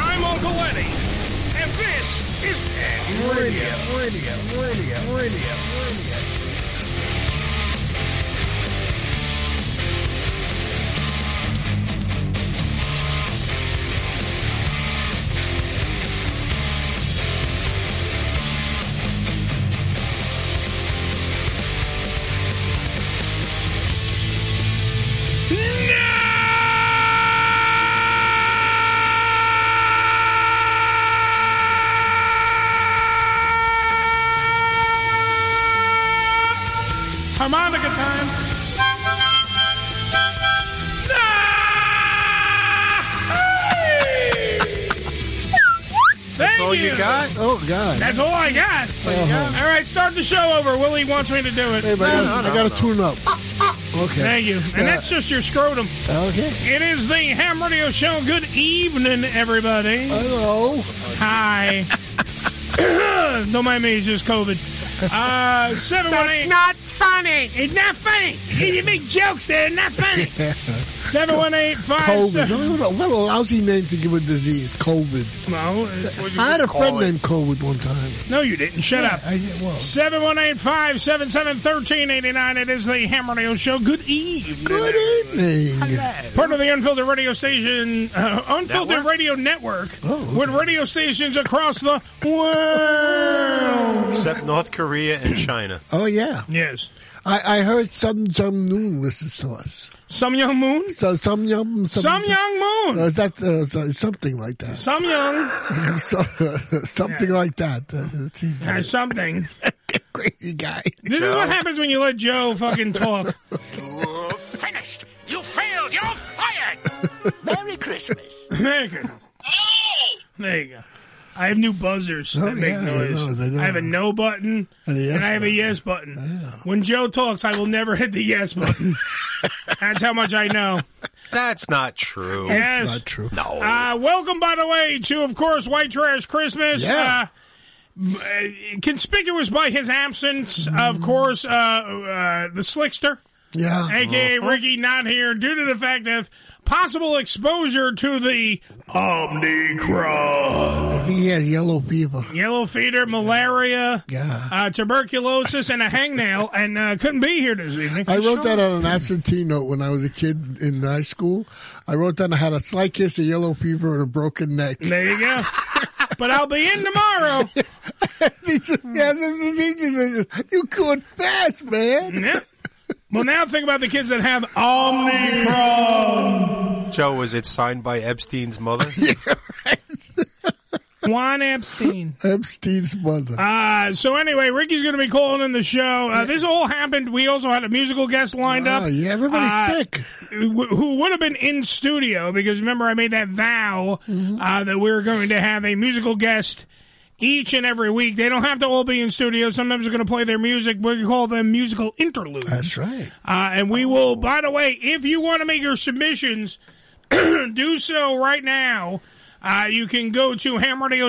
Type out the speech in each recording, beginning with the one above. I'm Uncle Eddie, and this is Ed Radio. Radio, Radio, Radio, Radio. Harmonica time. Ah! That's all you got? Oh God! That's all I got. Uh-huh. All right, start the show over. Willie wants me to do it. Hey, but No, I- no, I no, gotta no. tune up. Okay. Thank you. And Yeah. that's just your scrotum. Okay. It is the Ham Radio Show. Good evening, everybody. Hello. Hi. Don't mind me, it's just COVID. Uh, 718. Not funny. It's not funny. You make jokes that are not funny. 718 COVID. 57. What a- What a lousy name to give a disease. COVID. I had a friend Call it. named COVID one time. No, you didn't. Shut up. I, well, 718 577 1389. It is the Ham Radio Show. Good evening. good evening. Part of the Unfiltered Radio Station, uh, Unfiltered Network? Radio Network, Oh, okay. with radio stations across the world. Except North Korea and China. Oh yeah. Yes. I, I heard some some noon listens to us. Some Young Moon? So some yum. Some, Some Young Uh, Moon. is that uh, so- something like that? Some Young. So- something like that. Uh, he- or something. crazy guy. This is what happens when you let Joe fucking talk. You're finished. You failed. You're fired. Merry Christmas. There you go. There you go. I have new buzzers that Oh, make yeah, I noise. know, they do. I have a no button And a yes and I have a button. yes button. When Joe talks, I will never hit the yes button. That's how much I know. That's not true. Yeah. That's Yes. not true. No. Uh, welcome, by the way, to, of course, White Trash Christmas. Uh, Yeah. b- uh, conspicuous by his absence, of course, uh, uh, the slickster. Yeah. aka Ricky, not here due to the fact that possible exposure to the Omicron, He had yellow fever. yellow fever, malaria, Yeah. uh, tuberculosis, and a hangnail, and uh, couldn't be here this evening. I wrote that on an absentee note when I was a kid in high school. I wrote down I had a slight case of yellow fever and a broken neck. There you go. But I'll be in tomorrow. you could fast, man. Oh, Yeah. Well, now think about the kids that have Omicron. Joe, was it signed by Epstein's mother? Juan Epstein. Epstein's mother. Uh, so anyway, Ricky's going to be calling in the show. Uh, this all happened. We also had a musical guest lined oh, up. yeah, everybody's uh, sick. wh- who would have been in studio because remember I made that vow Mm-hmm. uh, that we were going to have a musical guest each and every week. They don't have to all be in studio. Sometimes we're going to play their music. We call them musical interludes. That's right. Oh. Uh, and we will, by the way, if you want to make your submissions, do so right now. Uh, you can go to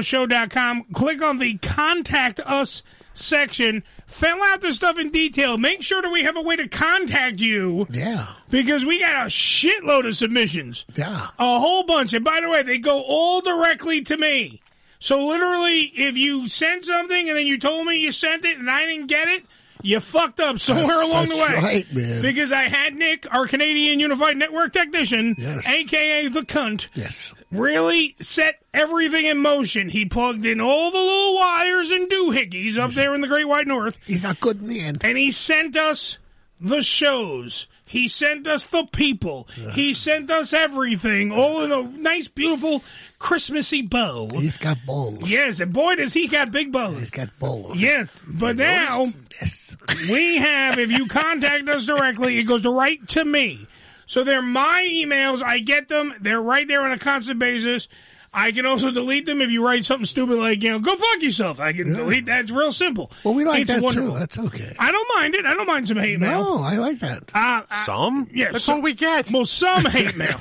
hamradioshow.com, click on the contact us section, fill out the stuff in detail. Make sure that we have a way to contact you Yeah. because we got a shitload of submissions. Yeah. A whole bunch. And by the way, they go all directly to me. So literally, if you send something and then you told me you sent it and I didn't get it, you fucked up somewhere That's- along the that's way. right, man. Because I had Nick, our Canadian Unified Network technician, Yes. aka the cunt, Yes. really set everything in motion. He plugged in all the little wires and doohickeys up there in the Great White North He's a good man. and he sent us the shows. He sent us the people. He sent us everything, all in a nice, beautiful Christmassy bow. He's got balls. Yes, and boy, does he got big bows. He's got balls. Yes, but now Yes. we have, if you contact us directly, it goes right to me. So they're my emails. I get them. They're right there on a constant basis. I can also delete them if you write something stupid like, you know, go fuck yourself. I can delete that. It's real simple. Well, we like it's that wonderful. too. That's okay. I don't mind it. I don't mind some hate mail. No, I like that. Uh, I- Some? yeah, That's some- all we get. well, some hate mail.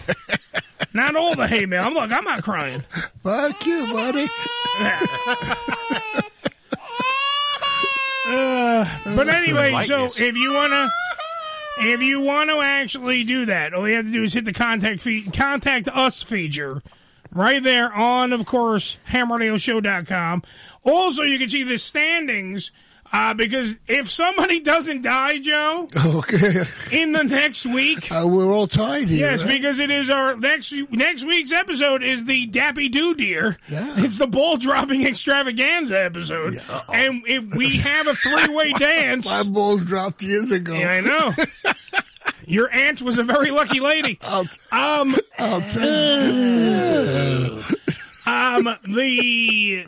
Not all the hate mail. I'm look, I'm not crying. Fuck you, buddy. Uh, But anyway, so likeness. if you wanna, if you want to actually do that, all you have to do is hit the contact fe- contact us feature right there on, of course, HamRadioShow.com. Also, you can see the standings uh, because if somebody doesn't die, Joe, Okay, in the next week. uh, we're all tied here. Yes, right? because it is our next next week's episode is the Dappy Doo Deer. Yeah. It's the ball dropping extravaganza episode. And if we have a three way dance, my balls dropped years ago. Yeah, I know. Your aunt was a very lucky lady. Um, I'll tell you. um, the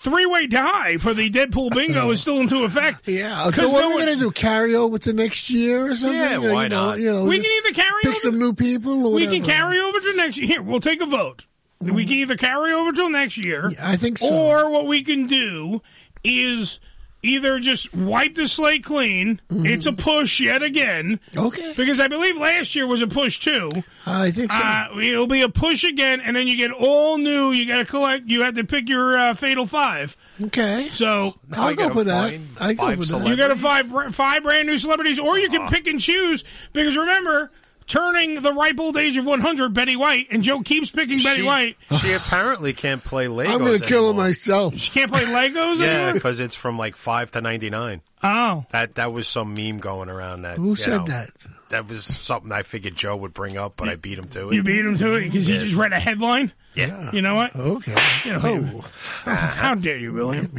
three way die for the Deadpool bingo is still into effect. Yeah. 'Cause Uh, Okay, what no are we one- gonna do? Carry over to next year or something? Yeah, you why know, not? You know, We can either carry pick over. some new people. Or we can whatever. Mm-hmm. carry over to next year. Here, we'll take a vote. We can either carry over till next year. I think so. Or what we can do is either just wipe the slate clean. It's a push yet again. Mm-hmm. Okay. Because I believe last year was a push too. I think so. Uh, it'll be a push again, and then you get all new. You got to collect. You have to pick your uh, fatal five. okay. So I'll I go gotta with that. find I five go Uh-huh. with you celeb- that. got to five br- five brand new celebrities, or you can pick and choose. Because remember, turning the ripe old age of one hundred, Betty White, and Joe keeps picking Betty White. she apparently can't play Legos. I'm gonna kill him anymore. myself. She can't play Legos Yeah, anymore. because it's from like five to ninety nine. Oh, That that was some meme going around that. Who you said know, that? That was something I figured Joe would bring up, but I beat him to it. you beat him to it because he Yes. just read a headline. yeah. You know what? Okay. Yeah, Oh. How dare you, William?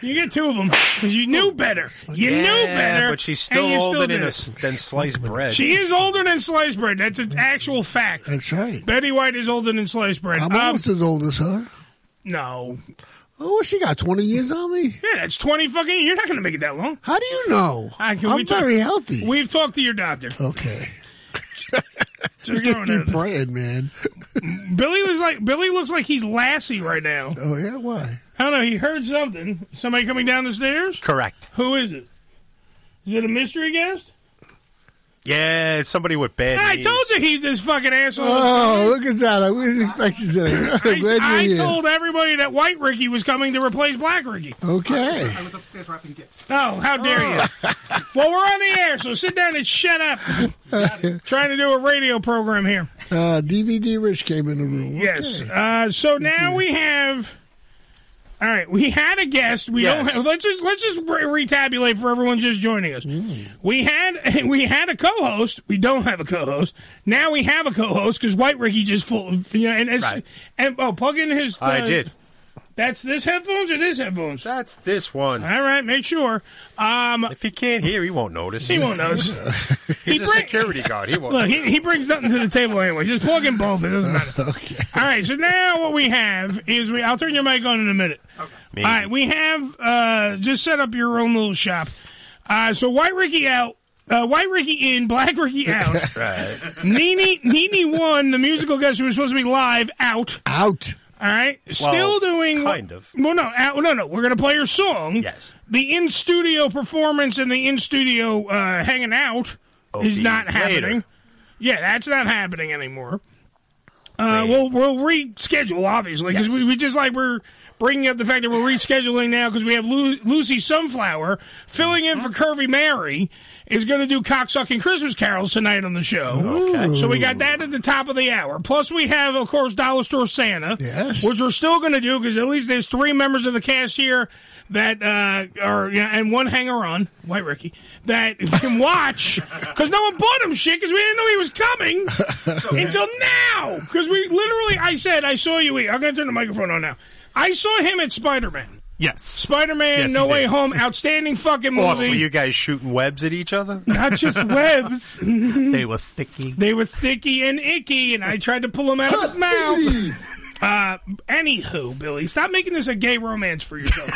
You get two of them because you knew better. You knew Yeah, better, but she's and still you older did than, a, it. than sliced bread. She is older than sliced bread. That's an actual fact. That's right. Betty White is older than sliced bread. I'm Um, almost as old as her. no. Oh, she got 20 years on me. Yeah, that's 20 fucking You're not going to make it that long. How do you know? I can- we I'm talk- very healthy. We've talked to your doctor. okay. You Just just throwing keep it out there. praying, man. Billy was like Billy looks like he's Lassie right now. Oh, yeah? Why? I don't know. He heard something. Somebody coming down the stairs. Correct. Who is it? Is it a mystery guest? Yeah, it's somebody with bad I knees. told you he's this fucking asshole. Oh, look at that. I wasn't expecting that. I'm glad I, you're I here. told everybody that White Ricky was coming to replace Black Ricky. okay. I was upstairs wrapping gifts. Oh, how dare you! well, we're on the air, so sit down and shut up. Trying to do a radio program here. Uh, DVD Rich came in the room. Yes. Okay. Uh, so now we have. All right, we had a guest. We Yes. don't. Have, let's just let's just re- retabulate for everyone just joining us. We had we had a co-host. We don't have a co-host. Now we have a co-host because White Ricky just full. You know, and it's, Right. and oh, plug in his. I uh, did. That's this headphones or this headphones. That's this one. All right, make sure. Um, If he can't hear, he won't notice. he won't notice. He's a bring- security guard. He won't. Look, he, he brings nothing to the table anyway. Just plug in both. It doesn't matter. All right. So now what we have is we. I'll turn your mic on in a minute. Maybe. All right. We have uh, just set up your own little shop. Uh, so white Ricky out. Uh, white Ricky in, black Ricky out. Right. Nini Nini one, the musical guest who was supposed to be live out. Out. All right, still doing kind of. Well, no, out, no, no. We're gonna play your song. Yes. the in studio performance and the in studio uh, hanging out is Oh, be not later. happening. Yeah, that's not happening anymore. Uh, Later. we'll we'll reschedule obviously because we, we just like we're bringing up the fact that we're rescheduling now because we have Lu- Lucy Sunflower filling in for Curvy Mary is going to do cocksucking Christmas carols tonight on the show. So we got that at the top of the hour. Plus we have of course Dollar Store Santa, Yes. which we're still going to do because at least there's three members of the cast here that uh, are yeah, and one hanger on White Ricky that can watch because no one bought him shit because we didn't know he was coming until now because we literally I said I saw you. eat. I'm going to turn the microphone on now. I saw him at Spider Man. Yes. Spider Man, Yes, he No Way did. Home, outstanding fucking movie. Oh, so you guys shooting webs at each other? Not just webs. they were sticky. They were sticky and icky, and I tried to pull them out of his mouth. Uh, anywho, Billy, stop making this a gay romance for yourself.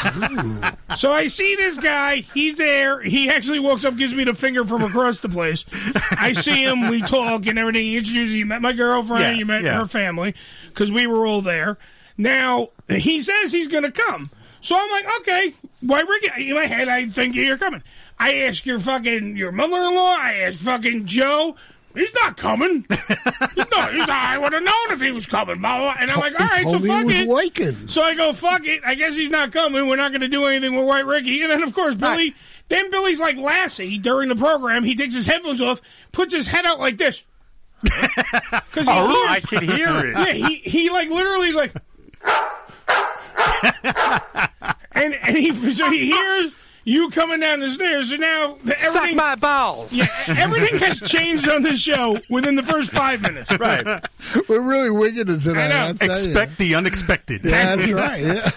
so I see this guy. He's there. He actually walks up, gives me the finger from across the place. I see him. We talk and everything. He introduces you. Met my girlfriend. Yeah, you met yeah. her family because we were all there. Now he says he's going to come, so I'm like, okay, why Ricky? In my head, I think you're coming. I asked your fucking your mother-in-law. I asked fucking Joe. He's not coming. no, he's not, I would have known if he was coming. Blah, blah, blah. And I'm like, all right, so told me he fuck was it. Waking. So I go, fuck it. I guess he's not coming. We're not going to do anything with White Ricky. And then, of course, Billy. Then Billy's like Lassie during the program. He takes his headphones off, puts his head out like this. 'Cause he clears- Oh, I can hear it. yeah, he, he like literally is like, and and he so he hears you coming down the stairs. So now the, Suck everything my balls. yeah, everything has changed on this show within the first five minutes. Right. We're really wicked it tonight. I know. I'll tell Expect the unexpected. You. That's right. Yeah.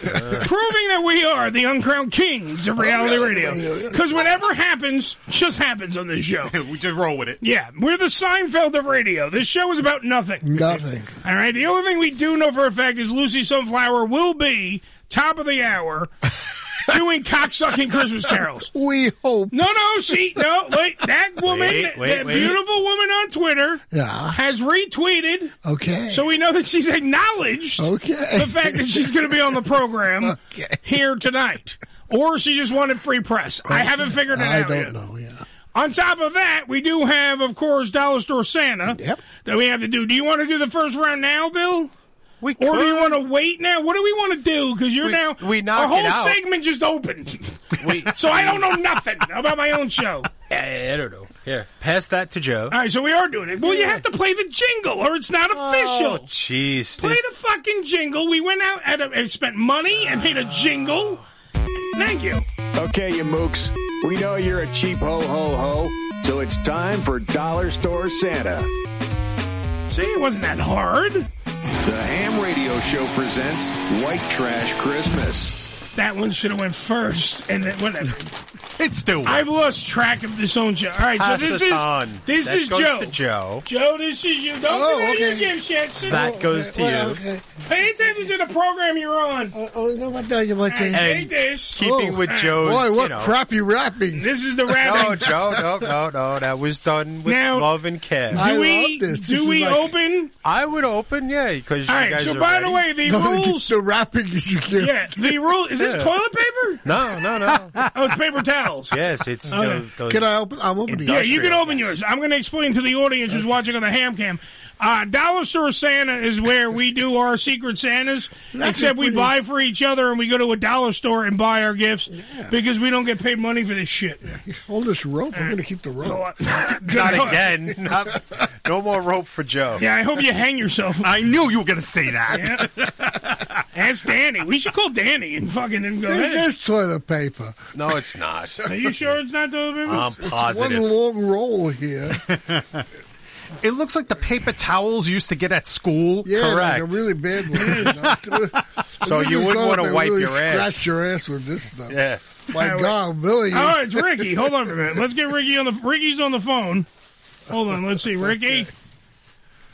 proving that we are the uncrowned kings of reality radio. Because whatever happens, just happens on this show. we just roll with it. Yeah, we're the Seinfeld of radio. This show is about nothing. Nothing. All right, the only thing we do know for a fact is Lucy Sunflower will be top of the hour doing cocksucking Christmas carols. We hope. No, no, she, no, wait, that woman, Wait, wait, that wait. beautiful woman on Twitter Yeah. has retweeted, Okay. so we know that she's acknowledged okay. the fact that she's going to be on the program Okay. here tonight, or she just wanted free press. I haven't figured it I out yet. don't know. Yeah. On top of that, we do have, of course, Dollar Store Santa Yep. that we have to do. Do you want to do the first round now, Bill? We Or do you could. want to wait now? What do we want to do? Because you're We- now we knock our whole it out. segment just opened, Wait, so I don't know nothing about my own show. I, I don't know. Here, pass that to Joe. All right, so we are doing it. Well, you have to play the jingle, or it's not Oh, Oh, official. Jeez, Play the fucking jingle. We went out at a, and spent money and made a jingle. Thank you. Okay, you mooks. We know you're a cheap ho ho ho, so it's time for Dollar Store Santa. See, it wasn't that hard. The Ham Radio Show presents White Trash Christmas. That one should have went first, and then whatever. It's still. I've lost track of this own show. All right, so Pass this this is on. this That is goes Joe. to Joe. Joe, this is you. Don't Oh, do okay. okay. your game shit. Sit- That goes to Well, you. Okay. Pay attention to the program you're on. Oh, oh, you know what? That you like. And uh, take this. Keeping Oh. with Joe's. Boy, what you know. crappy rapping! This is the No, rabbit. Joe, no, no, no. That was done with Now- love and care. I do we love this. do This is we like- open? I would open, yeah, because you All right. guys So are by ready. the way, the No, rules. the rapping is you can't. yeah, the rule is this Yeah. toilet paper? no, no, no. Oh, it's paper towels. yes, it's Okay. those, those Can I open? I'm opening. Yeah, it. you can Industrial, open yours. I'm going to explain to the audience who's watching on the ham cam. Uh, Dollar Store Santa is where we do our Secret Santas, That's except we pretty- buy for each other and we go to a dollar store and buy our gifts because we don't get paid money for this shit. Uh, Hold this rope. I'm gonna keep the rope. Not again. Not, no more rope for Joe. Yeah, I hope you hang yourself. I knew you were going to say that. Yeah. Ask Danny. We should call Danny and fucking and go. Hey, This is toilet paper. No, it's not. are you sure it's not the baby? I'm One positive. long roll here. It looks like the paper towels you used to get at school. Yeah, like Correct. a really bad one. you know. So This you is wouldn't gonna wanna be wipe really your ass. Scratch your ass with this stuff. Yeah. My All right. God, Billy. All right, it's Ricky. Hold on for a minute. Let's get Ricky on the. Ricky's on the phone. Hold on. Let's see, Ricky.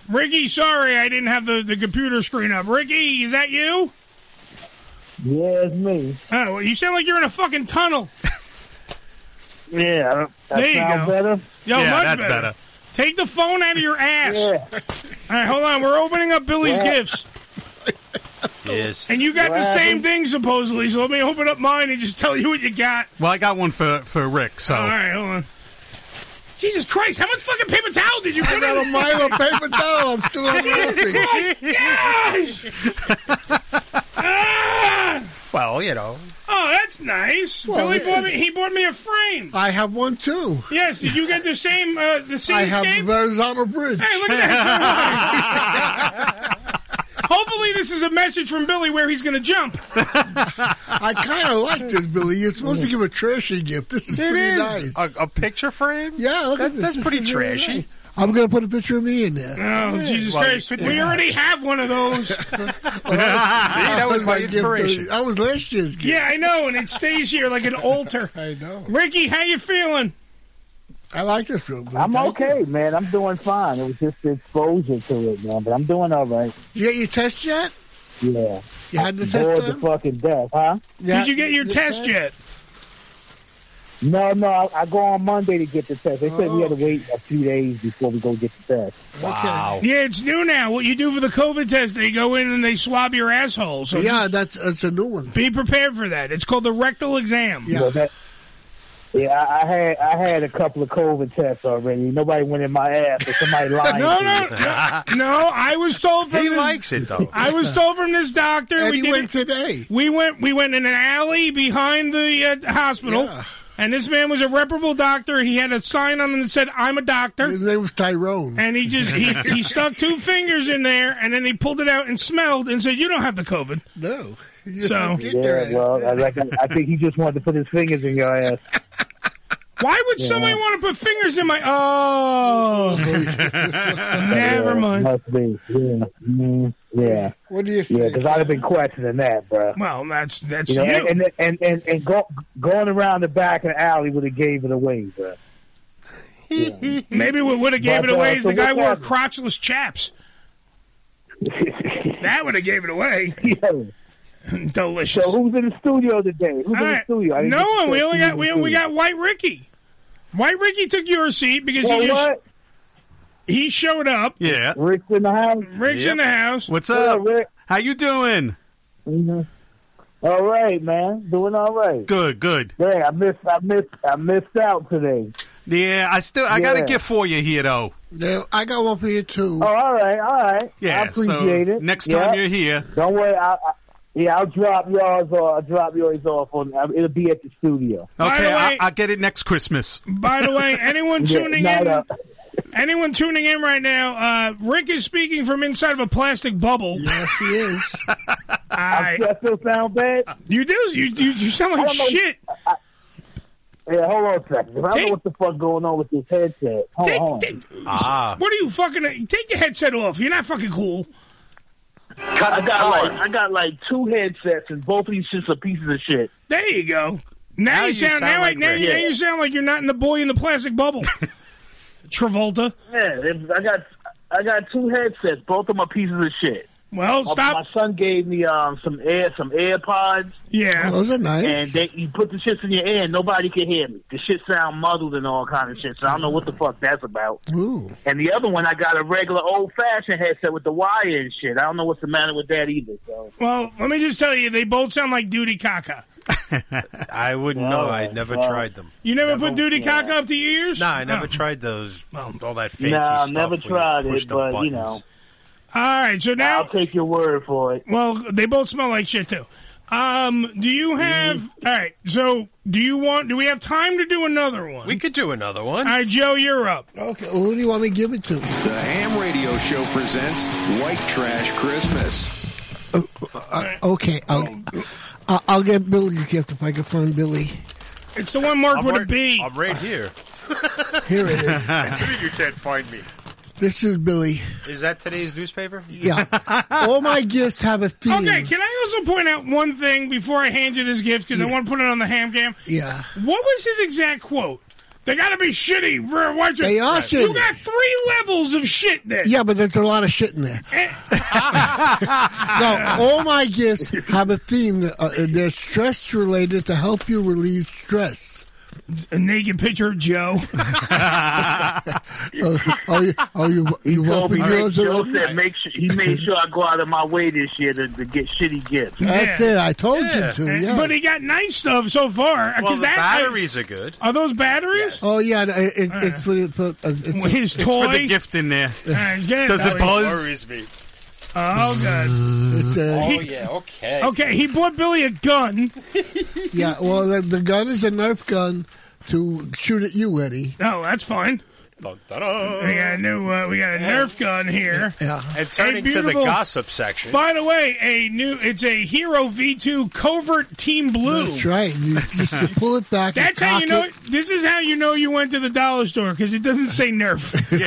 Ricky, sorry, I didn't have the, the computer screen up. Ricky, is that you? Yeah, it's me. Oh, well, you sound like you're in a fucking tunnel. Yeah, that There you sound go. better. Yo, Yeah, much that's better. Take the phone out of your ass. Yeah, All right, hold on. We're opening up Billy's Yeah. gifts, Yes. and you got the What same happened? thing supposedly. So let me open up mine and just tell you what you got. Well, I got one for, for Rick, so. All right, hold on. Jesus Christ! How much fucking paper towel did you I put got a on? mile of paper towel. I'm still on nothing. Gosh! ah! Well, you know. Oh, that's nice. Well, Billy this bought is- me. He bought me a frame. I have one too. Yes. Did you get the same? Uh, the I have seascape. the horizontal bridge. Hey, look at that! sunrise. Hopefully, this is a message from Billy where he's going to jump. I kind of like this, Billy. You're supposed to give a trashy gift. This is pretty nice. A, a picture frame? yeah, look at this. That's This pretty is really trashy. nice. I'm gonna put a picture of me in there. Oh, Jesus well, you Christ! could We do that. already have one of those. See, that was my gift to- inspiration. That was last year's gift. yeah, I know, and it stays here like an altar. I know. Ricky, how you feeling? I like this real good. I'm okay, man. I'm doing fine. It was just the exposure to it, man. But I'm doing all right. You get your test yet? Yeah, You had the bored to test done? fucking death, huh? Did you get your test yet? No, no, I, I go on Monday to get the test. They said we Oh. had to wait a few days before we go get the test. Wow. Yeah, it's new now. What you do for the COVID test, they go in and they swab your asshole. So yeah, that's that's a new one. Be prepared for that. It's called the rectal exam. Yeah. that, yeah, I, I had I had a couple of COVID tests already. Nobody went in my ass, but somebody lied. No, to no, me. no, no. I was told from He this, likes it though. I was told from this doctor. And we he did went it- today. We went. We went in an alley behind the uh, hospital, Yeah. and this man was a reputable doctor. He had a sign on him that said, "I'm a doctor." His name was Tyrone. And he just he, he stuck two fingers in there, and then he pulled it out and smelled and said, "You don't have the COVID." no. He just So- get their ass. Yeah, well, I, like, I think he just wanted to put his fingers in your ass. Why would somebody want to put fingers in my? Oh, never Yeah, mind. Must be. Yeah, mm, yeah, what do you yeah. think? Because I'd have been questioning that, bro. Well, that's that's You you. know, and and and and, and go, going around the back of the alley would have gave it away, bro. Maybe what would have gave But, it away uh, is so the guy what wore happened? crotchless chaps. That would have gave it away. Yo, Delicious. so who's in the studio today? Who's All in the right. studio? I didn't No get to one. We check only who's got in we, the we studio. got White Ricky. White Ricky took your seat because Well, he just what? he showed up. Yeah. Rick's in the house. Rick's in the house. What's What up? up, Rick? How you doing? Mhm. All right, man. Doing all right. Good, good. Man, I missed, I missed, I missed out today. Yeah, I still I got a Yeah. gift for you here though. Now, I got one for you too. Oh, all right, all right. Yeah, I appreciate so it. next Yeah. time you're here, Don't worry. I, I, yeah, I'll drop yours or I'll drop yours off on. uh, It'll be at the studio. By the okay, I, way- I'll get it next Christmas. By the way, anyone Yeah, tuning not, in, uh, anyone tuning in right now, uh, Rick is speaking from inside of a plastic bubble. Yes, he is. I, do I still sound bad? you do. You, you you sound like I don't know. shit. Yeah, hold on a second. I don't Take- know what the fuck going on with this headset. Hold on, Take, hold on. take, What are you fucking? Take your headset off. You're not fucking cool. I got like I got like two headsets and both of these shits are pieces of shit. There you go. Now, you sound, now, like now, Rick. now you sound like you're not in the boy in the plastic bubble. Travolta. Yeah, it- I got I got two headsets. Both of them are pieces of shit. Well, My- stop. My son gave me um some air some AirPods Yeah. Oh, Those are and nice. they you put the shits in your ear and nobody can hear me. The shit sound muddled and all kind of shit. So I don't know what the fuck that's about. Ooh. And the other one I got a regular old fashioned headset with the wire and shit. I don't know what's the matter with that either. So Well, let me just tell you, they both sound like Duty Kaka. I wouldn't know. I never tried them. You never put Duty Kaka up to your ears? Nah, I never Oh. tried those. All that fancy Nah, stuff. never where you tried push it, the but, you know. buttons. All right, so I'll now, take your word for it. well, they both smell like shit too. Um, do you Mm-hmm. have? All right, so do you want? Do we have time to do another one? we could do another one. all right, Joe, you're up. Okay, well, who do you want me to give it to? The Ham Radio Show presents White Trash Christmas. Uh, Okay, I'll, I'll, I'll get Billy's gift if I can find Billy. It's the one marked I'm with a right- B. I'm right here. Here it is. you can't find me. this is Billy. Is that today's newspaper? Yeah. All my gifts have a theme. Okay, can I also point out one thing before I hand you this gift because I want to put it on the ham cam? Yeah. What was his exact quote? They got to be shitty. for white trash." They are You shitty. got three levels of shit there. Yeah, but there's a lot of shit in there. no, all my gifts have a theme. that, Uh, they're stress related to help you relieve stress. A naked picture of Joe. Oh, oh, you, oh, you, you told open me make, yours Joe already? said make sure he made sure I go out of my way this year to, to get shitty gifts. That's Yeah. it. I told Yeah. you to. And- Yeah. But he got nice stuff so far. 'cause Well, the that- batteries are good. Are those batteries? oh yeah, it, it, it's for, the- for uh, it's Well, His toy. For the gift in there. Alright, get Does it Oh, buzz? me. Oh, God. it's uh, He- Oh, yeah, okay. Okay, he bought Billy a gun. yeah. Well, the, the gun is a Nerf gun to shoot at you, Eddie. Oh, that's fine. We got a new, uh, we got a Nerf gun here. Yeah. And turning to the beautiful- gossip section. By the way, a new, it's a Hero V2 Covert Team Blue. That's right. You just you pull it back. and That's how cock you know. it. This is how you know you went to the dollar store because it doesn't say Nerf.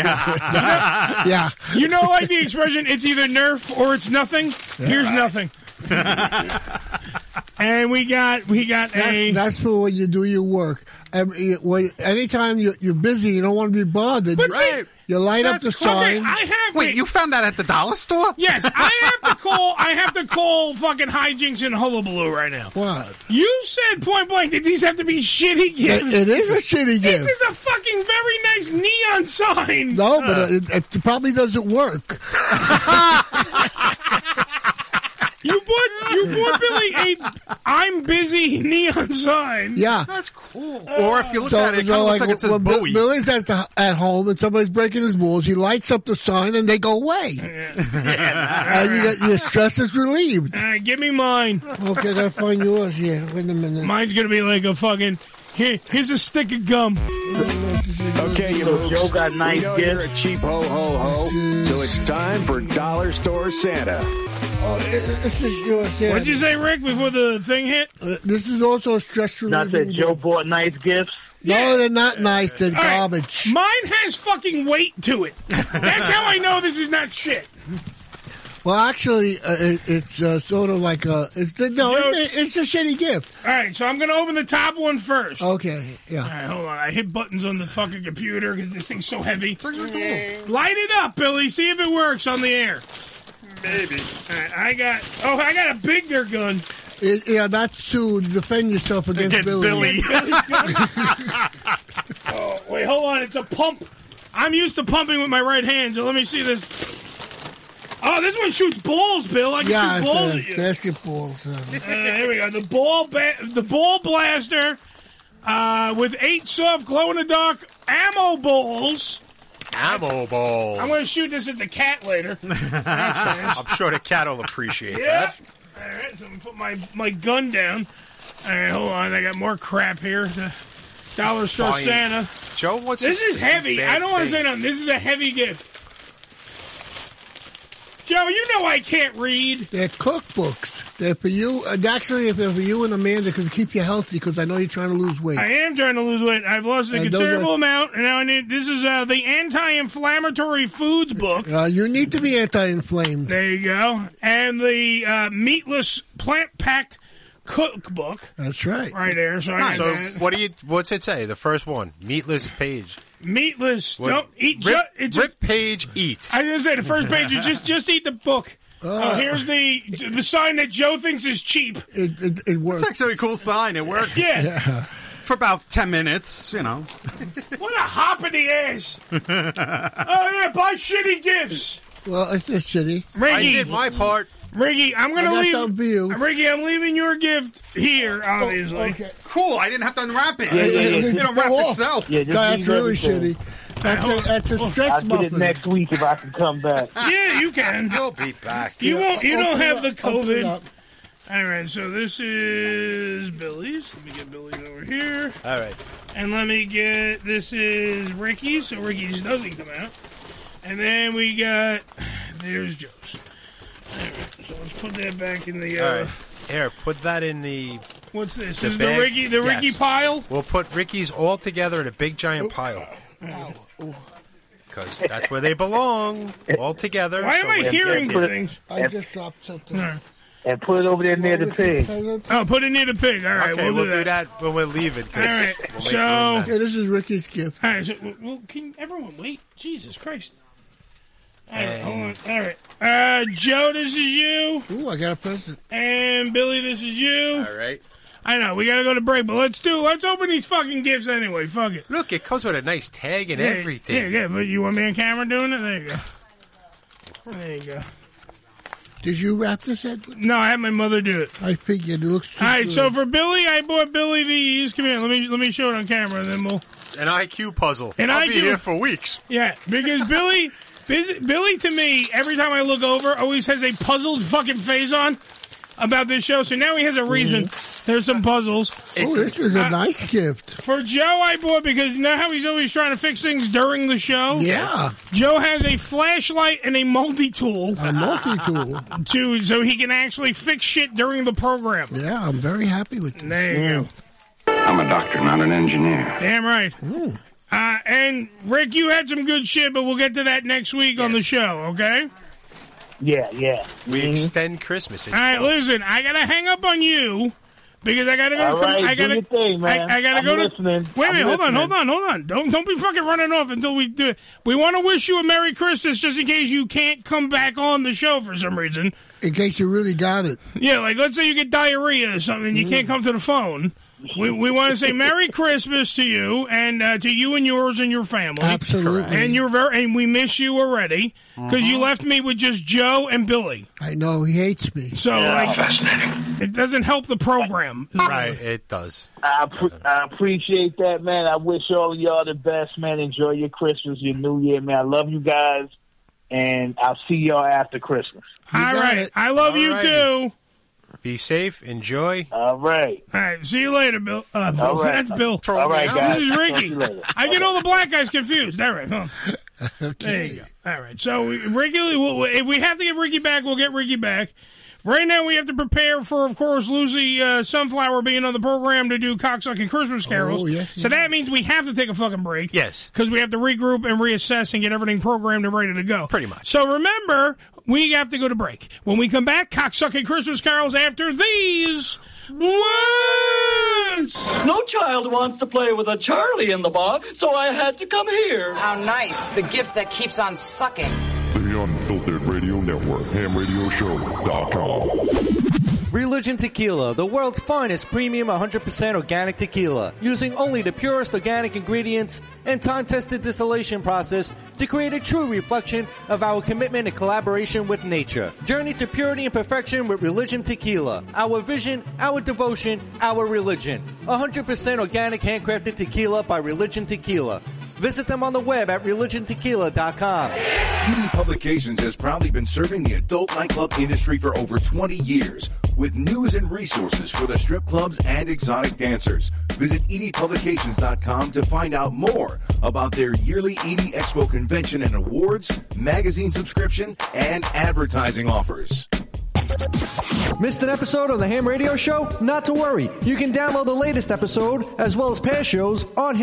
Yeah. You know, like the expression, it's either Nerf or it's nothing. Here's nothing. and we got we got a That, that's for e, when you do your work. Every, when, anytime you're, you're busy, you don't want to be bothered. But you, see, You light That's up the fucking- sign. I have Wait, it. you found that at the dollar store? Yes, I have to call. I have to call fucking hijinks and hullabaloo right now. what? You said point blank that these have to be shitty gifts. It, it is a shitty this gift. is a fucking very nice neon sign. no, but uh, it, it probably doesn't work. You bought you bought Billy a I'm busy neon sign. Yeah. Or if you look So, at it, it kind of looks so like, like it says when Bill- Bowie. Billy's at the, at home and somebody's breaking his rules, he lights up the sign and they go away. and you get, your stress is relieved. All right, give me mine. Okay, I gotta find yours here. Wait a minute. Mine's gonna be like a fucking here. Here's a stick of gum. Okay, you So folks. Joe got We nice know you're gifts. a cheap ho ho ho, so it's time for Dollar Store Santa. Oh, it- this is yours here. What'd you say, Rick? Before the thing hit. Uh, This is also a stress Not that relieving. Joe bought nice gifts. Yeah. No, they're not nice. They're All right, garbage. Mine has fucking weight to it. That's how I know this is not shit. Well, actually, uh, it, it's uh, sort of like a. It's the, no, Joe- it, it's a shitty gift. All right, so I'm gonna open the top one first. Okay, yeah. All right, hold on. I hit buttons on the fucking computer because this thing's so heavy. Light it up, Billy. See if it works on the air. Maybe. All right, I got. Oh, I got a bigger gun. It, yeah, that's to defend yourself against, Against Billy. Billy's gun. oh, wait, hold on. It's a pump. I'm used to pumping with my right hand, so let me see this. Oh, this one shoots balls, Bill. I can Yeah, shoot it's balls uh, at you. basketball. So. Uh, here we go. The ball, ba- the ball blaster uh, with eight soft glow in the dark ammo balls. Ammo balls. I'm going to shoot this at the cat later. I'm sure the cat will appreciate yeah. All right, so I'm gonna put my my gun down. All right, hold on. I got more crap here. The Dollar store Fine. Santa. that. Joe, what's This is heavy. I don't want to say nothing. nothing. This is a heavy gift. Joe, you know I can't read. They're cookbooks. They're for you. And actually, if they're for you and Amanda, can keep you healthy because I know you're trying to lose weight. I am trying to lose weight. I've lost a And those considerable are- amount, and now I need. This is uh, the anti-inflammatory foods book. Uh, you need to be anti-inflamed. There you go, and the uh, meatless plant-packed cookbook That's right. right there. So, I got So that. what do you? What's it say? The first one, meatless page. meatless. What- Don't eat. Ju- Rip, it just, Rip page eat. I was gonna say the first page. You just just eat the book. Oh, here's the the sign that Joe thinks is cheap. It, it, it works. It's actually a cool sign. It worked Yeah, for about 10 minutes, you know. what a hop in the ass. oh yeah, buy shitty gifts. Well, it's just shitty. I Ricky, did my part. Ricky, I'm gonna I got leave. something for you. Oh, Ricky, I'm leaving your gift here, obviously. Okay. Cool. I didn't have to unwrap it. yeah, yeah. It unwrapped Go off. itself. Yeah, just That's leave really everything. shitty. That's a, that's a I'll stress get it muffin. next week if I can come back. Oh. Yeah, you can. You'll be back. You won't. You don't Open have it the up, open it COVID. up. All right, so this is Billy's. Let me get Billy's over here, All right. and let me get this is Ricky's. So Ricky's doesn't come out, and then we got there's Joe's. All right, so let's put that back in the. All Uh, right. Here, put that in the. What's this? The This is bag- the Ricky the yes. Ricky pile? We'll put Ricky's all together in a big giant pile. Because that's where they belong, all together. Why so am when I it hearing gets good here- things? I just dropped something. All right. And put it over there near the pig. Yeah, Oh, put it near the pig. All right, Okay, we'll, do that. when we're leaving. 'cause All right, we'll make so- room then. this is Ricky's gift. All right, so, well, well, can everyone wait? Jesus Christ. All right, hold on. All right. Uh, Joe, this is you. Ooh, I got a present. And Billy, this is you. all right. I know, we gotta go to break, but let's do, let's open these fucking gifts anyway. Fuck it. Look, it comes with a nice tag and Yeah, everything. Yeah, yeah, but you want me on camera doing it? There you go. There you go. Did you wrap this, Edwin? No, I had my mother do it. I figured it looks too All right, good. so for Billy, I bought Billy these. Come here, let me let me show it on camera, and then we'll. An IQ puzzle. An I'll IQ be here for weeks. Yeah, because Billy, Biz- Billy to me, every time I look over, always has a puzzled fucking face on about this show. So now he has a reason. There's some puzzles Uh, Oh, this is a nice gift. for Joe. I bought because now how he's always trying to fix things during the show. Yeah, Joe has a flashlight and a multi tool a multi-tool. too, so he can actually fix shit during the program. Yeah, I'm very happy with this. There you go. I'm a doctor, not an engineer. Damn right. Ooh. Uh, and Rick, you had some good shit, but we'll get to that next week on the show, okay? Yeah, yeah. Mm-hmm. We extend Christmas. It's All right, listen, I gotta hang up on you because I gotta go. All to com- right, I do gotta your thing, man. I, I gotta I'm go listening. to. Wait a I'm minute, hold on, listening. hold on, hold on. Don't don't be fucking running off until we do it. We want to wish you a Merry Christmas just in case you can't come back on the show for some reason. In case you really got it. Yeah, like let's say you get diarrhea or something, and you can't come to the phone. We, we want to say Merry Christmas to you and uh, to you and yours and your family. Absolutely. And you're very and we miss you already because you left me with just Joe and Billy. I know he hates me. So like it doesn't help the program. Right, it does. I, pre- I appreciate that, man. I wish all of y'all the best, man. Enjoy your Christmas, your New Year, man. I love you guys, and I'll see y'all after Christmas. All got right, it. I love you Alrighty. too. Be safe. Enjoy. All right, All right, see you later, Bill. Uh, Bill. All right. That's Bill. all right, guys. This is Talk to Ricky. you later. I get all the black guys confused. All right, huh? There you go. All right. So we, regularly, we'll, if we have to get Ricky back, we'll get Ricky back. Right now, we have to prepare for, of course, Lucy uh, Sunflower being on the program to do cocksucking Christmas carols. Oh, yes, so that means we have to take a fucking break. Yes. Because we have to regroup and reassess and get everything programmed and ready to go. Pretty much. So remember, we have to go to break. When we come back, cocksucking Christmas carols after these words. No child wants to play with a Charlie in the bar, so I had to come here. How nice. The gift that keeps on sucking. The Unfiltered Radio Network, hamradioshow.com. Religion Tequila, the world's finest premium 100% organic tequila, using only the purest organic ingredients and time tested distillation process to create a true reflection of our commitment and collaboration with nature. Journey to purity and perfection with Religion Tequila. Our vision, our devotion, our religion. 100% organic handcrafted tequila by Religion Tequila. Visit them on the web at religiontequila.com. PD Publications has proudly been serving the adult nightclub industry for over 20 years with news and resources for the strip clubs and exotic dancers. Visit edpublications.com to find out more about their yearly ED Expo convention and awards, magazine subscription, and advertising offers. Missed an episode of the Ham Radio Show? Not to worry. You can download the latest episode as well as past shows on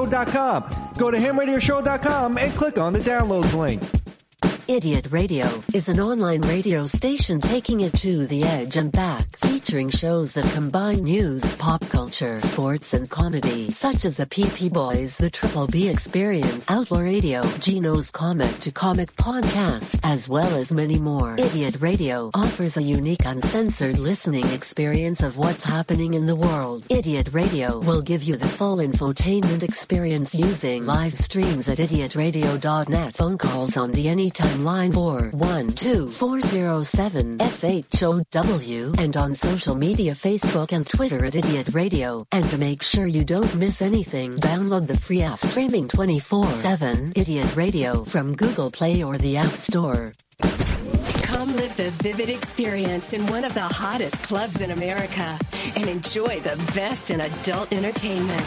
hamradioshow.com. Go to hamradioshow.com and click on the downloads link. Idiot Radio is an online radio station taking it to the edge and back, featuring shows that combine news, pop culture, sports, and comedy, such as the PP Boys, the Triple B Experience, Outlaw Radio, Gino's Comic to Comic Podcast, as well as many more. Idiot Radio offers a unique uncensored listening experience of what's happening in the world. Idiot Radio will give you the full infotainment experience using live streams at idiotradio.net. Phone calls on the anytime line 412-407-SHOW and on social media Facebook and Twitter at Idiot Radio. And to make sure you don't miss anything, download the free app streaming 24-7 Idiot Radio from Google Play or the App Store. Come live the vivid experience in one of the hottest clubs in America and enjoy the best in adult entertainment.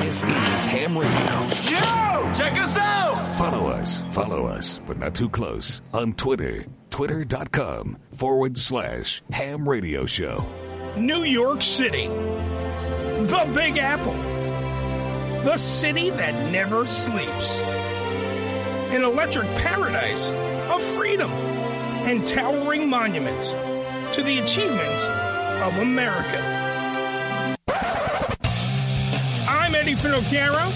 This is Ham Radio. Oh, Yo! Check us out! Follow us, follow us, but not too close on Twitter. Twitter.com forward slash Ham Radio Show. New York City, the Big Apple, the city that never sleeps, an electric paradise of freedom and towering monuments to the achievements of America. I'm Eddie Finocchiaro,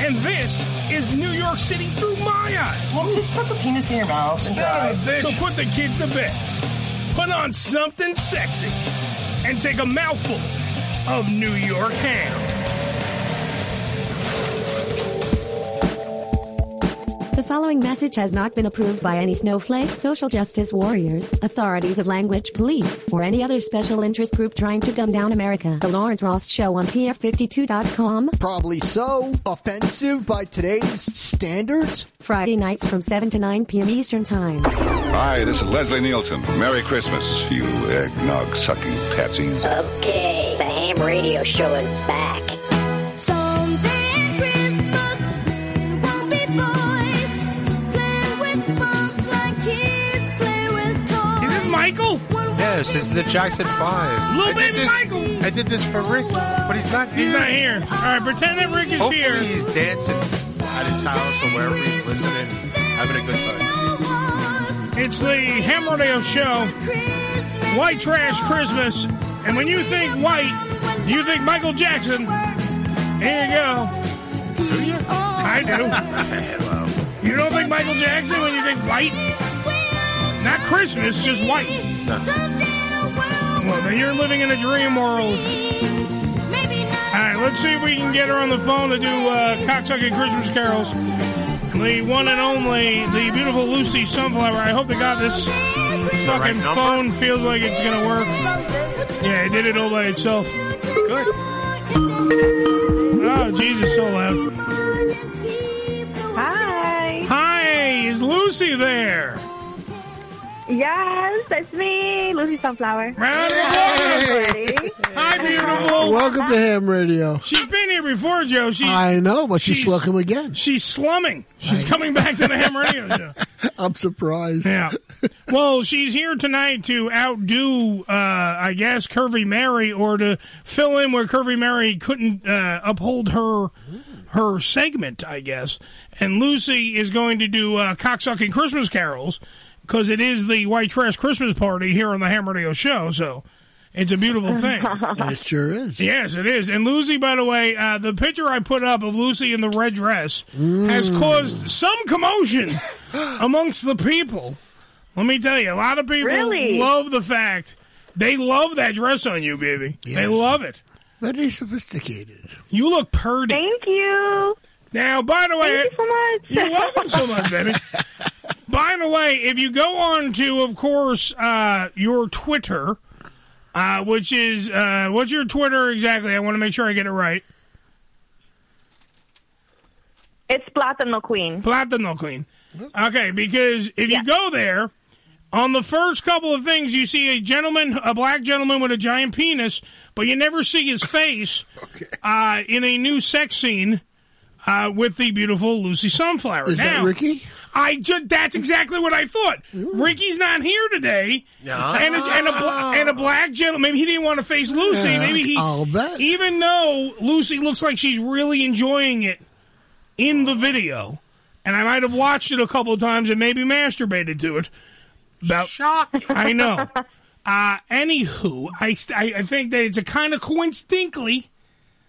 and this is New York City through my eyes. Well, just put the penis in your mouth and Son of a drive. bitch. So put the kids to bed. Put on something sexy and take a mouthful of New York ham. The following message has not been approved by any snowflake, social justice warriors, authorities of language police, or any other special interest group trying to dumb down America. The Lawrence Ross Show on TF52.com. Probably so. Offensive by today's standards? Friday nights from 7 to 9 p.m. Eastern Time. Hi, this is Leslie Nielsen. Merry Christmas, you eggnog sucking patsies. Okay, the ham radio show and back. Is this Michael? Yes, this is the Jackson Five. Little I did baby this- Michael. I did this for Rick, but he's not here. He's not here. All right, pretend that Rick is Hopefully here. he's dancing at his house or wherever he's listening, having a good time. It's the Ham Radio Show, White Trash Christmas. And when you think white, you think Michael Jackson. Here you go. Do you? I do. you don't think Michael Jackson when you think white? Not Christmas, just white. Well, then you're living in a dream world. All right, let's see if we can get her on the phone to do uh, cocksucking Christmas carols. The one and only, the beautiful Lucy Sunflower. I hope they got this the right fucking number? phone. Feels like it's gonna work. Yeah, it did it all by itself. Good. Oh Jesus, so loud. Hi. Hi, is Lucy there? Yes, that's me, Lucy Sunflower. Hi, beautiful. Welcome to Ham Radio. She's been here before, Joe. She's I know, but she's, she's- welcome again. She's slumming. She's coming back to the Ham Radio Show. I'm surprised. Yeah. Well, she's here tonight to outdo, uh, I guess, Curvy Mary, or to fill in where Curvy Mary couldn't uh, uphold her her segment, I guess. And Lucy is going to do uh, cocksucking Christmas carols because it is the White Trash Christmas party here on the Ham Radio Show. So it's a beautiful thing. It sure is. Yes, it is. And Lucy, by the way, uh, the picture I put up of Lucy in the red dress has caused some commotion amongst the people. Let me tell you, a lot of people Really? love the fact they love that dress on you, baby. They love it. Very sophisticated. You look purdy. Thank you. Now, by the way, Thank you so much. you're welcome so much, baby. By the way, if you go on to, of course, uh, your Twitter, uh, which is uh, what's your Twitter exactly? I want to make sure I get it right. It's Platano Queen. Platano Queen. Okay, because if you go there, on the first couple of things, you see a gentleman, a black gentleman with a giant penis, but you never see his face uh, in a new sex scene uh, with the beautiful Lucy Sunflower. Is that Now- Ricky? I ju- that's exactly what I thought. Ricky's not here today, Yeah. and a, and a bla- and a black gentleman. Maybe he didn't want to face Lucy. Yeah, maybe he. I'll bet. Even though Lucy looks like she's really enjoying it in the video, and I might have watched it a couple of times and maybe masturbated to it. About shock. I know. Uh, anywho, I, st- I I think that it's a kind of coincidentally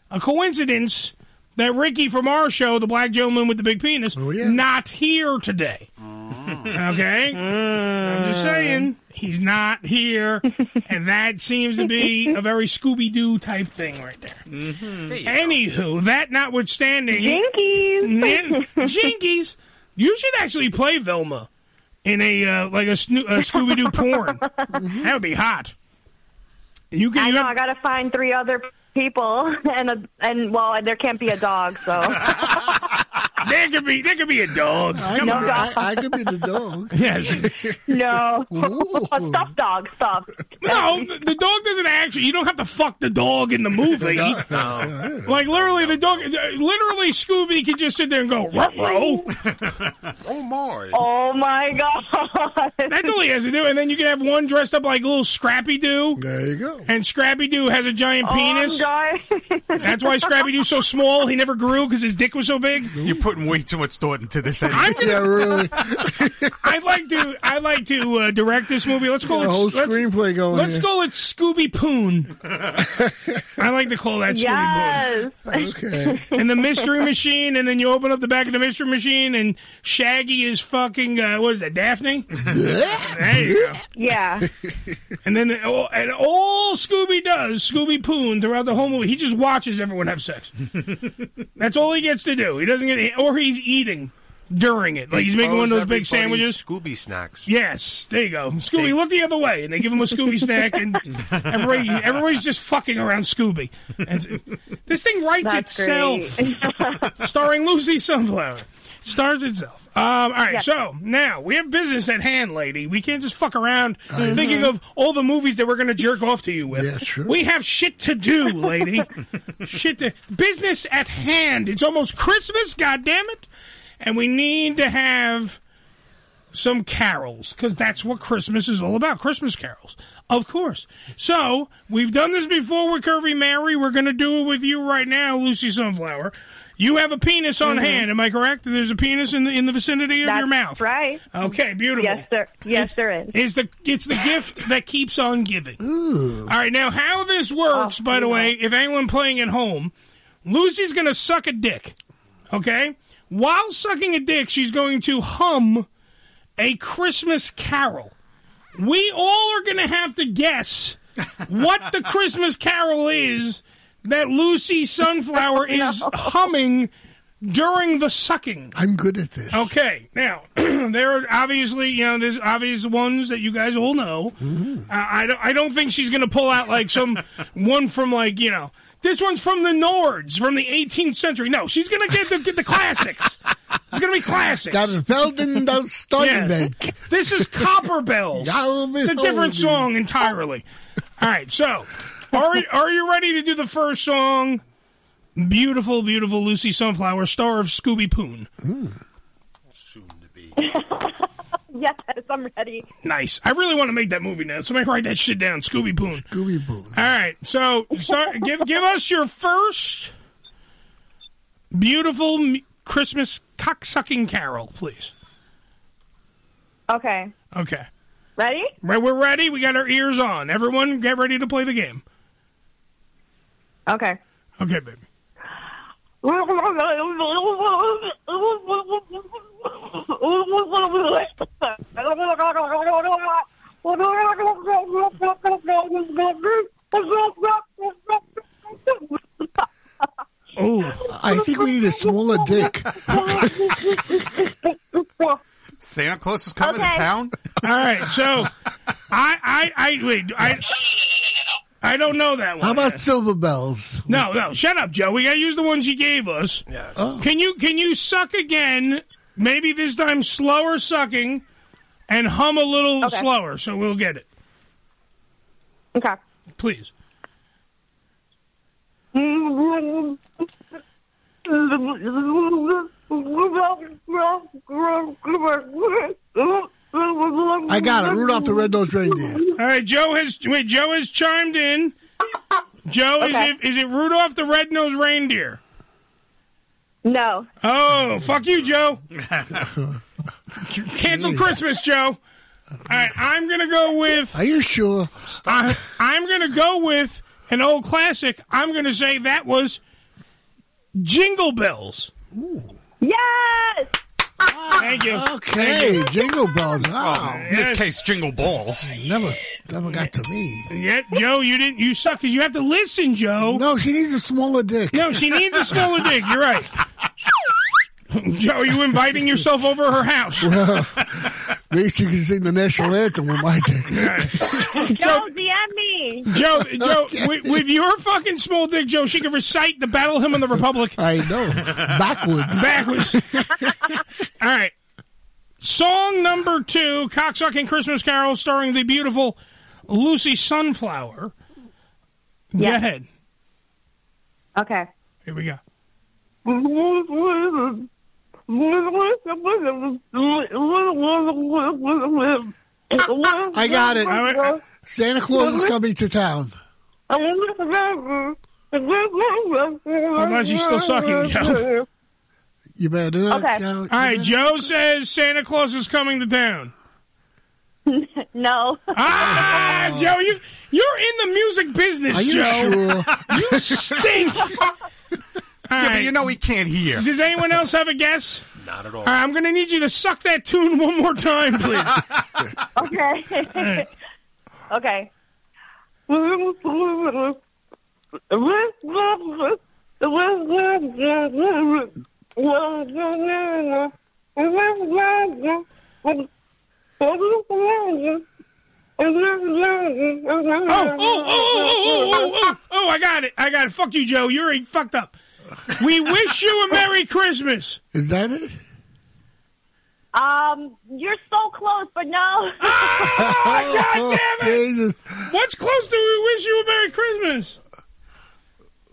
a coincidence that Ricky from our show, the black gentleman with the big penis, Oh, not here today. okay, I'm just saying he's not here, and that seems to be a very Scooby Doo type thing right there. Anywho, that notwithstanding, Jinkies, Jinkies, you should actually play Velma in a uh, like a, snoo- a Scooby Doo porn. That would be hot. You can. I you know. have- I gotta find three other people, and a, and well, there can't be a dog, so There could be there could be a dog. I Come know. on. I- I could be the dog. Yes. no. a stuffed dog, stuffed. No, the the dog doesn't actually. You don't have to fuck the dog in the movie. Like literally, the dog. Literally, Scooby could just sit there and go ruh row. Oh Mars. Oh my god! That's all he has to do, and then you can have one dressed up like little Scrappy Doo. There you go. And Scrappy Doo has a giant Oh, I'm penis. dying. That's why Scrappy Doo's so small. He never grew because his dick was so big. You're putting way too much thought into this. Eddie. I'm gonna- yeah, really. I'd like to. I'd like to uh, direct this movie. Let's call The it whole let's- screenplay going. Let's here. call it Scooby Poon. I like to call that yes. Scooby Poon. And the Mystery Machine, and then you open up the back of the Mystery Machine, and Shaggy is fucking uh, what is that, Daphne? there you go. Yeah. And then the, oh, and all Scooby does, Scooby Poon, throughout the whole movie, he just watches everyone have sex. That's all he gets to do. He doesn't get, or he's eating during it. Like he's making one of those big Everybody's sandwiches. Scooby snacks. Yes, there you go. Scooby, look the other way, and they give him a Scooby snack, and everybody, everybody's just fucking around Scooby. And it's- this thing writes That's itself, starring Lucy Sunflower. Stars itself. Um, all right, so now we have business at hand, lady. We can't just fuck around I thinking know. of all the movies that we're going to jerk off to you with. Yeah, sure. We have shit to do, lady. shit to business at hand. It's almost Christmas, goddamn it, and we need to have some carols because that's what Christmas is all about. Christmas carols, of course. So we've done this before with Curvy Mary. We're going to do it with you right now, Lucy Sunflower. You have a penis on Mhm. hand. Am I correct? There's a penis in the in the vicinity of That's your mouth. right. Okay, beautiful. Yes, there. Yes, there is. It's the it's the gift that keeps on giving. All right, now how this Oh, works, by the way, if anyone playing at home, Lucy's going to suck a dick. Okay, while sucking a dick, she's going to hum a Christmas carol. We all are going to have to guess what the Christmas carol is that Lucy Sunflower is humming during the sucking. I'm good at this. Okay, now there are obviously you know there's obvious ones that you guys all know. Mm-hmm. Uh, I don't I don't think she's gonna pull out like some one from like you know this one's from the Nords from the 18th century. No, she's gonna get the get the classics. It's gonna be classics. Got Felden das Steinbeck. This is Copper Bells. I'll be It's a different holding. song entirely. All right, so are are you ready to do the first song? Beautiful, beautiful Lucy Sunflower, star of Scooby Poon. Hmm. Yes, I'm ready. Nice. I really want to make that movie now. Somebody write that shit down. Scooby Poon. Scooby Poon. All right. So start, give give us your first beautiful m- Christmas cocksucking carol, please. Okay. Okay. Ready? Right, we're ready. We got our ears on. Everyone, get ready to play the game. Okay. Okay, baby. Oh, I think we need a smaller dick. Santa Claus is coming to town. All right. So I I I wait, I I don't know that one. How about Silver Bells? No, no, shut up, Joe. We got to use the ones you gave us. Oh. Can you can you suck again? Maybe this time slower sucking, and hum a little slower, so we'll get it. Okay. Please. I got it. Rudolph the Red-Nosed Reindeer. All right, Joe has wait. Joe has chimed in. Joe, is it is it Rudolph the Red-Nosed Reindeer? No. Oh, fuck you, Joe. Cancel Christmas, Joe. All right, I'm gonna go with. Are you sure? I, I'm gonna go with an old classic. I'm gonna say that was Jingle Bells. Yes. Thank you. Oh, Okay, Jingle Bells. Wow. In this case, jingle balls. Never, never got to me. Yeah, Joe, you didn't. You suck because you have to listen, Joe. No, she needs a smaller dick. No, she needs a smaller dick. You're right. Joe, are you inviting yourself over her house? At least you can sing the national anthem with my dick. Joe, DM me. Joe, Joe, with, with your fucking small dick, Joe, she can recite the Battle Hymn of the Republic. I know. Backwards. Backwards. All right. Song number two, Cocksucking Christmas Carol, starring the beautiful Lucy Sunflower. Go ahead. Okay. Here we go. I I got it. Santa Claus is coming to town. I'm glad she's still sucking, Joe. You better not. Okay. Joe. All right, Joe says Santa Claus is coming to town. No. Ah, Joe, you you're in the music business, Are you Joe. sure? You stink. Yeah, but you know he can't hear. Does anyone else have a guess? Not at All right, I'm going to need you to suck that tune one more time, please. Okay. right. okay. Oh, oh, oh, oh, oh, oh, oh, I got it. I got it. Fuck you, Joe. You're a fucked up. We wish you a Merry Christmas. Is that it? Um, you're so close, but no. God damn it! What's close do we wish you a Merry Christmas?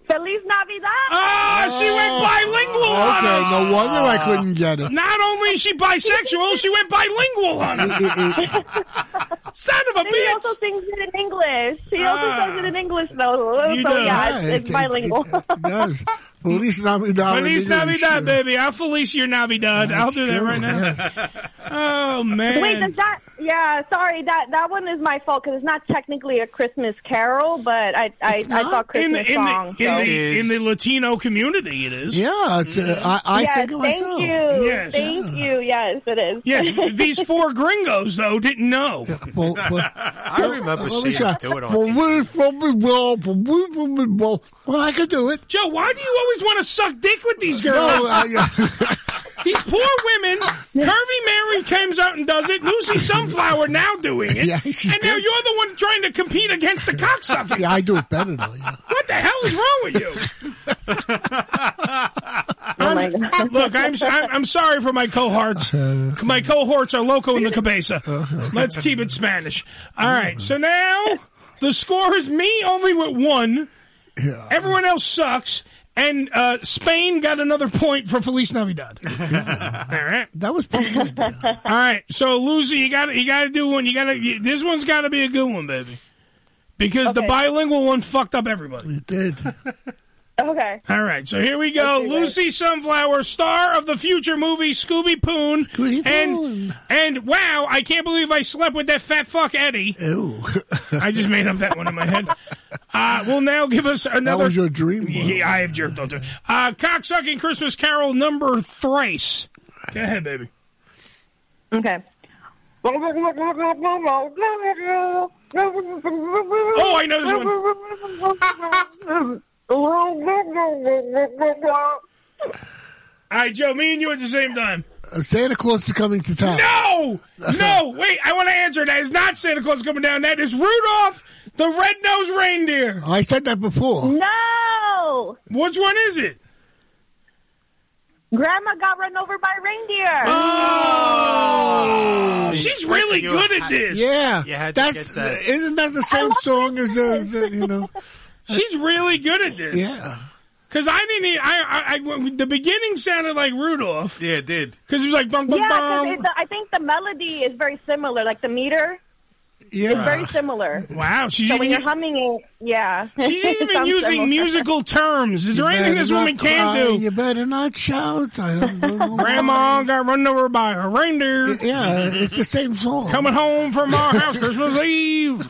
Feliz Navidad. Ah, she went bilingual on us. Oh. Okay, no wonder I couldn't get it. Not only is she bisexual, she went bilingual on us. Son of a And he bitch. also sings it in English. He also Ah. sings it in English, though. You so do. yeah, Ah, it's, it- it's bilingual. does. Feliz Navidad. Feliz in English. Navidad, baby. I'll Felice your Navidad. I'll do that sure, right now. Oh, man. Wait, does that? Yeah, sorry that that one is my fault because it's not technically a Christmas carol, but I I, I thought in Christmas the, in, song. the, in, so. the, in the Latino community, it is. Yeah, it's, uh, I, I yes, say to myself. Thank you. Yes. Thank you. Yes, it is. Yes, these four gringos though didn't know. Well, well, I remember well, seeing yeah. him do it on Well, TV. we- well, we- well, we- well, we- well, well, I could do it. Joe, why do you always want to suck dick with these girls? No, I- these poor women. Curvy Mary comes out and does it. Lucy Sunflower now doing it. Yeah, and she now you're the one trying to compete against the cocksucker. Yeah, I do it better though. Yeah. What the hell is wrong with you? Oh I'm, look, I'm, I'm I'm sorry for my cohorts. My cohorts are loco in the cabeza. Let's keep it Spanish. All right. So now the score is me only with one. Everyone else sucks. And uh, Spain got another point for Feliz Navidad. All right, that was pretty good. All right, so Lucy, you got to you got to do one. You got to you- this one's got to be a good one, baby, because the Okay. bilingual one fucked up everybody. It did. Okay. All right, so here we go. Lucy Sunflower, star of the future movie Scooby Poon, and and wow, I can't believe I slept with that fat fuck Eddie. Ew. I just made up that one in my head. Uh, will now give us another. was your dream Yeah, I have jerked off. to it. Uh, cocksucking Christmas Carol number thrice. Go ahead, baby. Okay. Oh, I know this one. All right, Joe, me and you at the same time. Uh, Santa Claus is coming to town. No, no, wait, I want to answer. That is not Santa Claus coming down. That is Rudolph the Red-Nosed Reindeer. I said that before. No. Which one is it? Grandma got run over by reindeer. Oh, she's really You- good at this. Yeah, You had to that's get that. isn't that the same song as, uh, as uh, you know? She's really good at this. Yeah. Cause I didn't. e- I, I, I- the beginning sounded like Rudolph. Yeah, it did. Cause it was like bum bum Yeah, 'cause bum. it's- I think the melody is very similar, like the meter. It's very similar. Wow, she's so when even- you're humming it, yeah. She's It even sounds using similar. musical terms. Is there You anything better this not woman can cry, do? You better not shout. I don't know. Grandma got run over by a reindeer. Yeah, it's the same song. Coming home from our house Christmas Eve.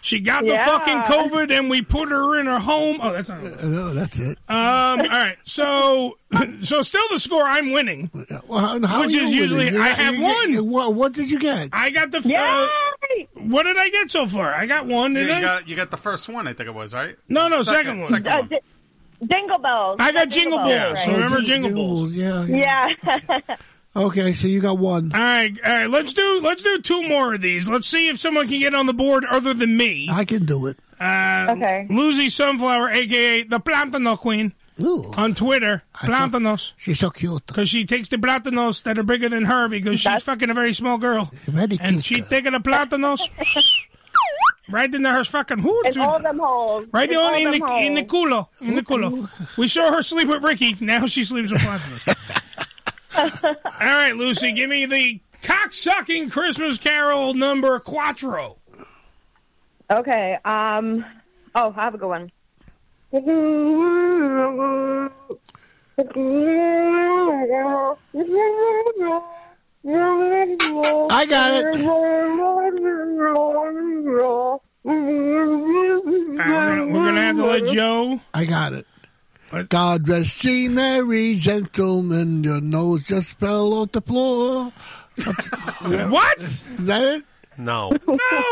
She got the Yeah. fucking COVID and we put her in her home. Oh, that's not. Uh, No, that's it. Um, all right, so so still the score. I'm winning, Well, how- how which are you is usually winning? You- I have you- one. you- what, what did you get? I got the. Uh, what did I get so far? I got one. You Did I? got, you got the first one, I think it was, right? no, no, second, one. Second one. Uh, Jingle bells. I got jingle Bells, balls. right. Remember Oh, jingle balls? Yeah, yeah. Yeah. Okay, so you got one. All right, all right. Let's do let's do two more of these. Let's see if someone can get on the board other than me. I can do it. Uh, okay. Lucy Sunflower, aka the Plantano Queen, on Twitter, Plantanos, She's so cute. because she takes the plantanos that are bigger than her because she's fucking a very small girl, and she's taking the plantanos right into her fucking hoods. In all them holes. Right in on all in them the in the holes. culo in the culo. We saw her sleep with Ricky. Now she sleeps with Flapper. All right, Lucy, give me the cocksucking Christmas Carol number quattro. Okay. Um. Oh, I have a good one. I got it. We're gonna have to let Joe. I got it. God rest ye merry gentlemen, your nose just fell off the floor. what? Is that it? No.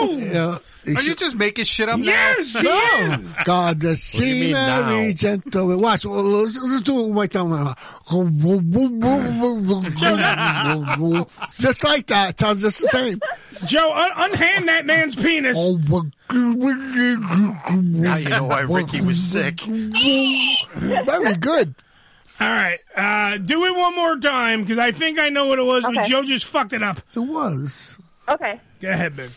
Yeah. Are you just making shit up now? No. God rest What do you ye mean merry now? gentlemen. Watch. well, Let's, let's do it with my thumb. just like that. Sounds just the same. Joe, un- unhand that man's penis. Now you know why Ricky was sick. Very good. All right, uh, do it one more time because I think I know what it was, but Okay. Joe just fucked it up. It was. Okay. Go ahead, babe.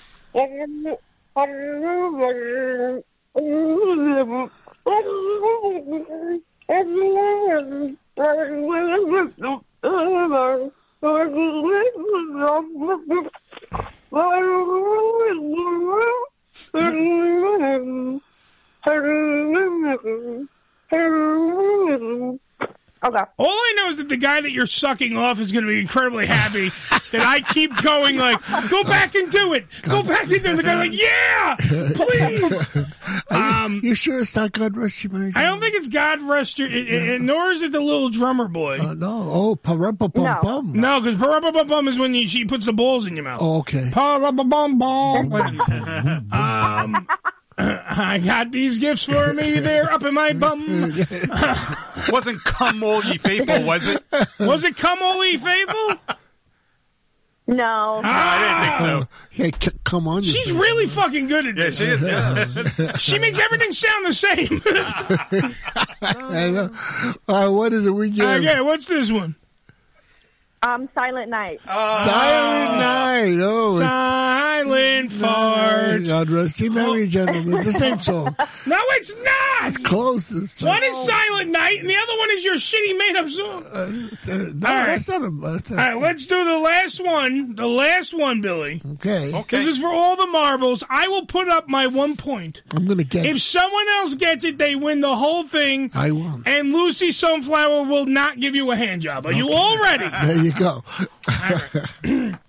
Okay. All I know is that the guy that you're sucking off is going to be incredibly happy that I keep going like, go back and do it, go back and do it. The guy's like, yeah, please. Um, you sure it's not God rest you, Mary? I don't think it's God rest your, i- i- nor is it the little drummer boy. no, oh, parumpa pum pum. No, because parumpa pum pum is when you, she puts the balls in your mouth. Oh, okay. Parumpa pum pum. Um, I got these gifts for me. They're up in my bum. Wasn't come all ye faithful, was it? Was it come all ye faithful? No. I didn't think so. Oh, Hey, come on. you She's bitch. really fucking good at this. she is, she makes everything sound the same. I know. Uh, what is it we get? okay, what's this one? Um, Silent Night. Uh, Silent night. Oh, Silent fart. God rest you, Mary, gentlemen. It's the same song. No, it's not. It's close. To One Oh, is Silent Night, and the other one is your shitty made-up song. Uh, no, that's not a. That's All right, let's do the last one. The last one, Billy. Okay. This is for all the marbles. I will put up my one point. I'm gonna get. If someone else gets it, they win the whole thing. I won. And Lucy Sunflower will not give you a hand job. Are you all ready? There you go.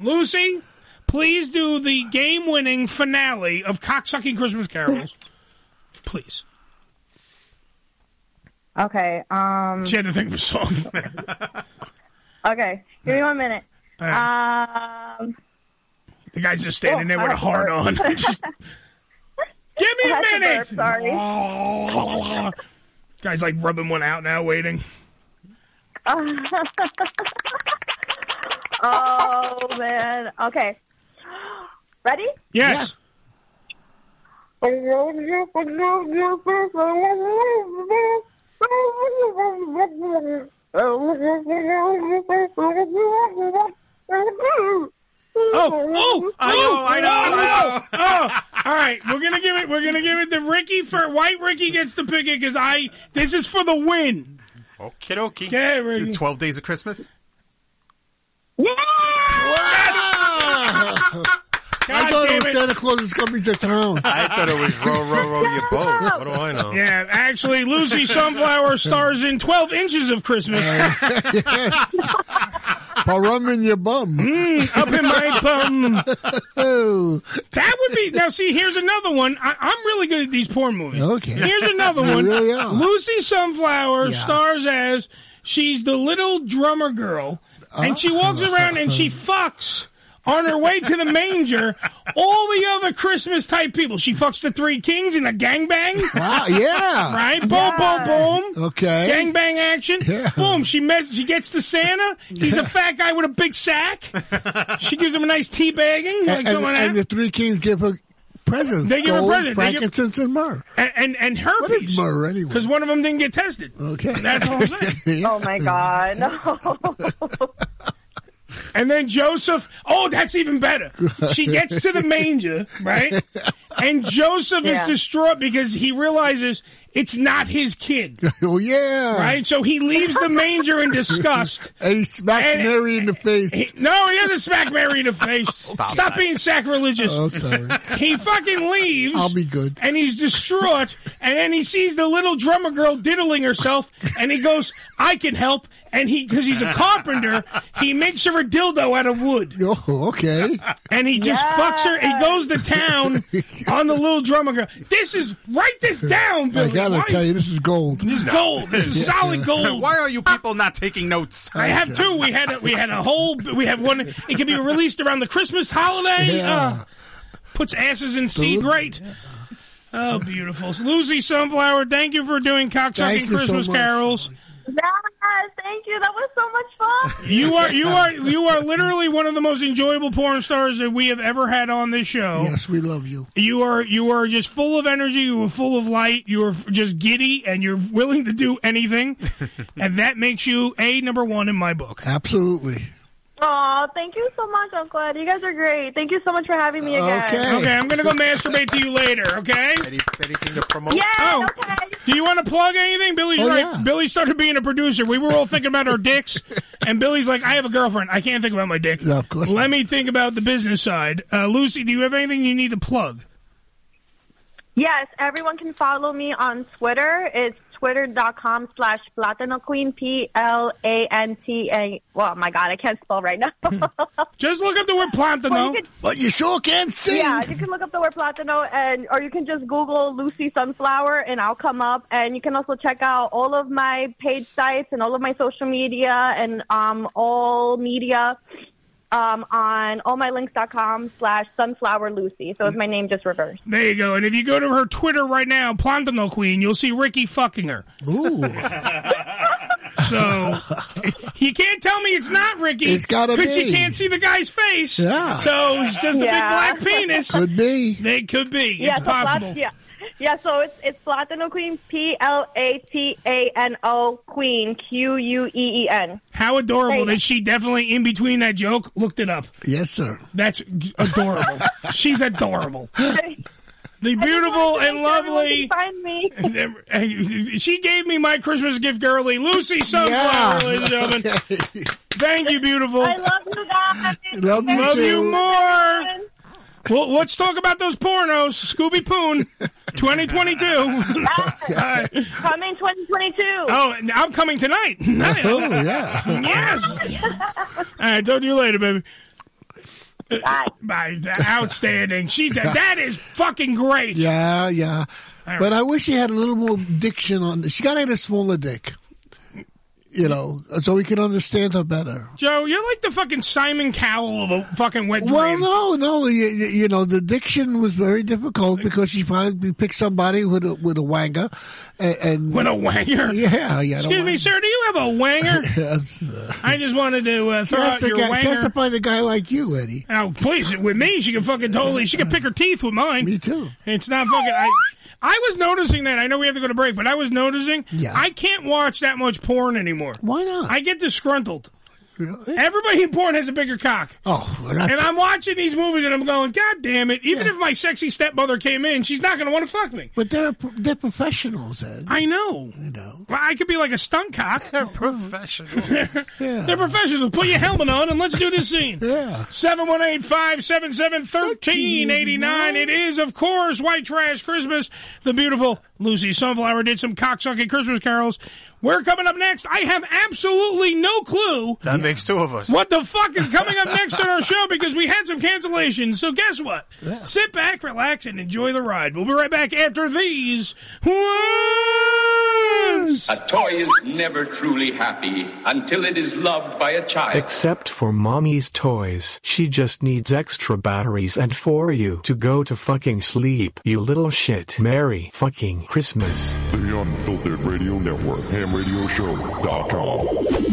Lucy, please do the game winning finale of Cocksucking Christmas Carols. Please. Okay. Um. She had to think of a song. Okay. Give me one minute. All Um. the guy's just standing there oh, with I a hard on. have to burp. Just- give me I have a to minute. burp, sorry. guy's like rubbing one out now, waiting. oh man. Okay. Ready? Yes. Oh, Oh, Oh, oh, oh, oh, oh. All right, we're gonna give it. We're gonna give it to Ricky for White. Ricky gets to pick it because I. This is for the win. Okie dokie. Yeah, Ricky. The 12 Days of Christmas? I God thought damn it it. was Santa Claus was coming to town. I thought it was row, row, row your boat. What do Oh, I know? Yeah, actually, Lucy Sunflower stars in 12 Inches of Christmas. Parum in your bum. Mm, up in my bum. Oh. That would be now. See, here's another one. I, I'm really good at these porn movies. Okay. Here's another You one. really are. Lucy Sunflower stars as she's the little drummer girl, and she walks Ah. around and she fucks on her way to the manger all the other Christmas type people. She fucks the three kings in a gangbang. Wow, yeah. Right. Boom. Boom. Boom. Okay. Gang bang action. Boom. She met, she gets to Santa. He's a fat guy with a big sack. She gives him a nice tea bagging. Like and, and, someone and and, the three kings give her presents. They give her gold, presents. They give- frankincense, and myrrh. and, and, and herpes. What is myrrh anyway? Because one of them didn't get tested. Okay. That's all I'm saying. Oh my god. No. And then Joseph, oh, that's even better. She gets to the manger, right? And Joseph Yeah. is distraught because he realizes it's not his kid. oh yeah. Right? So he leaves the manger in disgust. And he smacks And- Mary in the face. He- no, he doesn't smack Mary in the face. Stop, that. being sacrilegious. Oh, sorry. He fucking leaves. I'll be good. And he's distraught. And then he sees the little drummer girl diddling herself. And he goes, I can help. And he, because he's a carpenter, he makes her a dildo out of wood. Oh, okay. And he just fucks her. He goes to town on the little drummer girl. This is, write this down, I Billy. gotta Why- tell you, this is gold. This is gold. This is solid gold. Why are you people not taking notes? I have two. We had a, we had a whole. We have one. It can be released around the Christmas holiday. Yeah. Uh, puts asses in seed right. Oh, beautiful, Lucy Sunflower. Thank you for doing cocksucking Thank you so Christmas much. carols. Yes, Thank you. That was so much fun. You are you are you are literally one of the most enjoyable porn stars that we have ever had on this show. Yes, we love you. You are you are just full of energy. You are full of light. You are just giddy, and you're willing to do anything, and that makes you a number one in my book. Absolutely. Oh, thank you so much, Uncle Ed. You guys are great. Thank you so much for having me again. Okay, I'm gonna go masturbate to you later. Okay. anything to promote? Yeah, Oh, do you want to plug anything? Billy's Oh, right. yeah. Billy started being a producer. We were all thinking about our dicks, and Billy's like, "I have a girlfriend. I can't think about my dick. of course. Let me think about the business side." Uh, Lucy, do you have anything you need to plug? Yes, everyone can follow me on Twitter. It's twitter.com slash platano queen, P L A N T A. Well, my God, I can't spell right now. Just look up the word plantano. But you sure can sing. yeah, you can look up the word platano and, or you can just Google Lucy Sunflower and I'll come up. And you can also check out all of my page sites and all of my social media and, um, all media. Um, on allmylinks.com slash sunflower Lucy. So it's my name just reversed. There you go. And if you go to her Twitter right now, Plantano Queen, you'll see Ricky fucking her. Ooh. so you can't tell me it's not Ricky. It's gotta because you be. can't see the guy's face. Yeah. So it's just a Yeah. big black penis. Could be. They could be. Yeah, it's so plat- possible. yeah. Yeah, so it's it's Platano Queen, P L A T A N O Queen, Q U E E N. How adorable Thank you. that she definitely in between that joke looked it up. Yes, sir. That's adorable. She's adorable. The beautiful and lovely. Find me. She gave me my Christmas gift, girly Lucy Sunflower, Yeah. ladies and gentlemen. Thank you, beautiful. I love you guys. Love you Love you too. more. Well, let's talk about those pornos. Scooby Poon, 2022. Uh, Come in 2022. oh, and I'm coming tonight. oh, yeah. Yes. All right, talk to you later, baby. Bye. Outstanding. She that, that is fucking great. Yeah, yeah. All right. But I wish she had a little more diction on this. She got to get a smaller dick, you know, so we can understand her better. Joe, you're like the fucking Simon Cowell of a fucking wet dream. Well, no, no, you, you you know, the diction was very difficult because she finally picked somebody with a, with a wanger, and, and With a wanger? Yeah, yeah. the Excuse me, sir. Do you have a wanger? Yes. I just wanted to uh, She throw has, out to your get, she has to wanger. find a guy like you, Eddie. Oh, please, with me, she can fucking totally. She can pick her teeth with mine. Me too. It's not fucking. I, I was noticing that. I know we have to go to break, but I was noticing. Yeah. I can't watch that much porn anymore. Why not? I get disgruntled. Everybody in porn has a bigger cock. Oh, well, that's- And I'm watching these movies and I'm going, God damn it! Even if my sexy stepmother came in, she's not going to want to fuck me. but they're they're professionals, Ed. I know. I know. Well, I could be like a stunt cock. They're professionals. They're professionals. Put your helmet on and let's do this scene. Yeah. 718-577-1389. It is, of course, White Trash Christmas. The beautiful Lucy Sunflower did some cocksucking Christmas carols. We're coming up next. I have absolutely no clue That makes two of us. what the fuck is coming up next on our show because we had some cancellations. So guess what? Sit back, relax, and enjoy the ride. We'll be right back after these. words. A toy is never truly happy until it is loved by a child. Except for mommy's toys. She just needs extra batteries and for you to go to fucking sleep, you little shit. Merry fucking Christmas. The Unfiltered Radio Network, hamradioshow.com.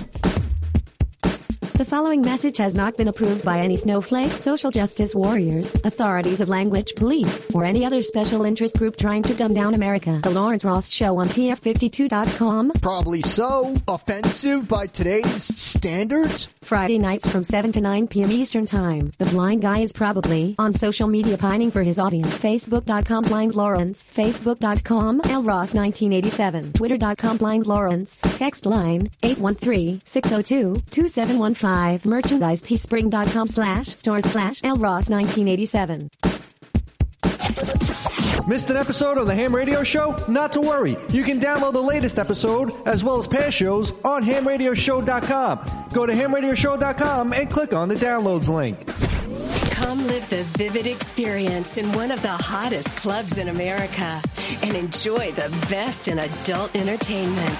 The following message has not been approved by any snowflake, social justice warriors, authorities of language, police, or any other special interest group trying to dumb down America. The Lawrence Ross Show on TF52.com. Probably so. Offensive by today's standards? Friday nights from 7 to 9 p.m. Eastern Time. The blind guy is probably on social media pining for his audience. Facebook.com blind Lawrence. Facebook.com L Ross 1987. Twitter.com blind Lawrence. Text line 813-602-2715. Merchandise teespring.com slash stores slash L Ross 1987. Missed an episode of the Ham Radio Show? Not to worry. You can download the latest episode as well as past shows on hamradioshow.com. Go to hamradioshow.com and click on the downloads link. Come live the vivid experience in one of the hottest clubs in America and enjoy the best in adult entertainment.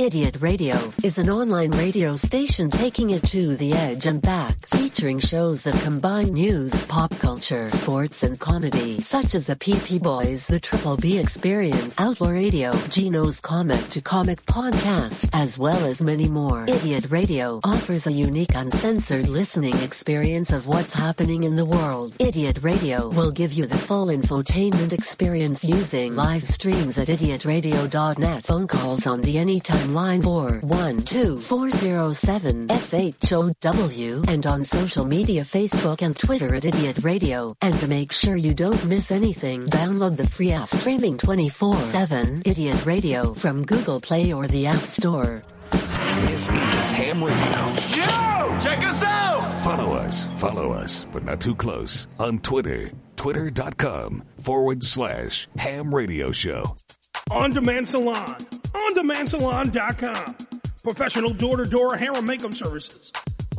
Idiot Radio is an online radio station taking it to the edge and back, featuring shows that combine news, pop culture, sports, and comedy, such as the PP Boys, the Triple B Experience, Outlaw Radio, Gino's Comic to Comic Podcast, as well as many more. Idiot Radio offers a unique uncensored listening experience of what's happening in the world. Idiot Radio will give you the full infotainment experience using live streams at idiotradio.net. Phone calls on the anytime line 412-407-SHOW and on social media Facebook and Twitter at Idiot Radio. And to make sure you don't miss anything, download the free app streaming 24-7 Idiot Radio from Google Play or the App Store. This is Ham Radio. Yo! Check us out! Follow us, follow us, but not too close on Twitter. Twitter.com forward slash ham radio show. On Demand Salon. OnDemandSalon.com. Professional door-to-door hair and makeup services.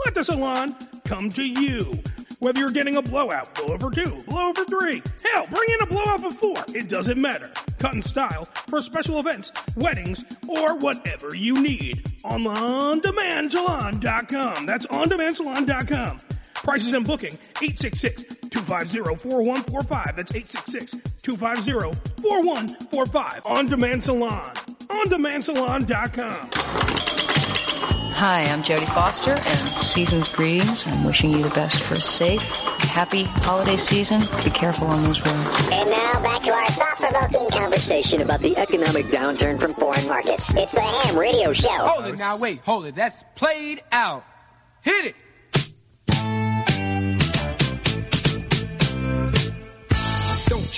Let the salon come to you. Whether you're getting a blowout, blowover two, blowover three, hell, bring in a blowout of four. It doesn't matter. Cut and style for special events, weddings, or whatever you need. On OnDemandSalon.com. That's OnDemandSalon.com. Prices and booking, 866-250-4145. That's 866-250-4145. On Demand Salon. OnDemandSalon.com. Hi, I'm Jody Foster, and season's greetings. I'm wishing you the best for a safe, happy holiday season. Be careful on those roads. And now back to our thought-provoking conversation about the economic downturn from foreign markets. It's the Ham Radio Show. Oh, Hold it now, wait, hold it. That's played out. Hit it. Don't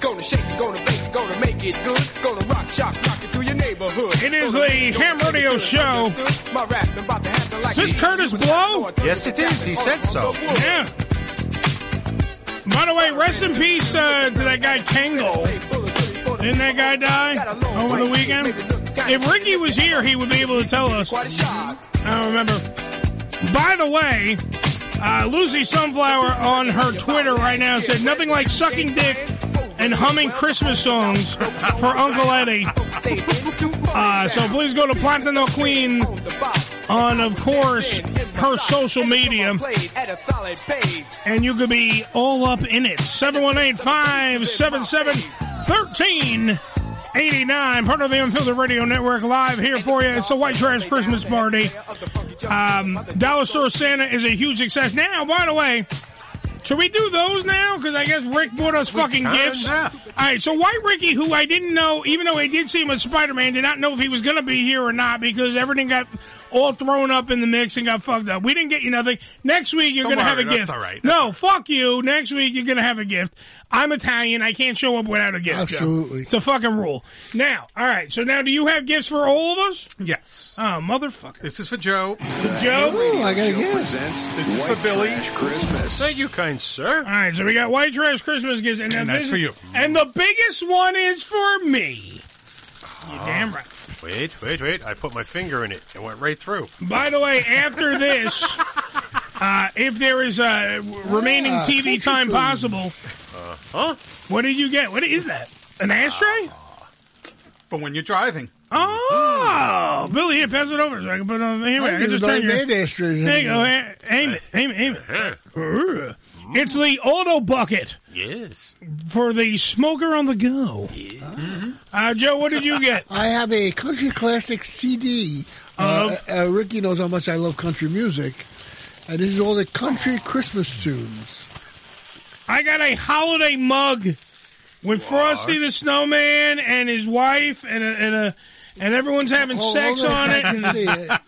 Gonna shake it, gonna bake it, gonna make it good. Gonna rock, shock, rock it through your neighborhood. It is the Ham Radio Show. My rap about to happen like Is this Curtis Blow? Yes, it is. He said so. Yeah. By the way, rest in peace uh, to that guy Kengo. Didn't that guy die over the weekend? If Ricky was here, he would be able to tell us. I don't remember. By the way, uh, Lucy Sunflower on her Twitter right now said nothing like sucking dick and humming Christmas songs for Uncle Eddie. Uh, so please go to Platino Queen on, of course, her social media, and you could be all up in it. 718 577 1389, part of the Unfiltered Radio Network, live here for you. It's the White Trash Christmas Party. Um, Dollar Store Santa is a huge success. Now, by the way, should we do those now? Because I guess Rick bought us fucking can, gifts. yeah. All right, so White Ricky, who I didn't know, even though I did see him at Spider Man, did not know if he was going to be here or not because everything got all thrown up in the mix and got fucked up. We didn't get you nothing. Next week, you're Don't going to have a worry, gift. that's all right. no, fuck you. Next week, you're going to have a gift. I'm Italian. I can't show up without a gift. Joe. Absolutely. It's a fucking rule. Now, all right, so now do you have gifts for all of us? Yes. Oh, motherfucker. This is for Joe. Joe? Presents this is for Billy. Christmas. Thank you, kind sir. All right, so we got white trash Christmas gifts, and, then And that's this for is- you. And the biggest one is for me. You damn right. Wait, wait, wait. I put my finger in it. It went right through. By the way, after this, uh, if there is uh, w- remaining Ah, TV cookie time food. possible, Uh huh. what did you get? What is that? An ashtray? For when you're driving. Hmm. Oh, Billy, here, pass it over so I can put it on the I here. I didn't can just know turn they your. made ashtrays There you go. anymore. A- Aim it. Aim it. Aim it. Hmm. It's the auto bucket Yes. for the smoker on the go. Uh, Joe, what did you get? I have a country classic CD. Uh, uh, Ricky knows how much I love country music, and this is all the country Christmas tunes. I got a holiday mug with Frosty the Snowman and his wife and a, and a and everyone's having Hold- sex hold on on, it. I can and- see it.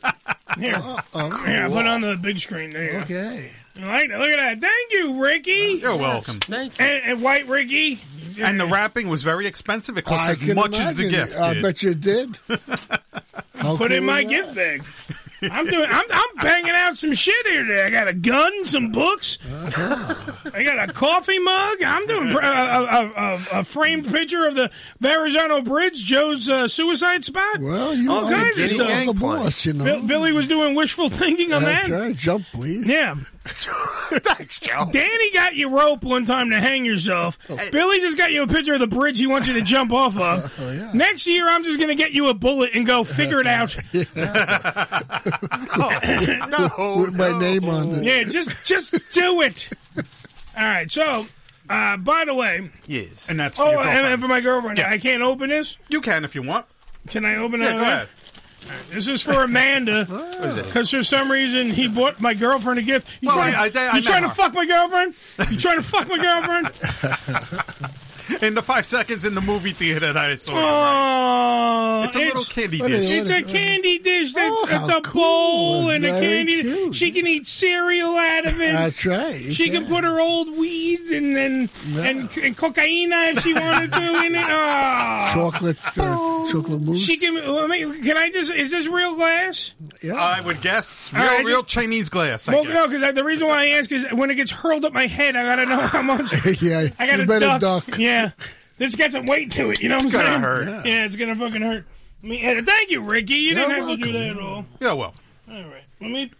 Here, here, I put it on the big screen there. Oh, Okay. All right, look at that. Thank you, Ricky. Uh, You're welcome. Thank you. And, and White Ricky. And the wrapping was very expensive. It cost I as can much as the imagine. gift. I did. bet you did. How put in cool my is gift bag. I'm doing. I'm, I'm banging out some shit here today. I got a gun, some books. Uh-huh. I got a coffee mug. I'm doing pr- a, a, a, a framed picture of the Verrazano Bridge, Joe's uh, suicide spot. Well, you all are kinds of getting stuff. on the boss, you know. Bill- Billy was doing wishful thinking on That's that. right. Jump, please. Yeah. Thanks, Joe. Oh. Danny got you rope one time to hang yourself. Billy just got you a picture of the bridge he wants you to jump off of. Next year, I'm just going to get you a bullet and go figure it out. With my name on it. Yeah, just just do it. All right. So, uh, by the way, Yes. And that's for oh, your and, girlfriend. and for my girlfriend, Yeah. I can't open this. You can if you want. Can I open Yeah, it? go ahead. All right, This is for Amanda is it? because for some reason he bought my girlfriend a gift. You Well, trying, I- I- I you trying to met her. fuck my girlfriend? You trying to fuck my girlfriend? In the five seconds in the movie theater that I saw you, right? Oh, It's a little candy What is- dish. It's a candy dish. That's Oh, it's how a bowl cool. and a Very candy. She can eat cereal out of it. That's right. She can put her old weeds and and, and, and cocaine if she wanted to in it. Oh. Chocolate, uh, chocolate mousse. She can. I mean, can I just? Is this real glass? I would guess All real, right, I real just- Chinese glass. I well, guess. no, because the reason why I ask is when it gets hurled up my head, I gotta know how much. yeah, I got you a better duck. duck. Yeah, this got some weight to it. You know what It's I'm saying? gonna hurt. Yeah. it's gonna fucking hurt. I mean, and thank you, Ricky. You didn't have You're to do that at all. Yeah, well. All right, let me.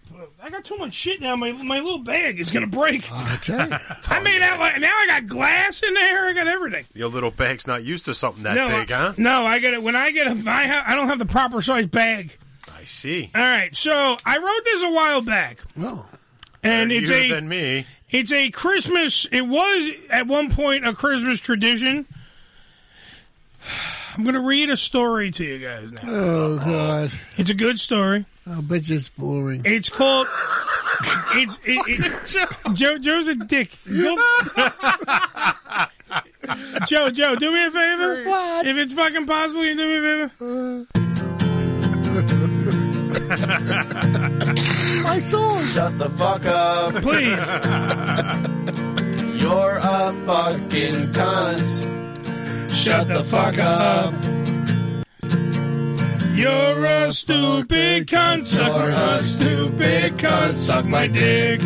I got too much shit now. My my little bag is gonna break. Ah, I made out like now. I got glass in there. I got everything. Your little bag's not used to something that no, big, I, huh? No, I got it. When I get a, I, ha- I don't have the proper size bag. I see. All right, so I wrote this a while back. Well, and Better it's you a than me. It's a Christmas. It was at one point a Christmas tradition. I'm going to read a story to you guys now. Oh God! It's a good story. I bet you it's boring. It's called. It's it, it, Joe. Joe's a dick. Go- Joe, Joe, do me a favor. What? If it's fucking possible, you do me a favor. I saw it. Shut the fuck up. Please. You're a fucking cunt. Shut the fuck up. You're a stupid cunt. Suck You're a stupid cunt. Suck my dick.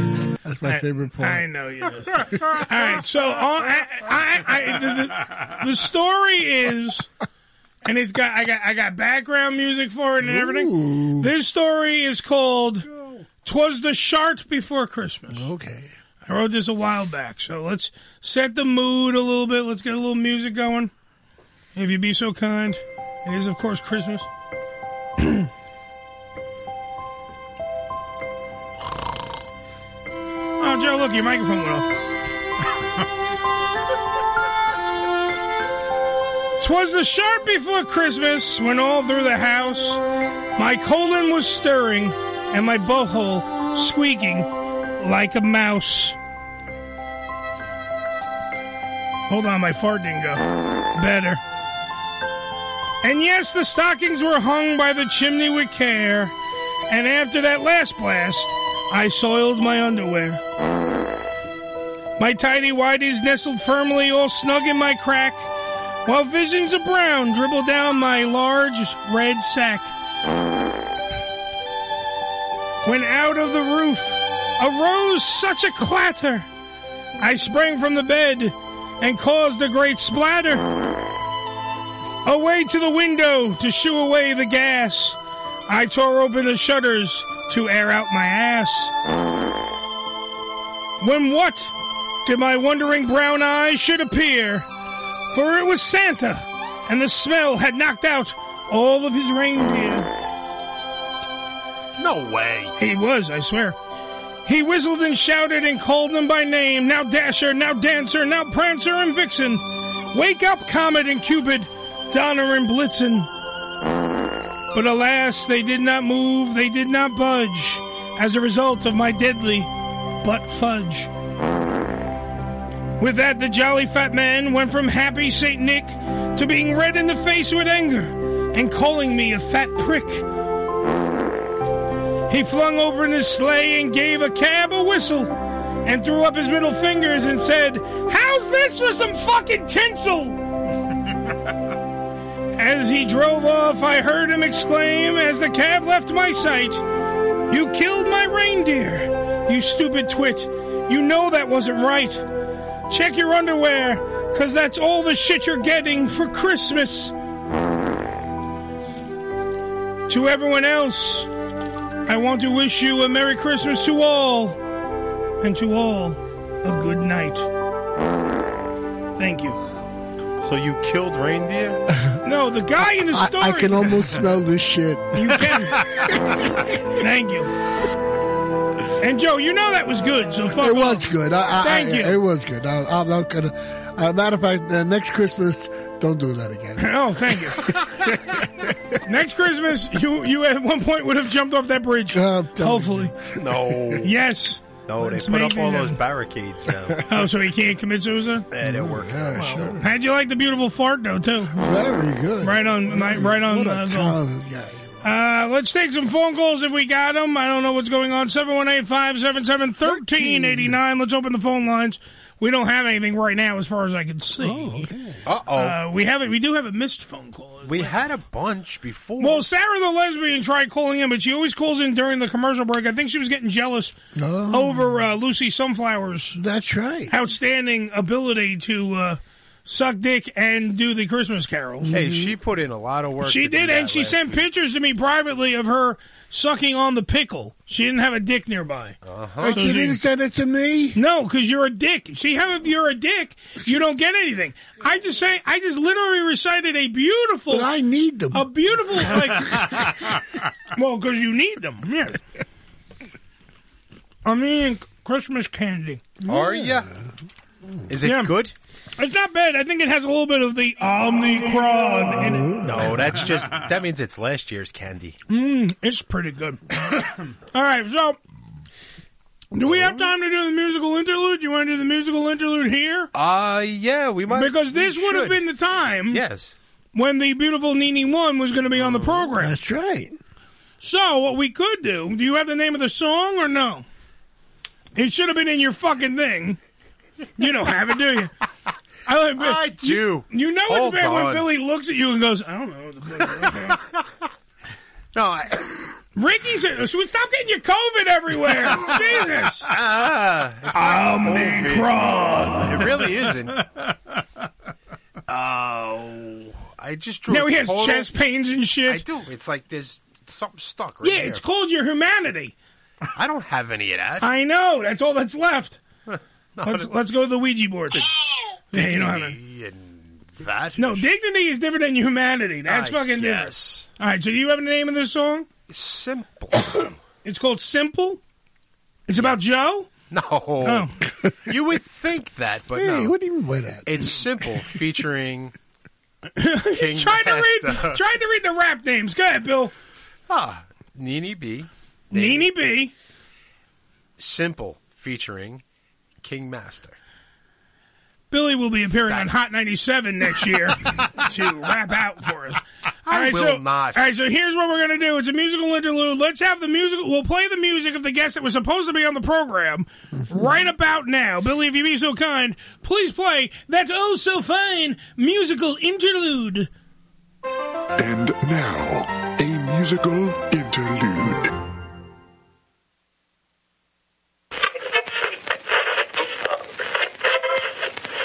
That's my favorite part. I know you. Know. All right, so all, I, I, I, the, the, the story is, and it's got I got I got background music for it and everything. This story is called "Twas the Shart Before Christmas." Okay, I wrote this a while back, so let's set the mood a little bit. Let's get a little music going, if you be so kind. It is, of course, Christmas. Oh, Joe, look, your microphone went off. Twas the sharp before Christmas when all through the house my colon was stirring and my butthole squeaking like a mouse. Hold on, my fart didn't go. Better. And yes, the stockings were hung by the chimney with care, and after that last blast, I soiled my underwear. My tidy whities nestled firmly, all snug in my crack, while visions of brown dribbled down my large red sack. When out of the roof arose such a clatter, I sprang from the bed and caused a great splatter. Away to the window to shoo away the gas, I tore open the shutters to air out my ass. When what to my wondering brown eyes should appear, for it was Santa, and the smell had knocked out all of his reindeer. No way. He was, I swear. He whistled and shouted and called them by name. Now Dasher, now Dancer, now Prancer and Vixen. Wake up, Comet and Cupid, Donner and Blitzen. But alas, they did not move, they did not budge as a result of my deadly butt fudge. With that, the jolly fat man went from happy St. Nick to being red in the face with anger and calling me a fat prick. He flung over in his sleigh and gave a cab a whistle and threw up his middle fingers and said, How's this for some fucking tinsel? as he drove off, I heard him exclaim as the cab left my sight, You killed my reindeer, you stupid twit. You know that wasn't right. Check your underwear, 'cause that's all the shit you're getting for Christmas. To everyone else, I want to wish you a Merry Christmas to all, and to all a good night. Thank you. So you killed reindeer? No, the guy in the I, story. I can almost smell this shit. You can. Thank you. And Joe, you know that was good. So fuck It off. was good. I, I, Thank I- you. It was good. I, I'm not gonna. uh, matter of fact, uh, next Christmas, don't do that again. Oh, thank you. Next Christmas, you you at one point would have jumped off that bridge. Hopefully, No. yes. No, Oh, they It's put up making all a- those barricades now. Oh, so he can't commit suicide? Yeah, they work. Well, How'd you like the beautiful fart though, too? Very good. Right on. my- Right on. What a uh, goal. talented guy. Uh, let's take some phone calls if we got them. I don't know what's going on. 718-577-1389. Let's open the phone lines. We don't have anything right now as far as I can see. Oh, okay. Uh-oh. Uh, we have it. We do have a missed phone call. we had a bunch before. Well, Sarah the lesbian tried calling in, but she always calls in during the commercial break. I think she was getting jealous over uh, Lucy Sunflower's. Oh. That's right. Outstanding ability to uh, suck dick and do the Christmas carols. Mm-hmm. hey, she put in a lot of work. Mm-hmm. She to do did, that and she last- sent pictures to me privately of her sucking on the pickle. She didn't have a dick nearby. Uh-huh. But you didn't send it to me. Mm-hmm. No, because you're a dick. See how if you're a dick, you don't get anything. I just say, I just literally recited a beautiful. But I need them. A beautiful, like, well, because you need them. Yes. I mean, Christmas candy. Are ya? Is it good? It's not bad. I think it has a little bit of the Omicron in it. No, that's just that means it's last year's candy. Mm, it's pretty good. All right, so do we have time to do the musical interlude? You want to do the musical interlude here? Uh yeah, we might because this we would have should. been the time. Yes. Oh, when the beautiful Nini One was going to be on the program. That's right. So what we could do? Do you have the name of the song or no? It should have been in your fucking thing. You don't have it, do you? I, I do. You, you know Hold it's bad on. when Billy looks at you and goes, "I don't know." what the fuck it is." No, I, Ricky said, "So "Stop getting your COVID everywhere." Jesus. ah, it's not Omicron. COVID. It really isn't. Oh, I just drew. Now a he has total- chest pains and shit. I do. It's like there's something stuck. Right Yeah, it's here. called your humanity. I don't have any of that. I know. That's all that's left. let's it- let's go to the Ouija board. yeah, you don't have it. Dignity and that. No, dignity is different than humanity. That's I fucking guess. different. All right. So you have a name of this song? Simple. It's called Simple. It's about Joe. No. you would think that, but Hey, no. what do you mean by that? It's simple, featuring Trying King to read. Basta. Trying to read the rap names. Go ahead, Bill. ah, Nini B. Nene B. Simple, featuring King Master. Billy will be appearing on Hot 97 next year to wrap out for us. I will so, not. All right, so here's what we're going to do. It's a musical interlude. Let's have the music. We'll play the music of the guest that was supposed to be on the program right about now. Billy, if you be so kind, please play that oh so fine musical interlude. And now, a musical interlude.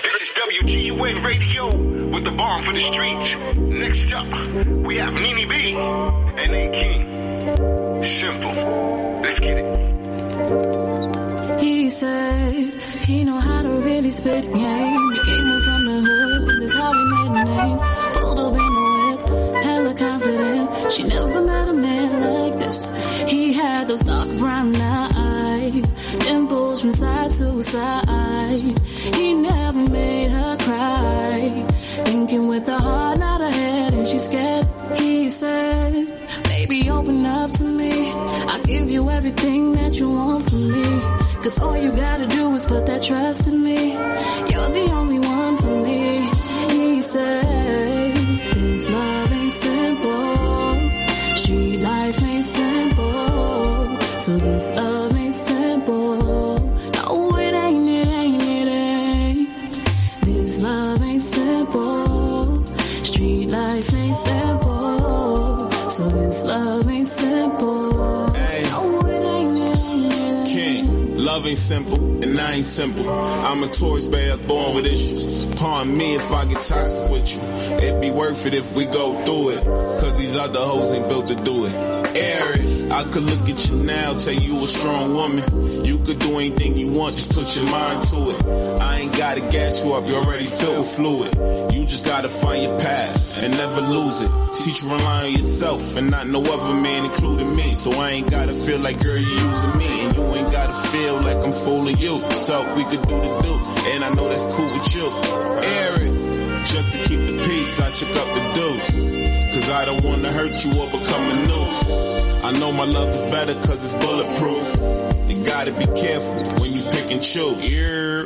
This is WGUN Radio with the bomb for the streets. Next up, we have Nene B and A King. Simple. Let's get it. He said he know how to really spit game. He came up from the hood, that's how he made a name. Pulled up in the whip, hella confident. She never met a man like this. He had those dark brown eyes, from side to side. He never made her cry. Thinking with her heart, not her head, and she's scared. He said, Baby, open up to me. I'll give you everything that you want from me. Cause all you gotta do is put that trust in me. You're the only one for me. He said, This love ain't simple. Street life ain't simple. So this love ain't simple. No, it ain't, it ain't, it ain't. This love ain't simple. Street life ain't simple. So this love ain't simple. No, it ain't, it ain't, it ain't. King, love ain't simple, and I ain't simple. I'm a tourist bath born with issues. Pardon me if I get toxic with you. It'd be worth it if we go through it. Cause these other hoes ain't built to do it. Air it. I could look at you now, tell you a strong woman. You could do anything you want, just put your mind to it. I ain't gotta gas you up, you already feel fluid. You just gotta find your path and never lose it. Teach you rely on yourself and not no other man, including me. So I ain't gotta feel like girl you using me, and you ain't gotta feel like I'm fooling you. So we could do the do, and I know that's cool with you. Air it, just to keep the peace. I check up the deuce, cause I don't wanna hurt you or become a noose. I know my love is better cause it's bulletproof. You gotta be careful when you pick and choose. Yeah.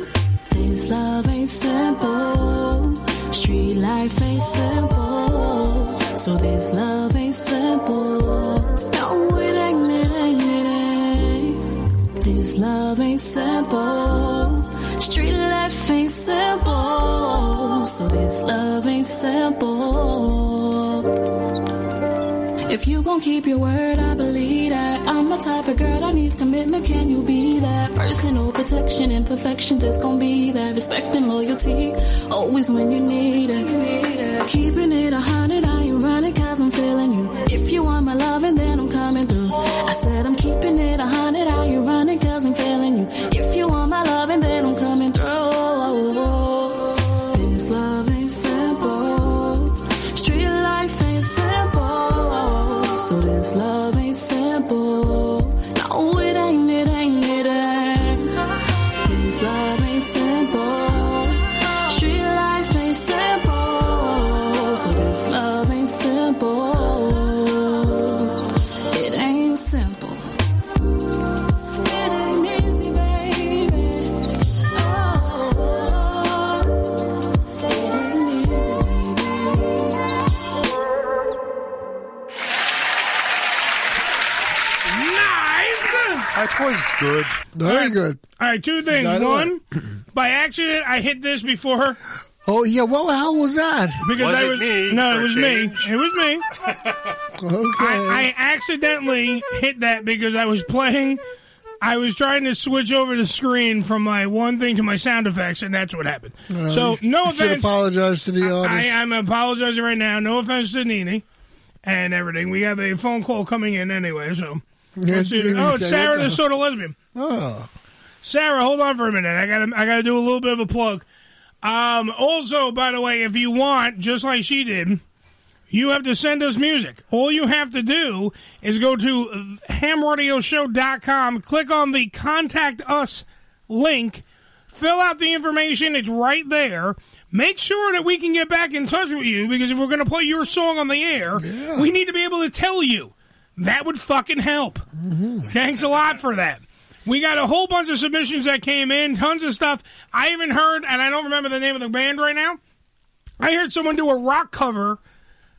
This love ain't simple. Street life ain't simple. So this love ain't simple. No, it ain't, it ain't, it ain't. This love ain't simple. Street life ain't simple. So this love ain't simple. If you gon' keep your word, I believe that. I'm the type of girl that needs commitment. Can you be that? Personal protection and perfection, that's gon' be that. Respect and loyalty, always when you need it. Keeping it a hundred, I ain't running cause I'm feeling you. If you want my loving, then I'm coming through. I said I'm keeping it a hundred, I ain't running cause I'm feeling you. If you want my loving, then I'm coming through. This love ain't simple. Street life ain't simple. So this love ain't simple. No, it ain't, it ain't, it ain't. This love ain't simple. Street life ain't simple. So this love ain't simple. It ain't simple. It ain't easy, baby. Oh, it ain't easy, Nice. That was good. Very good. All right, two things. Got it. One, by accident, I hit this before her. Oh yeah, what the hell was that? Because I was no, it was me. It was me. Okay. I, I accidentally hit that because I was playing. I was trying to switch over the screen from my one thing to my sound effects, and that's what happened. Uh, so no you Should offense. apologize to the audience. I, am apologizing right now. No offense to Nini and everything. We have a phone call coming in anyway, so. Yes, Let's do- you oh, it's said Sarah, it, the uh, soda lesbian. Oh. Sarah, hold on for a minute. I gotta, I gotta do a little bit of a plug. Um, also, by the way, if you want, just like she did, you have to send us music. All you have to do is go to hamradioshow.com, click on the contact us link, fill out the information. It's right there. Make sure that we can get back in touch with you because if we're going to play your song on the air, we need to be able to tell you. That would fucking help. Thanks a lot for that. We got a whole bunch of submissions that came in, tons of stuff. I even heard, and I don't remember the name of the band right now. I heard someone do a rock cover.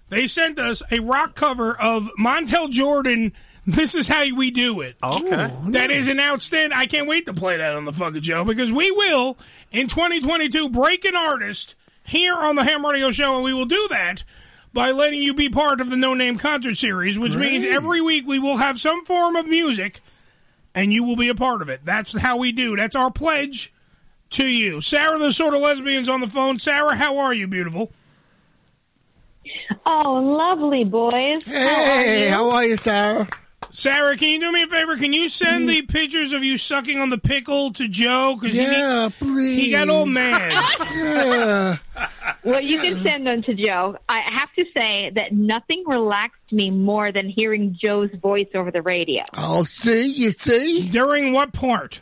They sent us a rock cover of Montel Jordan. This is how we do it. Okay. That is an outstanding. I can't wait to play that on the fucking show because we will in 2022 break an artist here on the Ham Radio Show, and we will do that by letting you be part of the No Name Concert Series, which means every week we will have some form of music, and you will be a part of it. That's how we do. That's our pledge to you. Sarah, the sort of lesbians on the phone. Sarah, how are you, beautiful? Oh, lovely boys. Hey, how are you, Sarah? Sarah, can you do me a favor? Can you send the pictures of you sucking on the pickle to Joe? Cause yeah, he, please. He got all mad. yeah. Well, you can send them to Joe. I have to say that nothing relaxed me more than hearing Joe's voice over the radio. Oh, see, you see. During what part?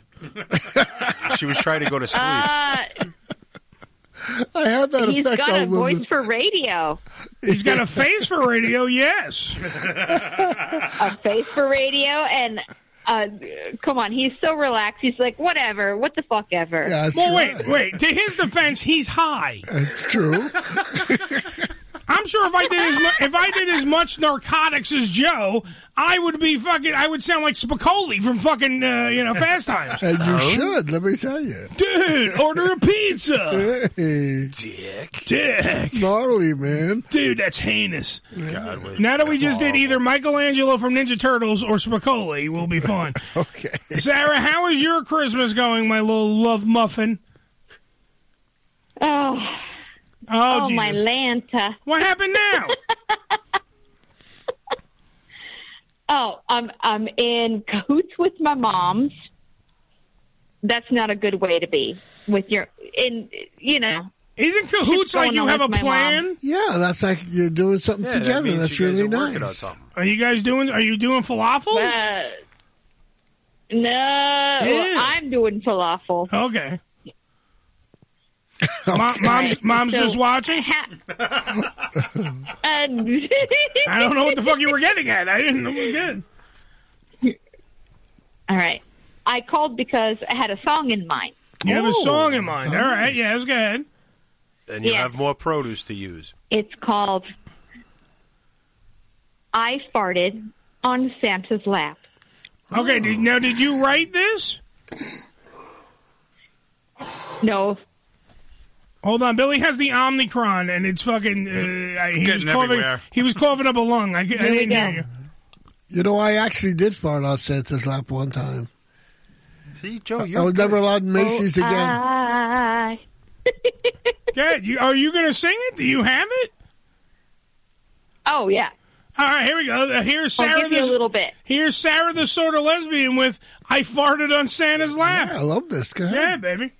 She was trying to go to sleep. Uh, Ah. I had that he's effect got a on voice women. for radio. He's got a face for radio, yes. a face for radio, and uh, come on, he's so relaxed. He's like, whatever, what the fuck ever. well, wait, wait. To his defense, he's high. It's true. I'm sure if I did as mu- if I did as much narcotics as Joe, I would be fucking. I would sound like Spicoli from fucking uh, you know Fast Times. And you should, let me tell you. Dude, order a pizza. Dick. Dick. Gnarly, man. Dude, that's heinous. God, what- Now that we just did Oh. either Michelangelo from Ninja Turtles or Spicoli, we'll be fine. okay. Sarah, how is your Christmas going, my little love muffin? Oh, Oh, Jesus. my Lanta. What happened now? oh, I'm I'm in cahoots with my mom's. That's not a good way to be with your in you know. Isn't cahoots like you have a plan? Yeah, that's like you're doing something Yeah, that together. means that's you guys really are nice. working on Are you guys doing? Are you doing falafel? Uh, no, I'm doing falafel. Okay. Mom, mom's mom's So- Um, just watching. I don't know what the fuck you were getting at. I didn't know we did. All right. I called because I had a song in mind. You have a Oh. song in mind. All right, yeah, let's go ahead. And you Yeah. have more produce to use. It's called I Farted on Santa's Lap. Okay, did, now did you write this? No. Hold on, Billy has the Omicron, and it's fucking. Uh, I- he getting was coughing, everywhere. He was coughing up a lung. I, I didn't hear you. You know, I actually did fart on Santa's lap one time. See, Joe, I was never allowed in Macy's again. Oh, I... Good. You, are you going to sing it? Do you have it? Oh yeah. All right, here we go. Uh, Here's I'll Sarah. give you a the, little bit. Here's Sarah, the sort of lesbian, with "I farted on Santa's lap." I love this guy. Yeah, baby.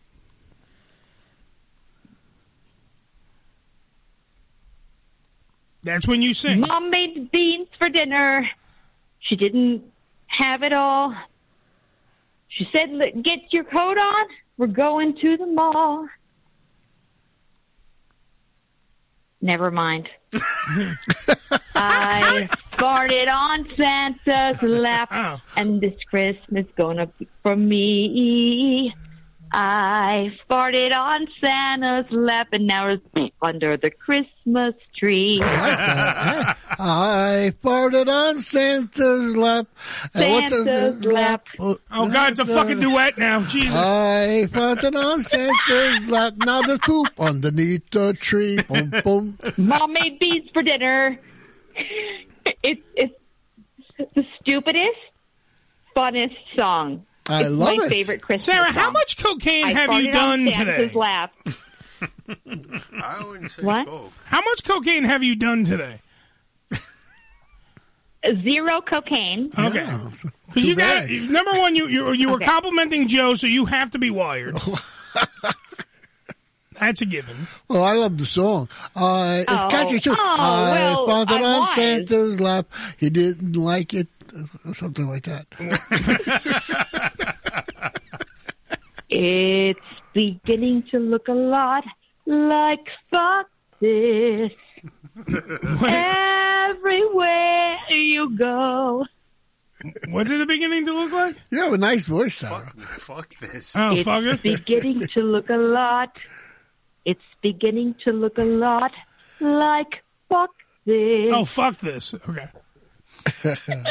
That's when you sing. Mom made beans for dinner. She didn't have it all. She said, "Let- "Get your coat on. We're going to the mall." Never mind. I farted on Santa's lap, Oh. and this Christmas gonna be for me. I farted on Santa's lap, and now it's under the Christmas tree. I farted on Santa's lap. And what's a- Santa's lap. Oh God, it's a fucking duet now. Jesus. I farted on Santa's lap. Now there's poop underneath the tree. Boom, boom. Mom made beans for dinner. It's it's the stupidest, funnest song. I it's love my it. favorite Christmas Sarah, song. how much cocaine I have you farted on done Santa's today? lap. I wouldn't say What? How much cocaine have you done today? Zero cocaine. Okay. Because you got number one, you you, you were Okay. complimenting Joe, so you have to be wired. That's a given. Well, Oh, I love the song. Uh, it's Oh, catchy too. oh, I well, found it I'm on wise. Santa's lap. He didn't like it, or something like that. It's beginning to look a lot like fuck this. Everywhere you go. What's it the beginning to look like? You have a nice voice, Sarah. Fuck this. Oh, it's beginning to look a lot. It's beginning to look a lot like fuck this. Oh fuck this. Okay.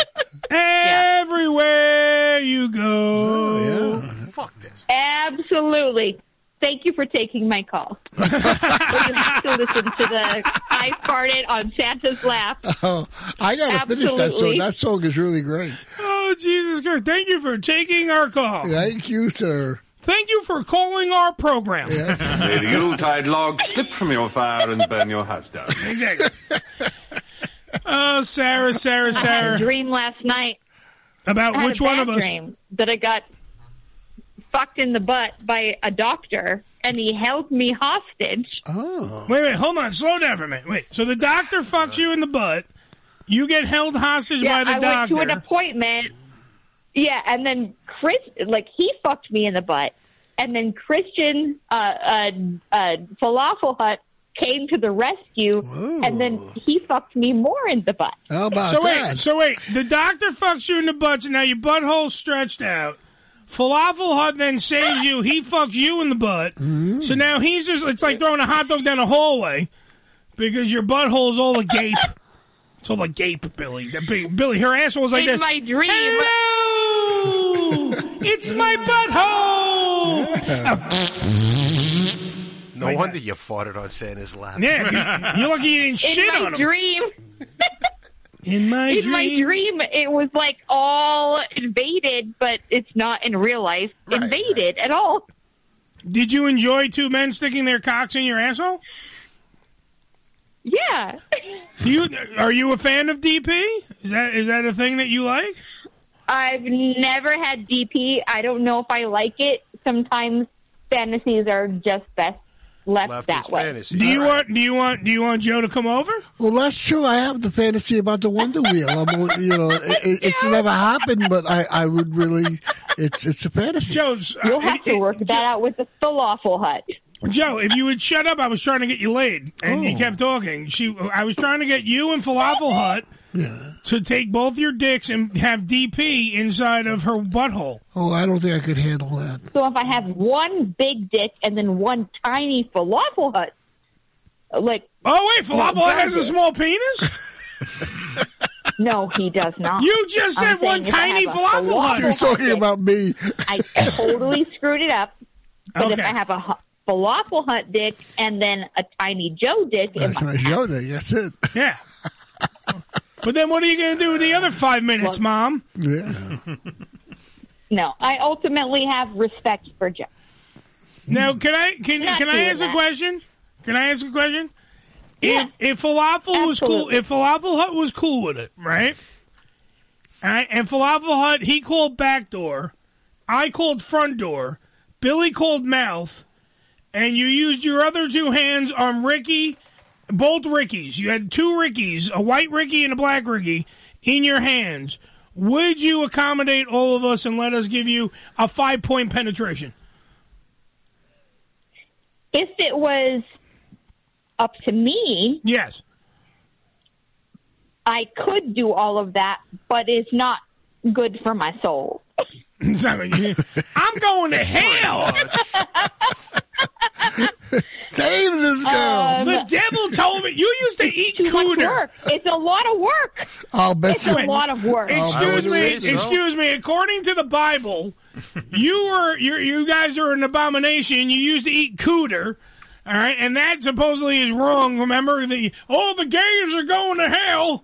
Everywhere you go. Fuck this. Absolutely. Thank you for taking my call. But you have to listen to the I farted on Santa's lap. Oh, I gotta finish that song. Absolutely. That song is really great. Oh Jesus Christ! Thank you for taking our call. Thank you, sir. Thank you for calling our program. May the Yuletide log slip from your fire and burn your house down. Exactly. Oh, Sarah, Sarah, I had a Sarah. dream last night. About I had which a one bad of us? Dream that I got fucked in the butt by a doctor, and he held me hostage. Oh. Wait, wait, hold on. Slow down for a minute. Wait. So the doctor fucks you in the butt. You get held hostage by Yeah, the I doctor. went to an appointment. Yeah, and then Chris, like he fucked me in the butt, and then Christian uh, uh, uh, Falafel Hut came to the rescue, and then he fucked me more in the butt. How so wait, so wait. The doctor fucks you in the butt, so now your butthole's stretched out. Falafel Hut then saves you. He fucks you in the butt. So now he's just, it's like throwing a hot dog down a hallway because your butthole's all agape. it's all agape, Billy. That big, Billy, her asshole's like In this. my dream. Hello! it's my butthole! No wonder you farted on Santa's lap. Yeah, you- you're lucky you didn't shit in my on him. dream. In my in dream. my dream, it was like all invaded, but it's not in real life invaded at all. Did you enjoy two men sticking their cocks in your asshole? Yeah. Do you are you a fan of DP? Is that is that a thing that you like? I've never had DP. I don't know if I like it. Sometimes fantasies are just best left, that way. Do you want do you want do you want Joe to come over? Well, that's true. I have the fantasy about the Wonder Wheel. I'm, all- you know, it, it- it's never happened, but I, I would really. It's it's a fantasy. Joe's, uh, You'll have to work that out with the falafel hut. Joe, if you would shut up, I was trying to get you laid, and you Oh. kept talking. She, I was trying to get you and Falafel Hut to take both your dicks and have DP inside of her butthole. Oh, I don't think I could handle that. So if I have one big dick and then one tiny falafel hut, like oh wait, Falafel Hut has a small penis. No, he does not. You just I'm said one saying if I tiny have a falafel hut. She was talking about me. I totally screwed it up. But if Okay. I have a hu- falafel hut dick and then a tiny Joe dick, if That's my show thing. That's it. Yeah. But then what are you going to do with the other five minutes, Mom? Yeah. No, I ultimately have respect for Joe. Now, can I can Not can I doing ask a that. question? Can I ask a question? Yeah. If if falafel was cool, Absolutely. if falafel hut was cool with it, right? All right, and falafel hut he called back door, I called front door, Billy called mouth, and you used your other two hands on Ricky, both Rickies. You had two Rickies, a white Ricky and a black Ricky, in your hands. Would you accommodate all of us and let us give you a five point penetration? If it was up to me, yes, I could do all of that, but it's not good for my soul. It's not what you- I'm going to hell. Save this girl. Um, the devil told me you used to eat cooter. It's a lot of work. I'll bet It's a you- lot of work. I Excuse wouldn't me. say so. Excuse me. According to the Bible, you were you you guys are an abomination. You used to eat cooter. All right, and that supposedly is wrong. Remember the all the gays are going to hell.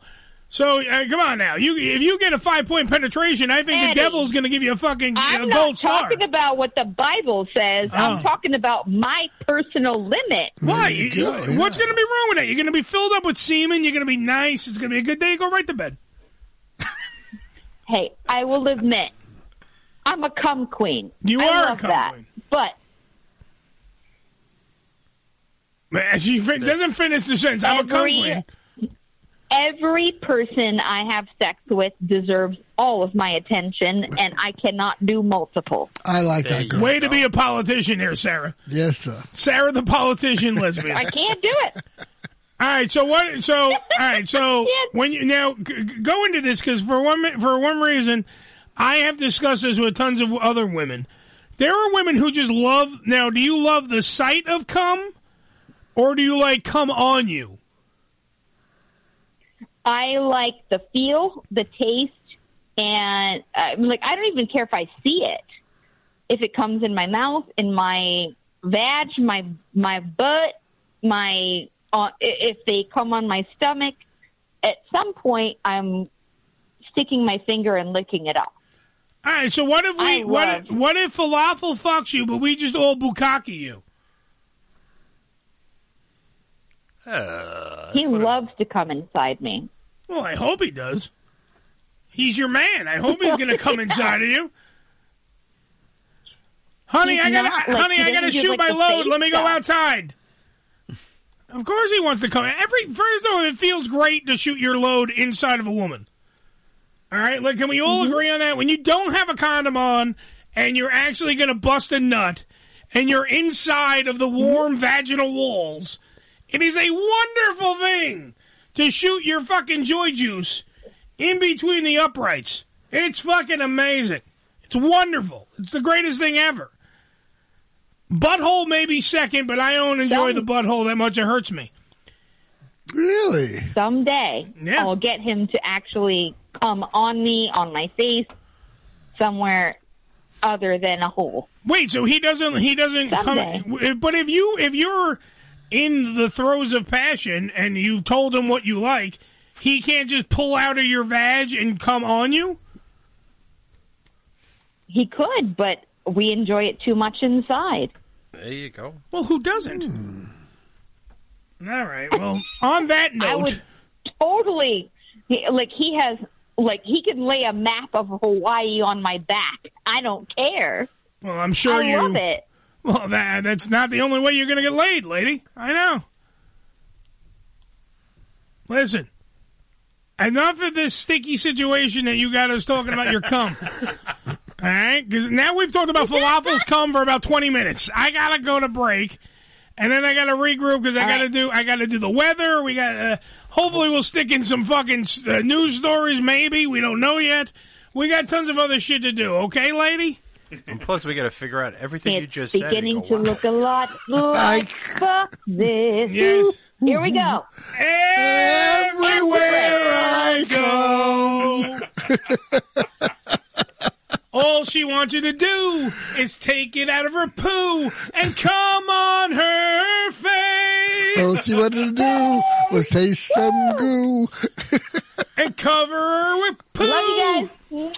So uh, come on now, you if you get a five point penetration, I think Eddie, the devil's going to give you a fucking uh, I'm gold not star. talking about what the Bible says. Oh. I'm talking about my personal limit. Why? You- What's going to be wrong with that? You're going to be filled up with semen. You're going to be nice. It's going to be a good day. Go right to bed. Hey, I will admit, I'm a cum queen. You I are a love cum that. queen. But Man, she fin- doesn't finish the sentence. I'm a cum Every- queen. every person I have sex with deserves all of my attention, and I cannot do multiple. I like that girl. Way to be a politician here, Sarah. Yes, sir. Sarah, the politician lesbian. I can't do it. All right. So what? So all right. So when you now g- g- go into this because for one mi- for one reason, I have discussed this with tons of other women. There are women who just love. Now, do you love the sight of cum, or do you like cum on you? I like the feel, the taste, and uh, like I don't even care if I see it. If it comes in my mouth, in my vag, my my butt, my uh, i- if they come on my stomach, at some point I'm sticking my finger and licking it up. All right. So what if we what if, what if falafel fucks you, but we just all bukkake you? he loves to come inside me. Well, I hope he does. He's your man. I hope he's going to come inside of you. Honey, He's I got not, to like, honey, he I got to doesn't do, shoot like, my the load. face Let me go stuff. outside. Of course he wants to come. Every first of all, it feels great to shoot your load inside of a woman. All right, look, can we Mm-hmm. all agree on that? When you don't have a condom on and you're actually going to bust a nut and you're inside of the Mm-hmm. warm vaginal walls, it is a wonderful thing to shoot your fucking joy juice in between the uprights. It's fucking amazing. It's wonderful. It's the greatest thing ever. Butthole may be second, but I don't enjoy the butthole that much. It hurts me. Really? Someday, I'll get him to actually come on me, on my face, somewhere other than a hole. Wait, so he doesn't he doesn't come but if you if you're in the throes of passion and you've told him what you like, he can't just pull out of your vag and come on you? He could, but we enjoy it too much inside. Hmm. There you go. Well, who doesn't? All right. Well, on that note, I would totally he- like he has like he could lay a map of Hawaii on my back. I don't care. Well, I'm sure I you love it. Well, that that's not the only way you're going to get laid, lady. I know. Listen, enough of this sticky situation that you got us talking about your cum. All right, because now we've talked about falafels cum for about twenty minutes. I gotta go to break, and then I gotta regroup because I gotta do I gotta do the weather. We got uh, hopefully we'll stick in some fucking uh, news stories. Maybe we don't know yet. We got tons of other shit to do. Okay, lady. And plus, we got to figure out everything you just said. and Beginning go, to look a lot like fuck this. Yes. Here we go. Everywhere I go. All she wants you to do is take it out of her poo and come on her face. All she wanted to do was say some goo. and cover her with poo. Love you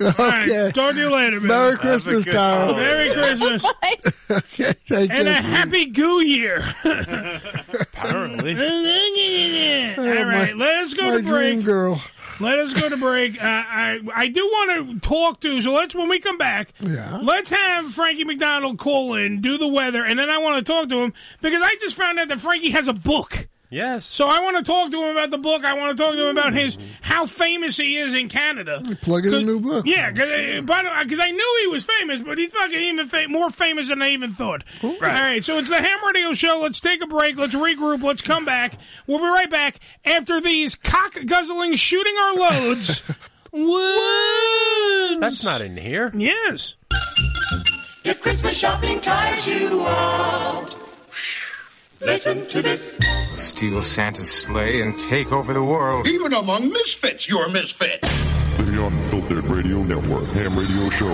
Okay. Talk to you later, man. Merry Have a Christmas, good Tom. holiday. Merry Christmas. Take and a this. happy goo year. Apparently. All Oh, my- right, let us go my to break. dream girl. Let us go to break. Uh, I I do want to talk to so let's when we come back, let's have Frankie McDonald call in, do the weather, and then I want to talk to him because I just found out that Frankie has a book. Yes. So I want to talk to him about the book. I want to talk to him about his how famous he is in Canada. Plug in a 'Cause- uh, new book. Yeah, because I knew he was famous, but he's fucking even fa- more famous than I even thought. All right, so it's the Ham Radio Show. Let's take a break. Let's regroup. Let's come back. We'll be right back after these cock guzzling, shooting our loads. Woods. That's not in here. Yes. Your Christmas shopping tires you out. Listen to this. Steal Santa's sleigh and take over the world. Even among misfits, you're a misfit. The Unfiltered Radio Network,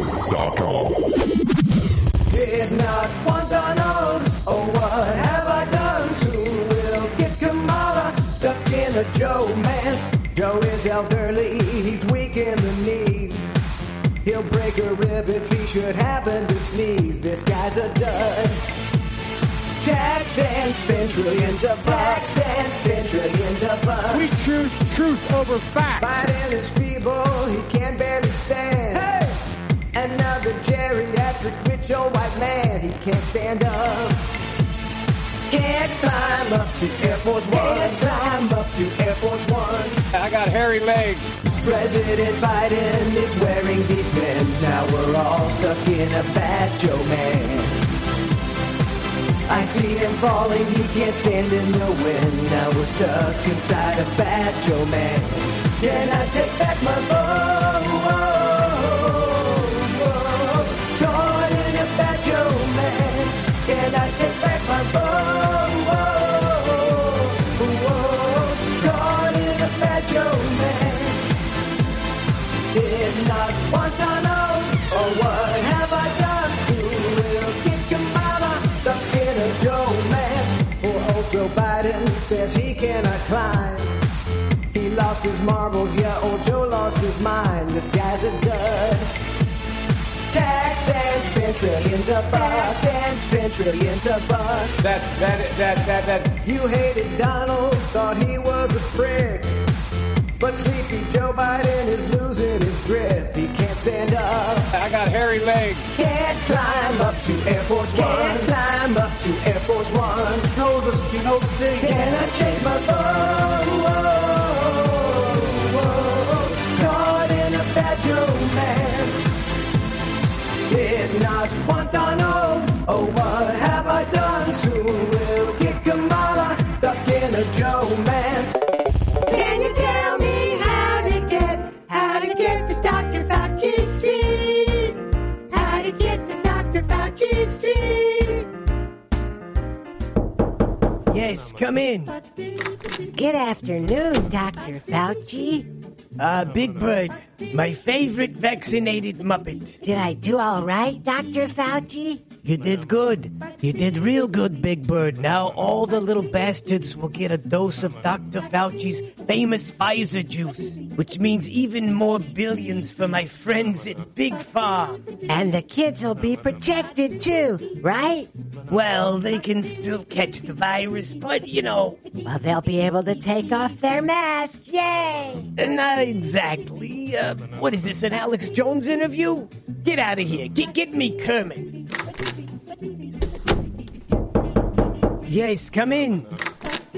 hamradioshow.com. Did not want to know, oh, what have I done? Soon we'll get Kamala stuck in a Joe man's. Joe is elderly, he's weak in the knees. He'll break a rib if he should happen to sneeze. This guy's a dud. Tax and spend trillions of bucks. Tax and spend trillions of bucks. We choose truth over facts. Biden is feeble, he can barely stand. Another geriatric rich old white man, he can't stand up. Can't climb up to Air Force One. Can't climb up to Air Force One. I got hairy legs. President Biden is wearing defense. Now we're all stuck in a bad Joe man. I see him falling, he can't stand in the wind. Now we're stuck inside a bad Joe man. Can I take back my vote? Caught in a bad Joe man. Can I take back my vote? Caught in a bad Joe man. Did not want to know, oh what have I done? Who will get Kamala stuck in a Joe man? Poor old Joe Biden says he cannot climb. He lost his marbles, yeah, old Joe lost his mind. This guy's a dud. Tax and spend trillions of bucks. Tax and spend trillions of bucks. That, that, that, that, that. You hated Donald, thought he was a prick. But sleepy Joe Biden is losing his grip. He can't stand up. I got hairy legs. Can't climb up to Air Force One. Can't climb up to Air Force One. You know the, you know the thing. Can I change my phone? Caught not Guantanamo. Oh, what have I done? Soon we'll get Kamala stuck in a Joe-mance. Can you tell me how to get, how to get to Dr. Fauci Street? How to get to Dr. Fauci Street? Yes, come in. Good afternoon, Dr. Fauci. Uh, Big Bird, my favorite vaccinated Muppet. Did I do all right, Dr. Fauci? You did good. You did real good, Big Bird. Now all the little bastards will get a dose of Dr. Fauci's famous Pfizer juice, which means even more billions for my friends at Big Pharma. And the kids will be protected too, right? Well, they can still catch the virus, but you know. Well, they'll be able to take off their masks. Yay! Not exactly. Uh, what is this, an Alex Jones interview? Get out of here. Get, get me Kermit. Yes, come in.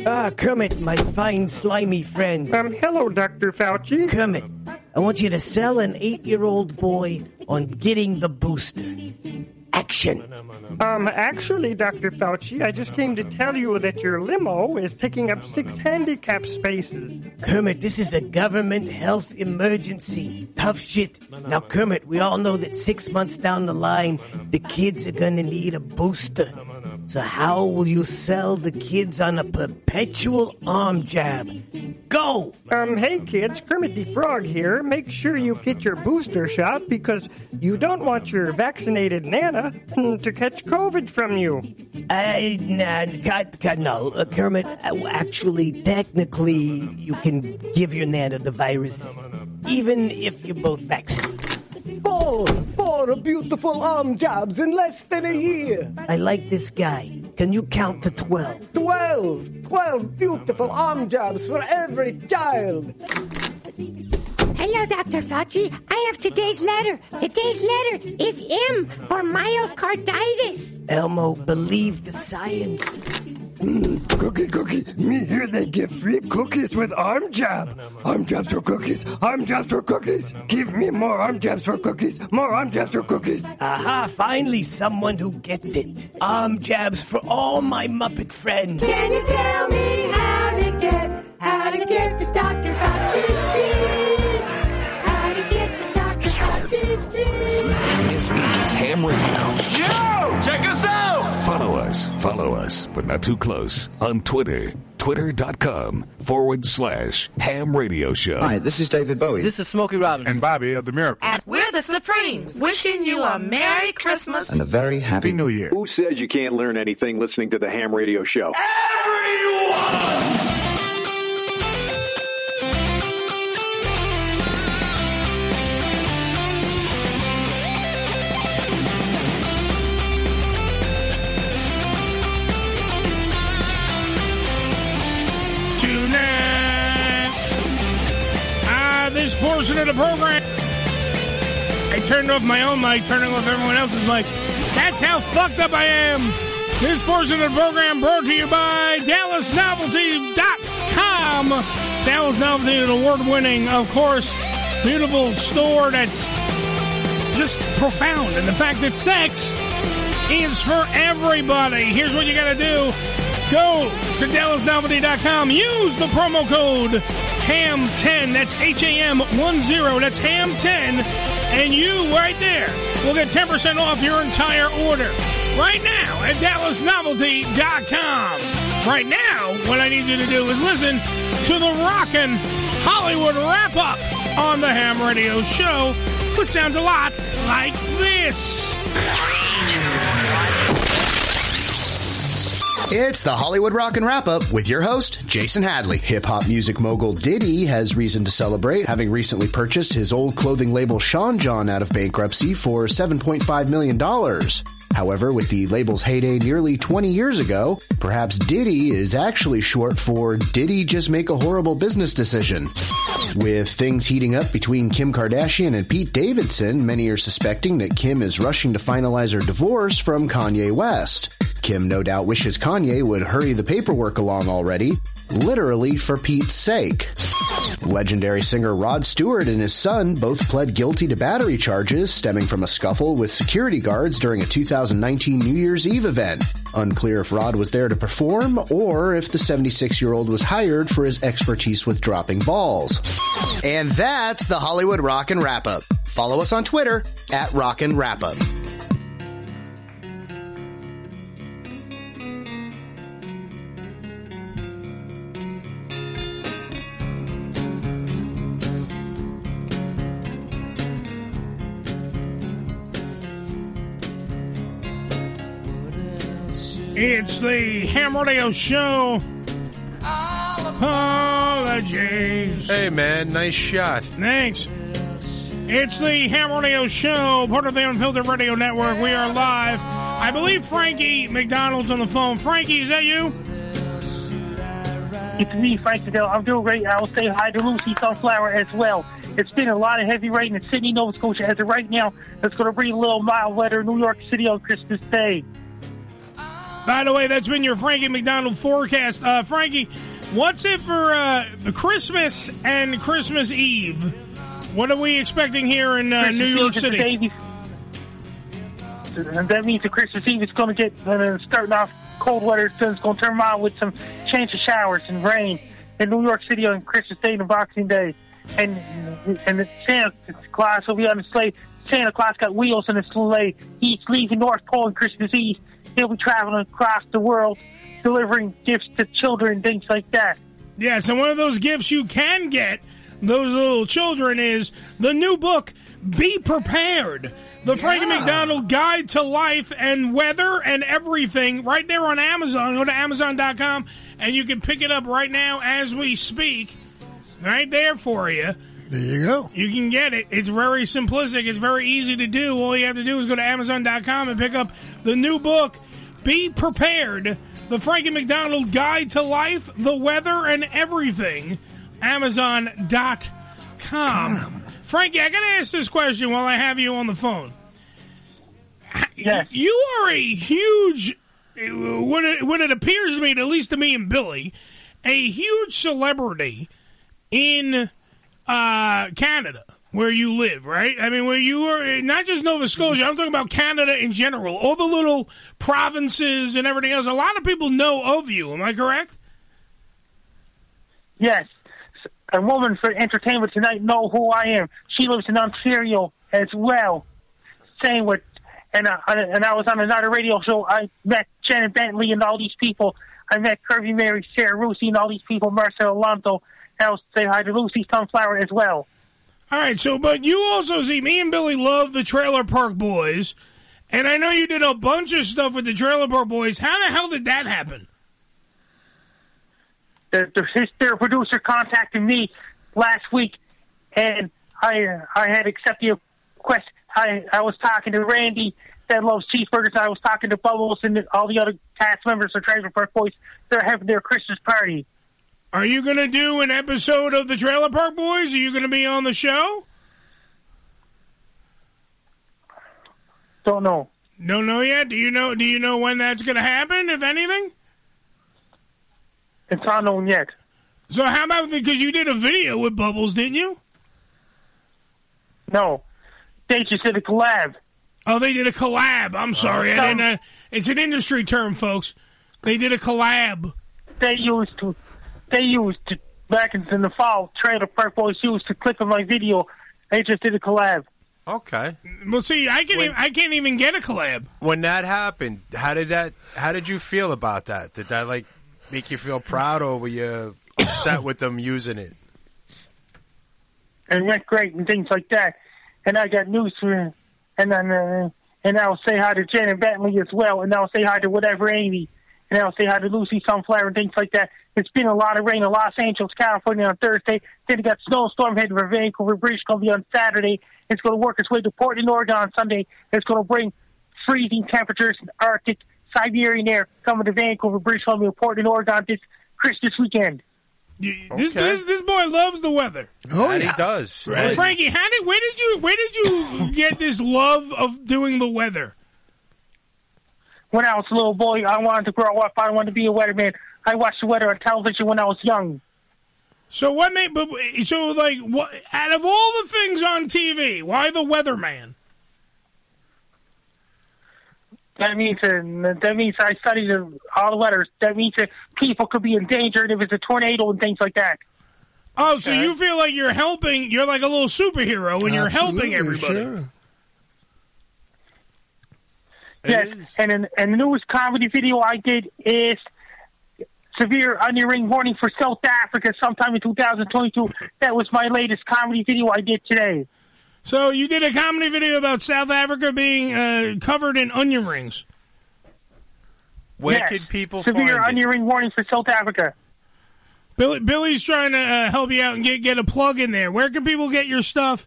Ah, Kermit, my fine slimy friend. Um, hello, Dr. Fauci. Kermit, I want you to sell an eight year old boy on getting the booster. Action. Um, actually, Dr. Fauci, I just came to tell you that your limo is taking up six handicap spaces. Kermit, this is a government health emergency. Tough shit. Now, Kermit, we all know that six months down the line, the kids are gonna need a booster. So, how will you sell the kids on a perpetual arm jab? Go! Um, hey kids, Kermit the Frog here. Make sure you get your booster shot because you don't want your vaccinated Nana to catch COVID from you. I, Uh, nah, God, God, no, uh, Kermit. uh, Actually, technically, you can give your nana the virus, even if you're both vaccinated. Four, four beautiful arm jobs in less than a year. I like this guy. Can you count to twelve? Oh. Twelve, twelve beautiful arm jobs for every child. Hello, Dr. Fauci. I have today's letter. Today's letter is M for myocarditis. Elmo, believe the science. Cookie, cookie, me here they give free cookies with arm jab. Arm jabs for cookies, arm jabs for cookies. Give me more arm jabs for cookies, more arm jabs for cookies. Aha, finally someone who gets it. Arm jabs for all my Muppet friends. Can you tell me how to get, how to get to Dr. Fauci's Street? How to get to Dr. Fauci's Street? This is Ham Radio. Yo! Check us out! Follow us, follow us, but not too close on Twitter. Twitter.com forward slash Ham Radio Show. Hi, this is David Bowie. This is Smokey Robinson. and Bobby of the Miracle. And we're the Supremes, wishing you a Merry Christmas. And a very happy New Year. Who says you can't learn anything listening to the ham radio show? tonight. Ah, this portion of the program. I turned off my own mic, turning off everyone else's mic. That's how fucked up I am. This portion of the program brought to you by DallasNovelty.com. Dallas Novelty is an award winning, of course, beautiful store that's just profound. And the fact that sex is for everybody. Here's what you got to do go to DallasNovelty.com, use the promo code HAM10, that's H A M 10, that's HAM10, and you right there will get 10% off your entire order right now at DallasNovelty.com. Right now, what I need you to do is listen to the rockin' Hollywood wrap up on the Ham Radio Show, which sounds a lot like this. It's the Hollywood Rock and Wrap Up with your host, Jason Hadley. Hip hop music mogul Diddy has reason to celebrate, having recently purchased his old clothing label Sean John out of bankruptcy for $7.5 million. However, with the label's heyday nearly 20 years ago, perhaps Diddy is actually short for Diddy Just Make a Horrible Business Decision? With things heating up between Kim Kardashian and Pete Davidson, many are suspecting that Kim is rushing to finalize her divorce from Kanye West. Kim no doubt wishes Kanye would hurry the paperwork along already, literally for Pete's sake. Legendary singer Rod Stewart and his son both pled guilty to battery charges stemming from a scuffle with security guards during a 2019 New Year's Eve event. Unclear if Rod was there to perform or if the 76 year old was hired for his expertise with dropping balls. And that's the Hollywood Rockin' Wrap Up. Follow us on Twitter at Rockin' Wrap Up. It's the Ham Radio Show. Apologies. Hey, man, nice shot. Thanks. It's the Ham Radio Show, part of the Unfiltered Radio Network. We are live. I believe Frankie McDonald's on the phone. Frankie, is that you? It's me, Frank Fidel. I'm doing great. I will say hi to Lucy Sunflower as well. It's been a lot of heavy rain in Sydney, Nova Scotia as of right now. It's going to bring a little mild weather in New York City on Christmas Day. By the way, that's been your Frankie McDonald forecast. Uh, Frankie, what's it for uh, Christmas and Christmas Eve? What are we expecting here in uh, Christmas New York Eve is the City? day we- And that means that Christmas Eve is going to get uh, starting off cold weather, so it's going to turn mild with some chance of showers and rain in New York City on Christmas Day and Boxing Day. And and the Santa Claus will be on the sleigh. Santa Claus got wheels on his sleigh. He's leaving North Pole on Christmas Eve. He'll be traveling across the world, delivering gifts to children and things like that. Yeah, so one of those gifts you can get those little children is the new book, Be Prepared. The Frankie McDonald Guide to Life and Weather and Everything, right there on Amazon. Go to Amazon.com and you can pick it up right now as we speak. Right there for you. There you go. You can get it. It's very simplistic. It's very easy to do. All you have to do is go to Amazon.com and pick up the new book, Be Prepared The Frankie McDonald Guide to Life, the Weather, and Everything. Amazon.com. Frankie, I got to ask this question while I have you on the phone. You are a huge, what it, what it appears to me, at least to me and Billy, a huge celebrity in uh, Canada, where you live, right? I mean, where you are, not just Nova Scotia, I'm talking about Canada in general, all the little provinces and everything else. A lot of people know of you, am I correct? Yes, a woman for entertainment tonight know who I am. She lives in Ontario as well. Same with, and I, and I was on another radio show. I met Janet Bentley and all these people. I met Kirby Mary, Sarah Rusi, and all these people. Marcel Alonso. And I was say hi to Lucy Sunflower as well. All right, so but you also see me and Billy love the Trailer Park Boys, and I know you did a bunch of stuff with the Trailer Park Boys. How the hell did that happen? The, the, his, their producer contacted me last week, and I uh, I had accepted a request. I I was talking to Randy that loves cheeseburgers. I was talking to Bubbles and all the other cast members of Trailer Park Boys. They're having their Christmas party. Are you going to do an episode of the Trailer Park Boys? Are you going to be on the show? Don't know. Don't know yet. Do you know? Do you know when that's going to happen? If anything, it's unknown yet. So how about because you did a video with Bubbles, didn't you? No, they just did a collab. Oh, they did a collab. I'm sorry, I didn't. Uh, it's an industry term, folks. They did a collab. They used to. They used to back in in the fall. Trailer Park Boys used to click on my video. They just did a collab. Okay. Well, see, I can't. Even, I can't even get a collab. When that happened, how did that? How did you feel about that? Did that like make you feel proud, or were you upset with them using it? and went great and things like that. And I got news for him. And then, uh, and I'll say hi to Janet Bentley as well. And I'll say hi to whatever Amy. And I'll say hi to Lucy Sunflower and things like that. It's been a lot of rain in Los Angeles, California on Thursday. Then it got snowstorm heading for Vancouver, British Columbia on Saturday. It's going to work its way to Portland, Oregon on Sunday. It's going to bring freezing temperatures and Arctic Siberian air coming to Vancouver, British Columbia, Portland, Oregon this Christmas weekend. This, this this boy loves the weather. Oh, he does. Well, Frankie, how did where did you where did you get this love of doing the weather? when I was a little boy, I wanted to grow up. I wanted to be a weatherman. I watched the weather on television when I was young. So what made? But, so like, what, out of all the things on TV, why the weatherman? That means uh, that means I studied uh, all the letters. That means that people could be endangered if it's a tornado and things like that. Oh, so you feel like you're helping? You're like a little superhero, and you're helping everybody. Yes, and in, and the newest comedy video I did is severe onion ring warning for South Africa sometime in 2022. That was my latest comedy video I did today. So you did a comedy video about South Africa being uh, covered in onion rings. Where Yes. could people severe find onion ring warning for South Africa. Billy, Billy's trying to uh, help you out and get get a plug in there. Where can people get your stuff?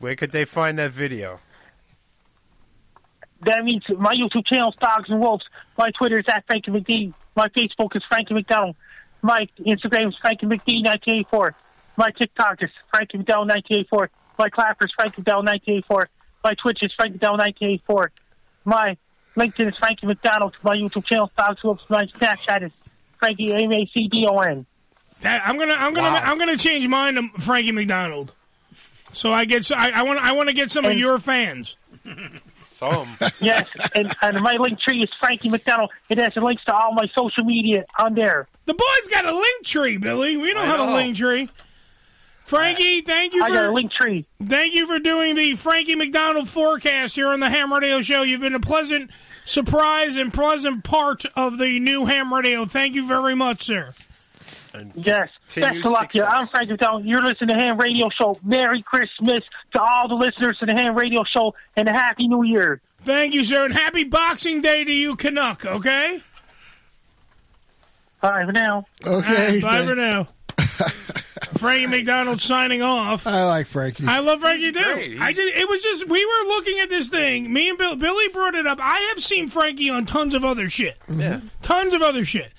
Where could they find that video? That means my YouTube channel is Dogs and Wolves. My Twitter is at Frankie McD. My Facebook is Frankie McDonald. My Instagram is Frankie McD 1984. My TikTok is Frankie McDonald 1984. My Clapper is Frankie McDonald 1984. My Twitch is Frankie McDonald 1984. My LinkedIn is Frankie McDonald. My YouTube channel is Dogs and Wolves. My Snapchat is Frankie M A C D O N. That- I'm gonna I'm gonna Wow. I'm gonna change mine to Frankie McDonald. So I get so I want I want to get some of And- your fans. Some. yes, and, and my link tree is Frankie McDonald. It has the links to all my social media on there. The boy's got a link tree, Billy. We don't I have a know. link tree. Frankie, thank you I for got a link tree. Thank you for doing the Frankie McDonald forecast here on the Ham Radio Show. You've been a pleasant surprise and pleasant part of the new Ham Radio. Thank you very much, sir. Yes. Best of luck to you. I'm Frank McDonald. You're listening to Ham Radio Show. Merry Christmas to all the listeners to the Ham Radio Show and a Happy New Year. Thank you, sir, and happy Boxing Day to you, Canuck. Okay. Bye for now. All right, bye for now. Frankie McDonald signing off. I like Frankie. I love Frankie great. too. I just it was just we were looking at this thing. Me and Bill, Billy brought it up. I have seen Frankie on tons of other shit. Yeah. Tons of other shit.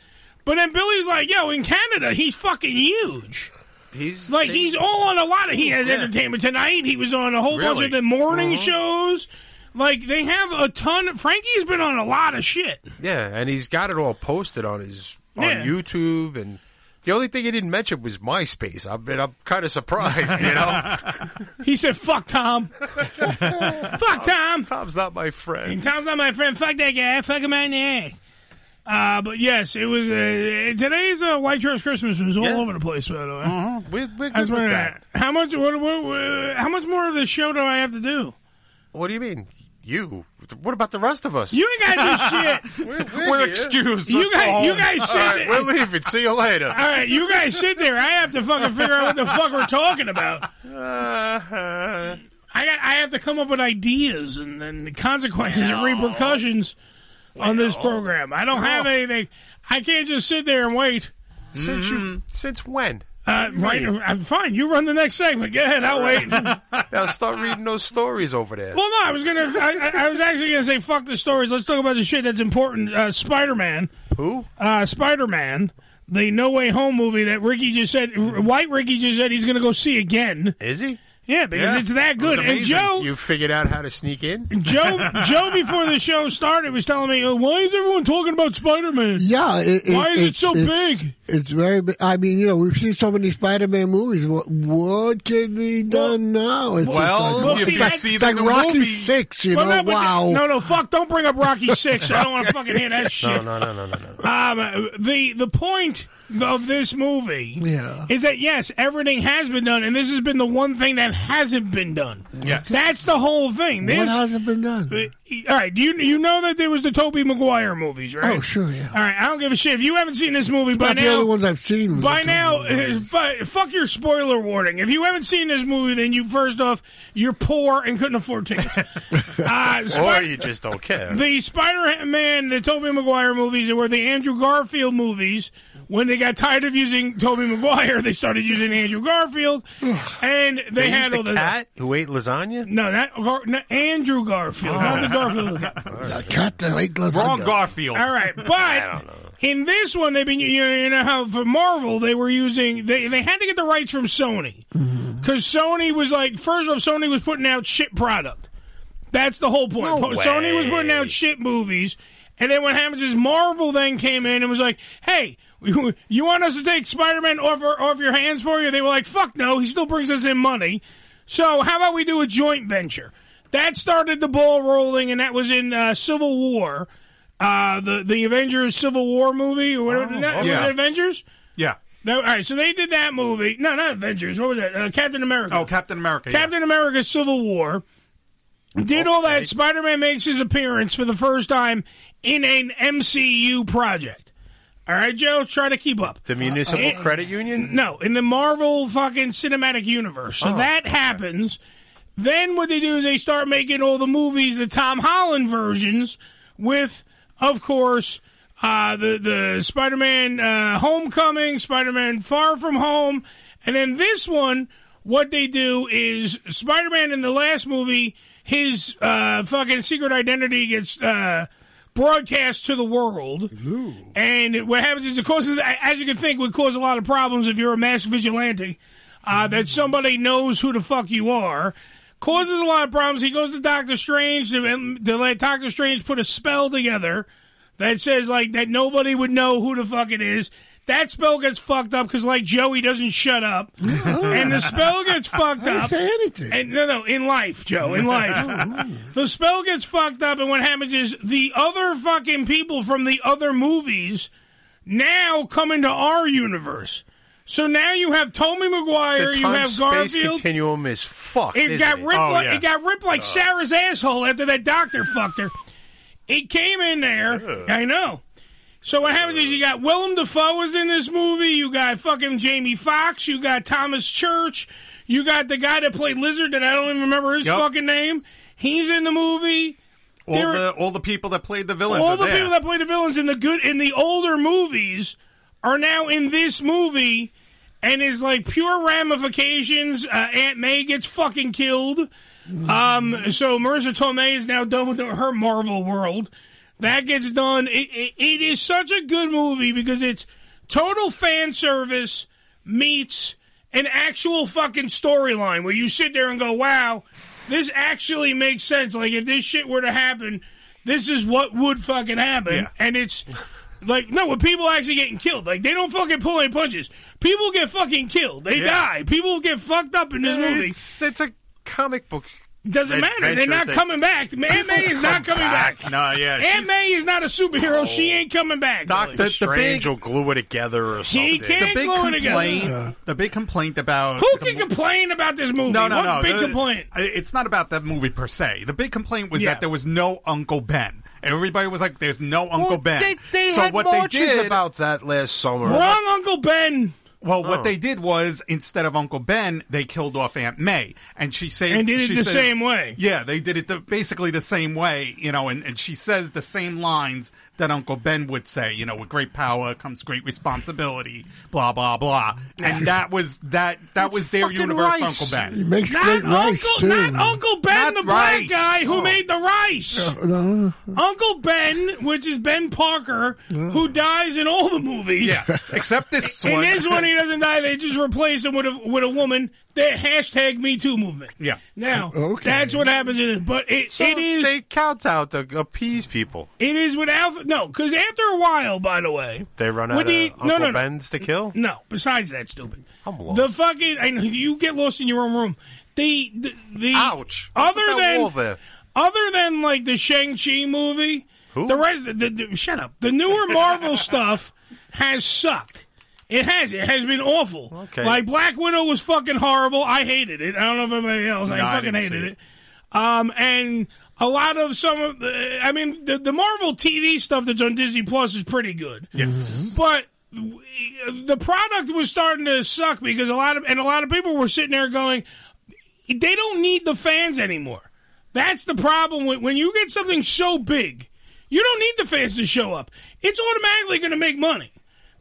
But then Billy's like, yo, in Canada, he's fucking huge. He's like they- he's all on a lot of he has Yeah. entertainment tonight. He was on a whole bunch Really? of the morning Uh-huh. shows. Like they have a ton Frankie's been on a lot of shit. Yeah, and he's got it all posted on his on Yeah. YouTube, and the only thing he didn't mention was MySpace. I mean, I'm kind of surprised, you know. He said, "Fuck Tom, Um, fuck Tom." Tom's not my friend. And Tom's not my friend. Fuck that guy. Fuck him in the ass. Uh, but yes, it was uh, today's uh, White Trash Christmas was all Yeah. over the place. By the way, Mhm. We're- we're I was good with wondering, that. uh, How much? What, what, what- how much more of this show do I have to do? What do you mean? You? What about the rest of us? You ain't got to do shit. we're, We're here. excused. You Let's guys- go you home. guys All said right, that- we're leaving. See you later. All right, you guys sit there. I have to fucking figure out what the fuck we're talking about. I got. I have to come up with ideas and then the consequences and repercussions on this program. I don't have anything. I can't just sit there and wait. Mm-hmm. Since you, since when? Uh, right, I'm fine. You run the next segment. Go ahead. I'll wait. well, Now start reading those stories over there. no, I was gonna. I, I- I was actually gonna say fuck the stories. Let's talk about the shit that's important. Uh, Spider Man. Who? Uh, Spider Man. The No Way Home movie that Ricky just said. White Ricky just said he's gonna go see again. Is he? Yeah, because Yeah. it's that It was good. and amazing. Joe, you figured out how to sneak in. Joe, Joe, before the show started, was telling me, oh, "Why is everyone talking about Spider Man? Yeah. Ah, It, why is it so it's- big? It's very. bi- I mean, you know, we've seen so many Spider-Man movies. What, what can be done now? It's just Well, like, well, it's see, like, that's- it's like the Rocky movie- Six. You Well, know, no, but- wow. No, no, fuck! Don't bring up Rocky Six. I don't want to fucking hear that shit. No, no, no, no, no, no. Um, the the point of this movie Yeah. is that yes, everything has been done, and this has been the one thing that hasn't been done. Yes. that's the whole thing. This, Uh, What hasn't been done? all right, do you you know that there was the Toby Maguire movies, right? Oh, sure, yeah. All right, I don't give a shit if you haven't seen this movie by Not the now. only ones I've seen. was By the now, Tobey Maguire. uh, fu- fuck your spoiler warning. If you haven't seen this movie, then you first off you're poor and couldn't afford tickets. uh, or Spi- you just don't care. the Spider-Man, the Tobey Maguire movies, were the Andrew Garfield movies. When they got tired of using Tobey Maguire, they started using Andrew Garfield, and they, They used had the all this. cat who ate lasagna. No, that Gar- no, Andrew Garfield, not the Garfield. The cat that ate lasagna. All right, but in this one, they've been you know, you know how for Marvel they were using they they had to get the rights from Sony Mm-hmm. because Sony was like first off Sony was putting out shit product. That's the whole point. No Sony was way. putting out shit movies. And then what happens is Marvel then came in and was like, "Hey, you want us to take Spider-Man off our, off your hands for you?" They were like, "Fuck no, he still brings us in money." So how about we do a joint venture? That started the ball rolling, and that was in uh, Civil War, uh, the the Avengers Civil War movie or Oh, whatever. Isn't that- was okay. it Avengers? Yeah. No, all right, so they did that movie. No, not Avengers. What was that? Uh, Captain America. Oh, Captain America. yeah. Captain America Civil War. Did all that. Spider Man makes his appearance for the first time in an MCU project. All right, Joe, try to keep up. The Municipal In- Credit Union? No, in the Marvel fucking cinematic universe. So Oh, that happens. Then what they do is they start making all the movies, the Tom Holland versions, with, of course, uh, the the Spider Man uh, Homecoming, Spider Man Far From Home, and then this one. What they do is Spider Man in the last movie, his uh, fucking secret identity gets uh, broadcast to the world. And what happens is it causes, as you can think, would cause a lot of problems if you're a mass vigilante. Uh, that somebody knows who the fuck you are causes a lot of problems. He goes to Doctor Strange to, to let Doctor Strange put a spell together that says like that nobody would know who the fuck it is. That spell gets fucked up because like Joey doesn't shut up, and the spell gets fucked didn't up. say anything. And no, no, in life, Joe, in life, the spell gets fucked up, and what happens is the other fucking people from the other movies now come into our universe. So now you have Tommy Maguire, the you have space Garfield, continuum is fucked. it isn't got it? Oh, ripped. like, It got ripped like Sarah's asshole after that doctor fucked her. It came in there. I know. So what happens is you got Willem Dafoe is in this movie. You got fucking Jamie Foxx. You got Thomas Church. You got the guy that played Lizard that I don't even remember his Yep. fucking name. He's in the movie. All There- the all the people that played the villains. all are the there. people that play the villains in the good in the older movies are now in this movie, and is like pure ramifications. Uh, Aunt May gets fucking killed. Um, so Marissa Tomei is now done with her Marvel world. That gets done. It, it, it is such a good movie because it's total fan service meets an actual fucking storyline where you sit there and go, wow, this actually makes sense. Like, if this shit were to happen, this is what would fucking happen. And it's like, no, with people actually getting killed, like, they don't fucking pull any punches. People get fucking killed. They Yeah. die. People get fucked up in this movie. It's, it's a comic book. Doesn't matter. They're adventure not thing. coming back. Aunt May is not coming back. No, yeah. Aunt May is not a superhero. She ain't coming back. Doctor the Oh. Strange will glue it together or something. He can't big glue it complaint. together. The big complaint about Who can complain about this movie? No, no, what no. Big the- complaint. I- It's not about that movie per se. The big complaint was Yeah. that there was no Uncle Ben. Everybody was like, "There's no Uncle Ben." They, they so had what they marches did about that last summer. Wrong Uncle Ben. Well, Oh. what they did was instead of Uncle Ben, they killed off Aunt May, and she says, And did it she the says- same way. Yeah, they did it the, basically the same way, you know, and, and she says the same lines that Uncle Ben would say, you know, with great power comes great responsibility, blah blah blah, and that was that that was their fucking universe, rice. Uncle Ben. He makes Not great rice, Uncle, too. not Uncle Ben, Not the black rice. guy who Oh. made the rice. No. Uncle Ben, which is Ben Parker, who dies in all the movies. Yes, except this In one. this one, he doesn't die. They just replace him with a with a woman. That hashtag Me Too movement. Yeah. Now that's what happens in it. But it, So it is they count out to appease people. it is with Alpha. No, because after a while, by the way, They run With out the- of no, Uncle no, no. Ben's to kill. No, besides that, stupid. I'm lost. The fucking I know, you get lost in your own room. The the, the Ouch. Other Look at that than wall there. other than like the Shang Chi movie, the rest the, the- shut up. The newer Marvel stuff has sucked. It has. It has been awful. Okay. Like Black Widow was fucking horrible. I hated it. I don't know if anybody else. I No, I fucking didn't hated see it. Um, and a lot of some of the, I mean, the, the Marvel TV stuff that's on Disney Plus is pretty good. Yes. But w- the product was starting to suck because a lot of and a lot of people were sitting there going, they don't need the fans anymore. That's the problem when, when you get something so big, you don't need the fans to show up. It's automatically going to make money.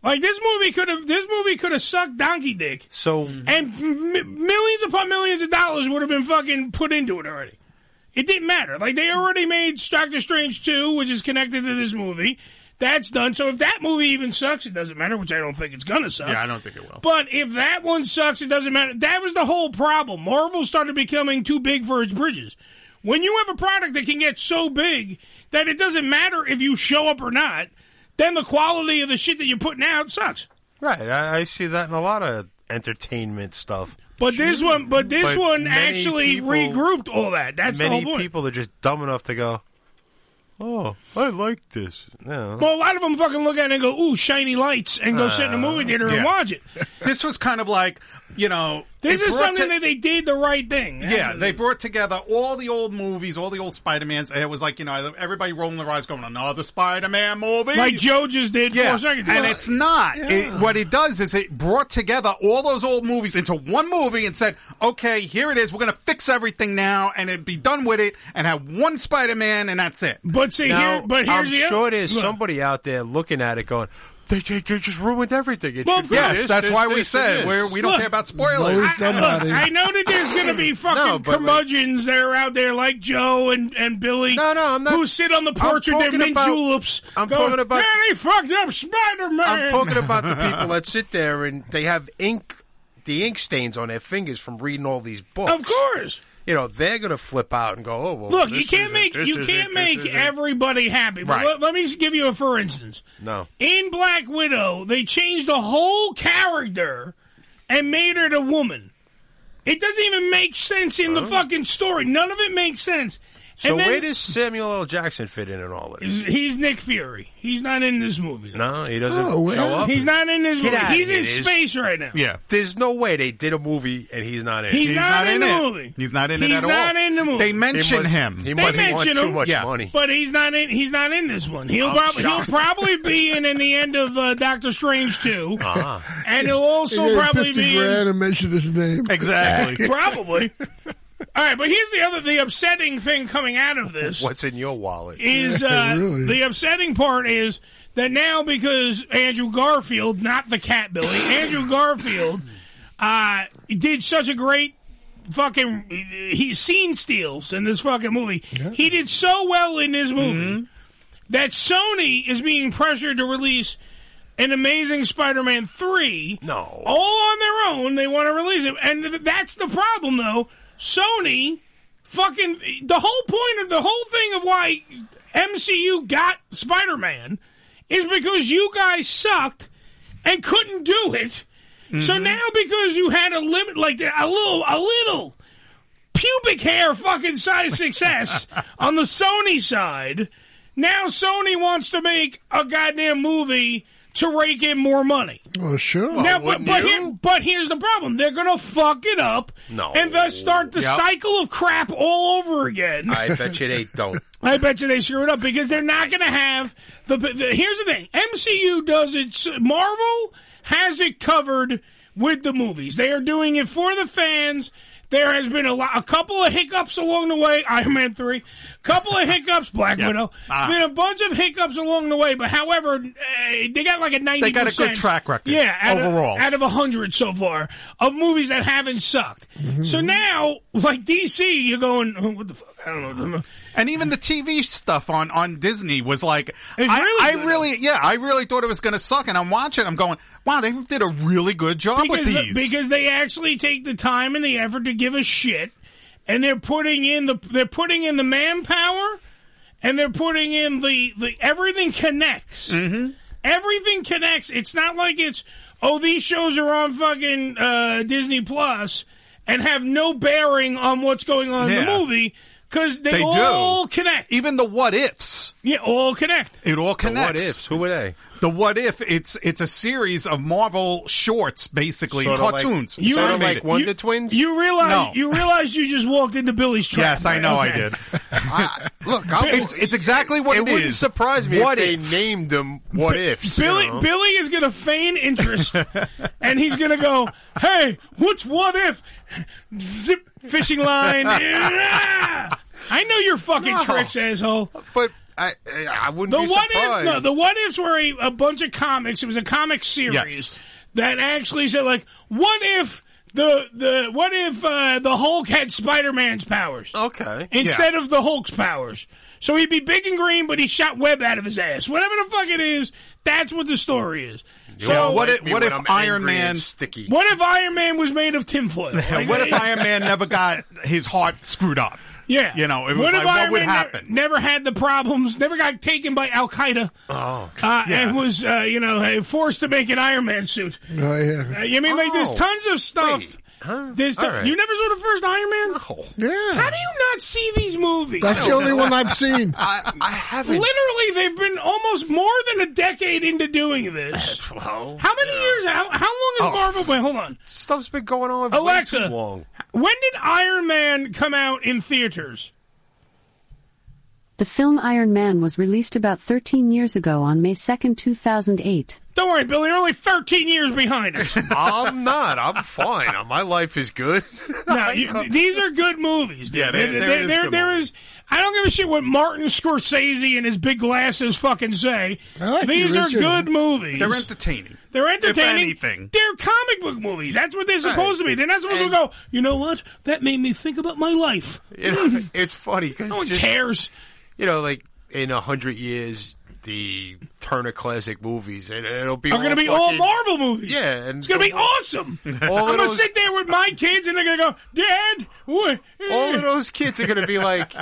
Like this movie could have this movie could have sucked donkey dick, So Mm-hmm. and m- millions upon millions of dollars would have been fucking put into it already. It didn't matter. Like they already made Doctor Strange two, which is connected to this movie. That's done. So if that movie even sucks, it doesn't matter. Which I don't think it's gonna suck. Yeah, I don't think it will. But if that one sucks, it doesn't matter. That was the whole problem. Marvel started becoming too big for its bridges. When you have a product that can get so big that it doesn't matter if you show up or not, then the quality of the shit that you're putting out sucks. Right. I, I see that in a lot of entertainment stuff. But this one, but this But one many actually people- regrouped all that. That's the many whole point. people are just dumb enough to go. Oh, I like this. No. Well, a lot of them fucking look at it and go, "Ooh, shiny lights," and go Uh, sit in a movie theater and Yeah. watch it. This was kind of like, you know, This it is brought something to- that they did the right thing. Yeah, they brought together all the old movies, all the old Spider Mans. It was like you know everybody rolling their eyes, going another Spider Man movie, Like Joe just did Yeah, four seconds ago. and it's not. Yeah. It, what it does is it brought together all those old movies into one movie and said, "Okay, here it is. We're going to fix everything now, and it be done with it, and have one Spider Man, and that's it." But Now, I'm sure there's somebody out there looking at it going, they, they, they just ruined everything. It should be yes, this, that's this, why this, we and said this." we're, we don't care about spoilers. I, look, I know that there's going to be fucking No, but, like- curmudgeons that are out there like Joe and, and Billy No, no, I'm not- who sit on the porch I'm with their talking mint about- juleps. I'm going, talking about- Man, he fucked up Spider Man. I'm talking about the people that sit there and they have ink, the ink stains on their fingers from reading all these books. Of course. You know, they're going to flip out and go, oh, well. Look, you this can't isn't- make this you isn't- can't this make isn't." everybody happy. But Right. let, let me just give you a for instance. No. In Black Widow, they changed the whole character and made her the woman. It doesn't even make sense in the fucking story. None of it makes sense. So and then, where does Samuel L. Jackson fit in in all this? He's- He's Nick Fury. He's not in this movie. No, he doesn't Oh, show well. up. He's not in this Get movie. outta He's here, in it is. space right now. Yeah, there's no way they did a movie and he's not in. it. He's He's not not in in the it. movie. He's not in it he's at not all. in the movie. They mention must- him. he They must want mention too him, much money. but he's not in. He's not in this one. He'll I'm probably he'll shocked. probably be in in the end of uh, Doctor Strange too, Ah. and he'll also They gave probably 50 be in- grand and mention his name. probably. All right, but here's the other the upsetting thing coming out of this What's in your wallet? is uh, the upsetting part is that now because Andrew Garfield, not the cat Billy, Andrew Garfield, uh, did such a great fucking he scene steals in this fucking movie. He did so well in this movie that Sony is being pressured to release an Amazing Spider-Man three. No, all on their own. They want to release it, and th- that's the problem, though. Sony, fucking the whole point of the whole thing of why MCU got Spider-Man is because you guys sucked and couldn't do it. So Mm-hmm. now, because you had a limit, like a little, a little pubic hair fucking size success on the Sony side. Now Sony wants to make a goddamn movie to rake in more money. Well, sure. now, but but, here, but here's the problem: they're gonna fuck it up, No. and thus start the Yep. cycle of crap all over again. I bet you they don't. I bet you they screw it up because they're not going to have the, the. Here's the thing: MCU does its Marvel has it covered with the movies. They are doing it for the fans. There has been a, lot, a couple of hiccups along the way. Iron Man three, couple of hiccups. Black Yep. Widow. Ah. Been a bunch of hiccups along the way, but however, uh, they got like a ninety. They got a good track record Yeah, out of- overall. out of a hundred so far of movies that haven't sucked. Mm-hmm. So now, like DC, you're going, "Oh, what the fuck? I don't know. And even the TV stuff on, on Disney was like, It's I really I good. really, yeah, I really thought it was going to suck. And I'm watching, I'm going, wow, they did a really good job because, with these. because they actually take the time and the effort to give a shit, and they're putting in the they're putting in the manpower, and they're putting in the the everything connects. Mm-hmm. Everything connects. It's not like it's oh these shows are on fucking uh, Disney Plus and have no bearing on what's going on in the Yeah. movie because they, They do. all connect. Even the what ifs. Yeah, all connect. It all connects. what ifs? Who are they? The what if it's it's a series of Marvel shorts, basically Sorta like- cartoons. You- sorta like animated. Wonder Twins? You realize No. you realize you just walked into Billy's trap. Yes, I right? know I Okay. did. Look, I'm, It's, it's exactly what it it wouldn't is. surprise me What if if? they named them What Ifs. you Billy know? Billy is going to feign interest, and he's going to go, "Hey, what's what if?" Zip fishing line. Yeah! I know your fucking No. tricks, asshole. But I, I I wouldn't The be what if? surprised. No, the what ifs were a, a bunch of comics. It was a comic series that actually said, like, what if the the what if uh, the Hulk had Spider Man's powers? Okay, instead of the Hulk's powers. So he'd be big and green, but he shot web out of his ass. Whatever the fuck it is, that's what the story is. Yeah, so what if, what if Iron Man? What if Iron Man was made of tinfoil? Yeah, Like, what if it- Iron Man never got his heart screwed up? Yeah. You know, it was like, what would Iran ne- happen? never had the problems, never got taken by Al Qaeda, Oh. uh, and was, uh, you know, forced to make an Iron Man suit. Oh, yeah. Uh, you mean like there's Oh. tons of stuff. There's All ton- right. You never saw the first Iron Man? Yeah. How do you not see these movies? That's the only one I've seen. I, I haven't. Literally, they've been almost more than a decade into doing this. Well, How many years? How, how long has Oh. Marvel been? Hold on. Stuff's been going on. Alexa, way too long. when did Iron Man come out in theaters? The film Iron Man was released about 13 years ago on May 2, 2008. Don't worry, Billy. You're only 13 years behind us. I'm not. I'm fine. Uh, My life is good. no, you, these are good movies. dude. Yeah, they- There- there there- is there- good there is. I don't give a shit what Martin Scorsese and his big glasses fucking say. these the are original. good movies. They're entertaining. They're entertaining. If anything. They're comic book movies. That's what they're supposed to be. They're not supposed to go. You know what? That made me think about my life. You know, it's funny because No one cares. You know, like in a hundred years, the Turner classic movies, it, it'll be are going to be all fucking- Marvel movies. Yeah, and it's going to be awesome. All I'm going of to those- sit there with my kids, and they're going to go, "Dad, what?" All of those kids are going to be like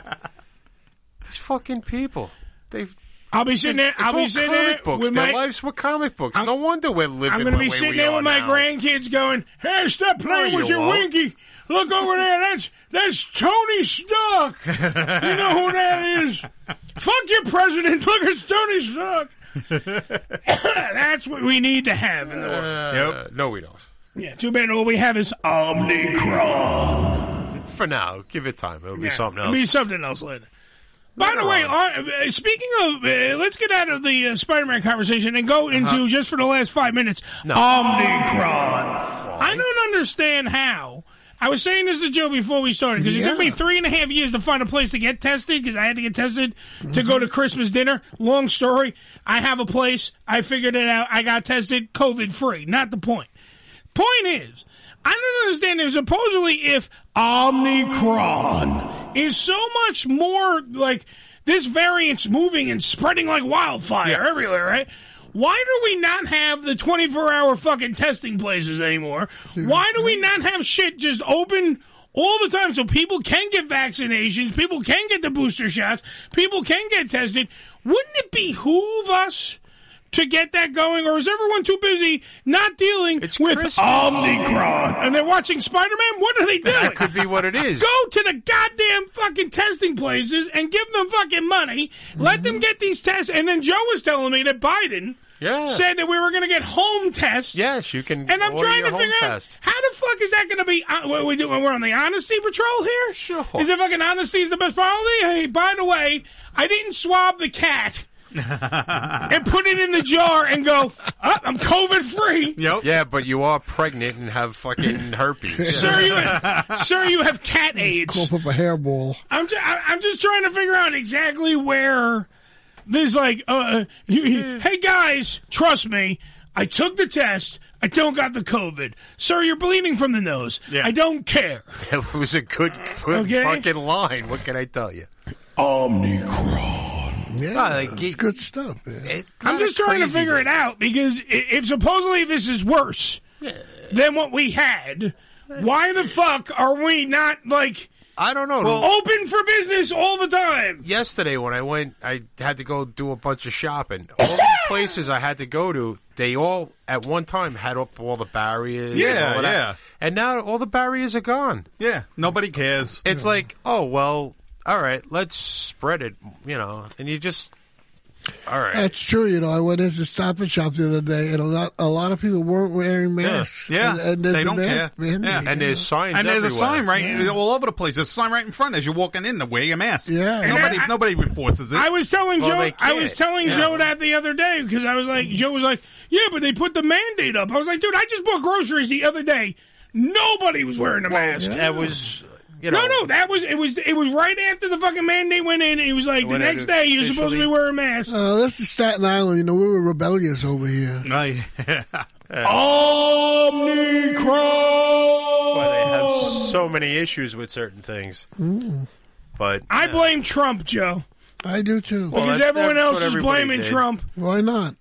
these fucking people. They. I'll be sitting there- It's I'll be all sitting comic there books. with Their my- lives were comic books. no wonder we're living. I'm going to be sitting there with my grandkids, going, "Hey, stop playing you with your won't. winky. Look over there. That's that's Tony Stark. you know who that is? Fuck your president. Look, it's Tony Stark. that's what we need to have in the world. yep. Uh, No, we don't. Yeah, too bad all we have is Omnicron. For now, give it time. It'll be Yeah, something it'll else. be something else later. By the way, on, uh, speaking of, uh, let's get out of the uh, Spider-Man conversation and Uh-huh. go into just for the last five minutes. Omnicron. I don't understand how. I was saying this to Joe before we started because it took me three and a half years to find a place to get tested because I had to get tested to go to Mm-hmm. Christmas dinner. Long story. I have a place. I figured it out. I got tested, COVID free. Not the point. Point is, I don't understand if supposedly if Omicron is so much more like this variant's moving and spreading like wildfire Yes. everywhere, right? Why do we not have the 24 hour fucking testing places anymore? Why do we not have shit just open all the time so people can get vaccinations, people can get the booster shots, people can get tested? Wouldn't it behoove us? to get that going, or is everyone too busy not dealing with Omicron? And they're watching Spider Man? What are they doing? That could be what it is. Go to the goddamn fucking testing places and give them fucking money. Let Mm-hmm. them get these tests. And then Joe was telling me that Biden Yeah. said that we were going to get home tests. Yes, you can. And I'm order trying your to home figure test. out how the fuck is that going to be? Uh, what are we doing? We're on the honesty patrol here. Sure. Is it fucking honesty is the best policy? Hey, by the way, I didn't swab the cat and put it in the jar and go, oh, I'm COVID free. Yep. Yeah, but you are pregnant and have fucking herpes. Sir, you, sir, you have cat AIDS. Cough up a hairball. I'm ju- I- I'm just trying to figure out exactly where there's like, uh, you- Hmm. you- hey guys, trust me, I took the test. I don't got the COVID, sir. You're bleeding from the nose. I don't care. That was a good, good Okay. fucking line. What can I tell you? Omnicron. Yeah, it's good stuff. I'm just trying to figure it out because i- if supposedly this is worse than what we had, why the fuck are we not like? I don't know. Well, open for business all the time. Yesterday when I went, I had to go do a bunch of shopping. All the places I had to go to, they all at one time had up all the barriers. and Yeah, all that. yeah. And now all the barriers are gone. Yeah, nobody cares. It's like, oh well, all right, let's spread it. You know, and you just, all right. That's true. You know, I went into Stop and Shop the other day, and a lot, a lot of people weren't wearing masks. Yeah, and, and there's they a don't mask care. mandate, Yeah. you know? and there's a sign right all over the place. There's a sign right in front as you're walking in to wear your mask. Yeah, nobody, nobody enforces it. I was telling Joe, I was telling Joe that the other day because I was like, Joe was like, yeah, but they put the mandate up. I was like, dude, I just bought groceries the other day. Nobody was wearing a mask. That was, you no, know, no, that was it. Was it was right after the fucking mandate went in? And it was like the When next it day you're supposed to be officially- wearing a mask. Uh, that's the Staten Island. You know, we were rebellious over here. uh, Oh! That's Oh! why they have so many issues with certain things. But I blame Trump, Joe. I do too. Because everyone else is blaming Trump. Why not?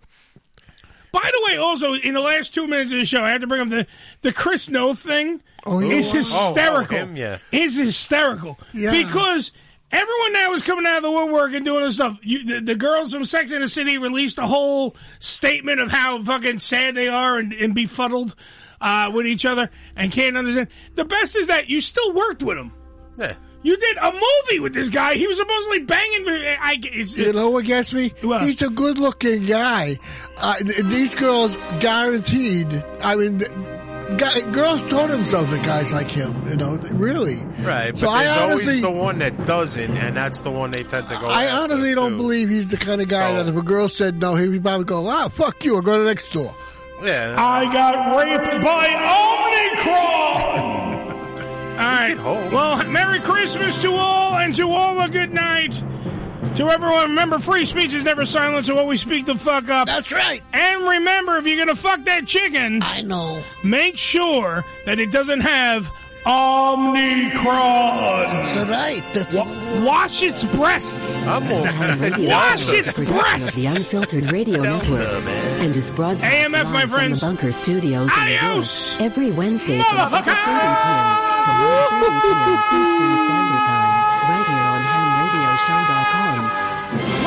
By the way, also in the last two minutes of the show, I have to bring up the the Chris No thing. Oh, yeah. is Oh, wow. hysterical. Oh, him, yeah. is hysterical Yeah. because everyone that was coming out of the woodwork and doing this stuff. You, the, the girls from Sex and the City released a whole statement of how fucking sad they are and, and befuddled uh, with each other and can't understand. The best is that you still worked with him. Yeah. You did a movie with this guy. He was supposedly banging. I, it's, You know what gets me? He's a good-looking guy. Uh, th- these girls guaranteed. I mean, th- guy, girls throw themselves at guys like him. You know, really. Right, but So I there's honestly- always the one that doesn't, and that's the one they tend to Oh, go. I after, honestly don't too. believe he's the kind of guy that if a girl said no, he'd probably go, "Ah, fuck you, I'll go to the next door." Yeah. I got raped by Omnicron. all right. Well, Merry Christmas to all, and to all a good night. To everyone, remember, free speech is never silent, so always speak the fuck up. That's right. And remember, if you're gonna fuck that chicken, I know. Make sure that it doesn't have Omnicron. That's right. Wa- wash its breasts. wash its breasts. The Unfiltered Radio Network and is broadcast AMF, live my from friends. the Bunker Studios in New York every Wednesday from 7:30 p.m. to 1:30 p.m. Eastern Standard Time, right here on HamRadioShow.com.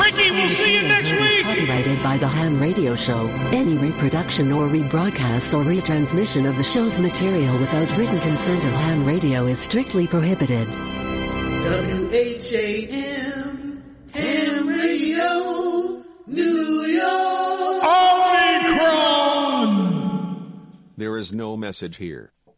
Ricky, we'll see you next week. Copyrighted by the Ham Radio Show. Any reproduction or rebroadcast or retransmission of the show's material without written consent of Ham Radio is strictly prohibited. W H A M Ham Radio New York Omicron. There is no message here.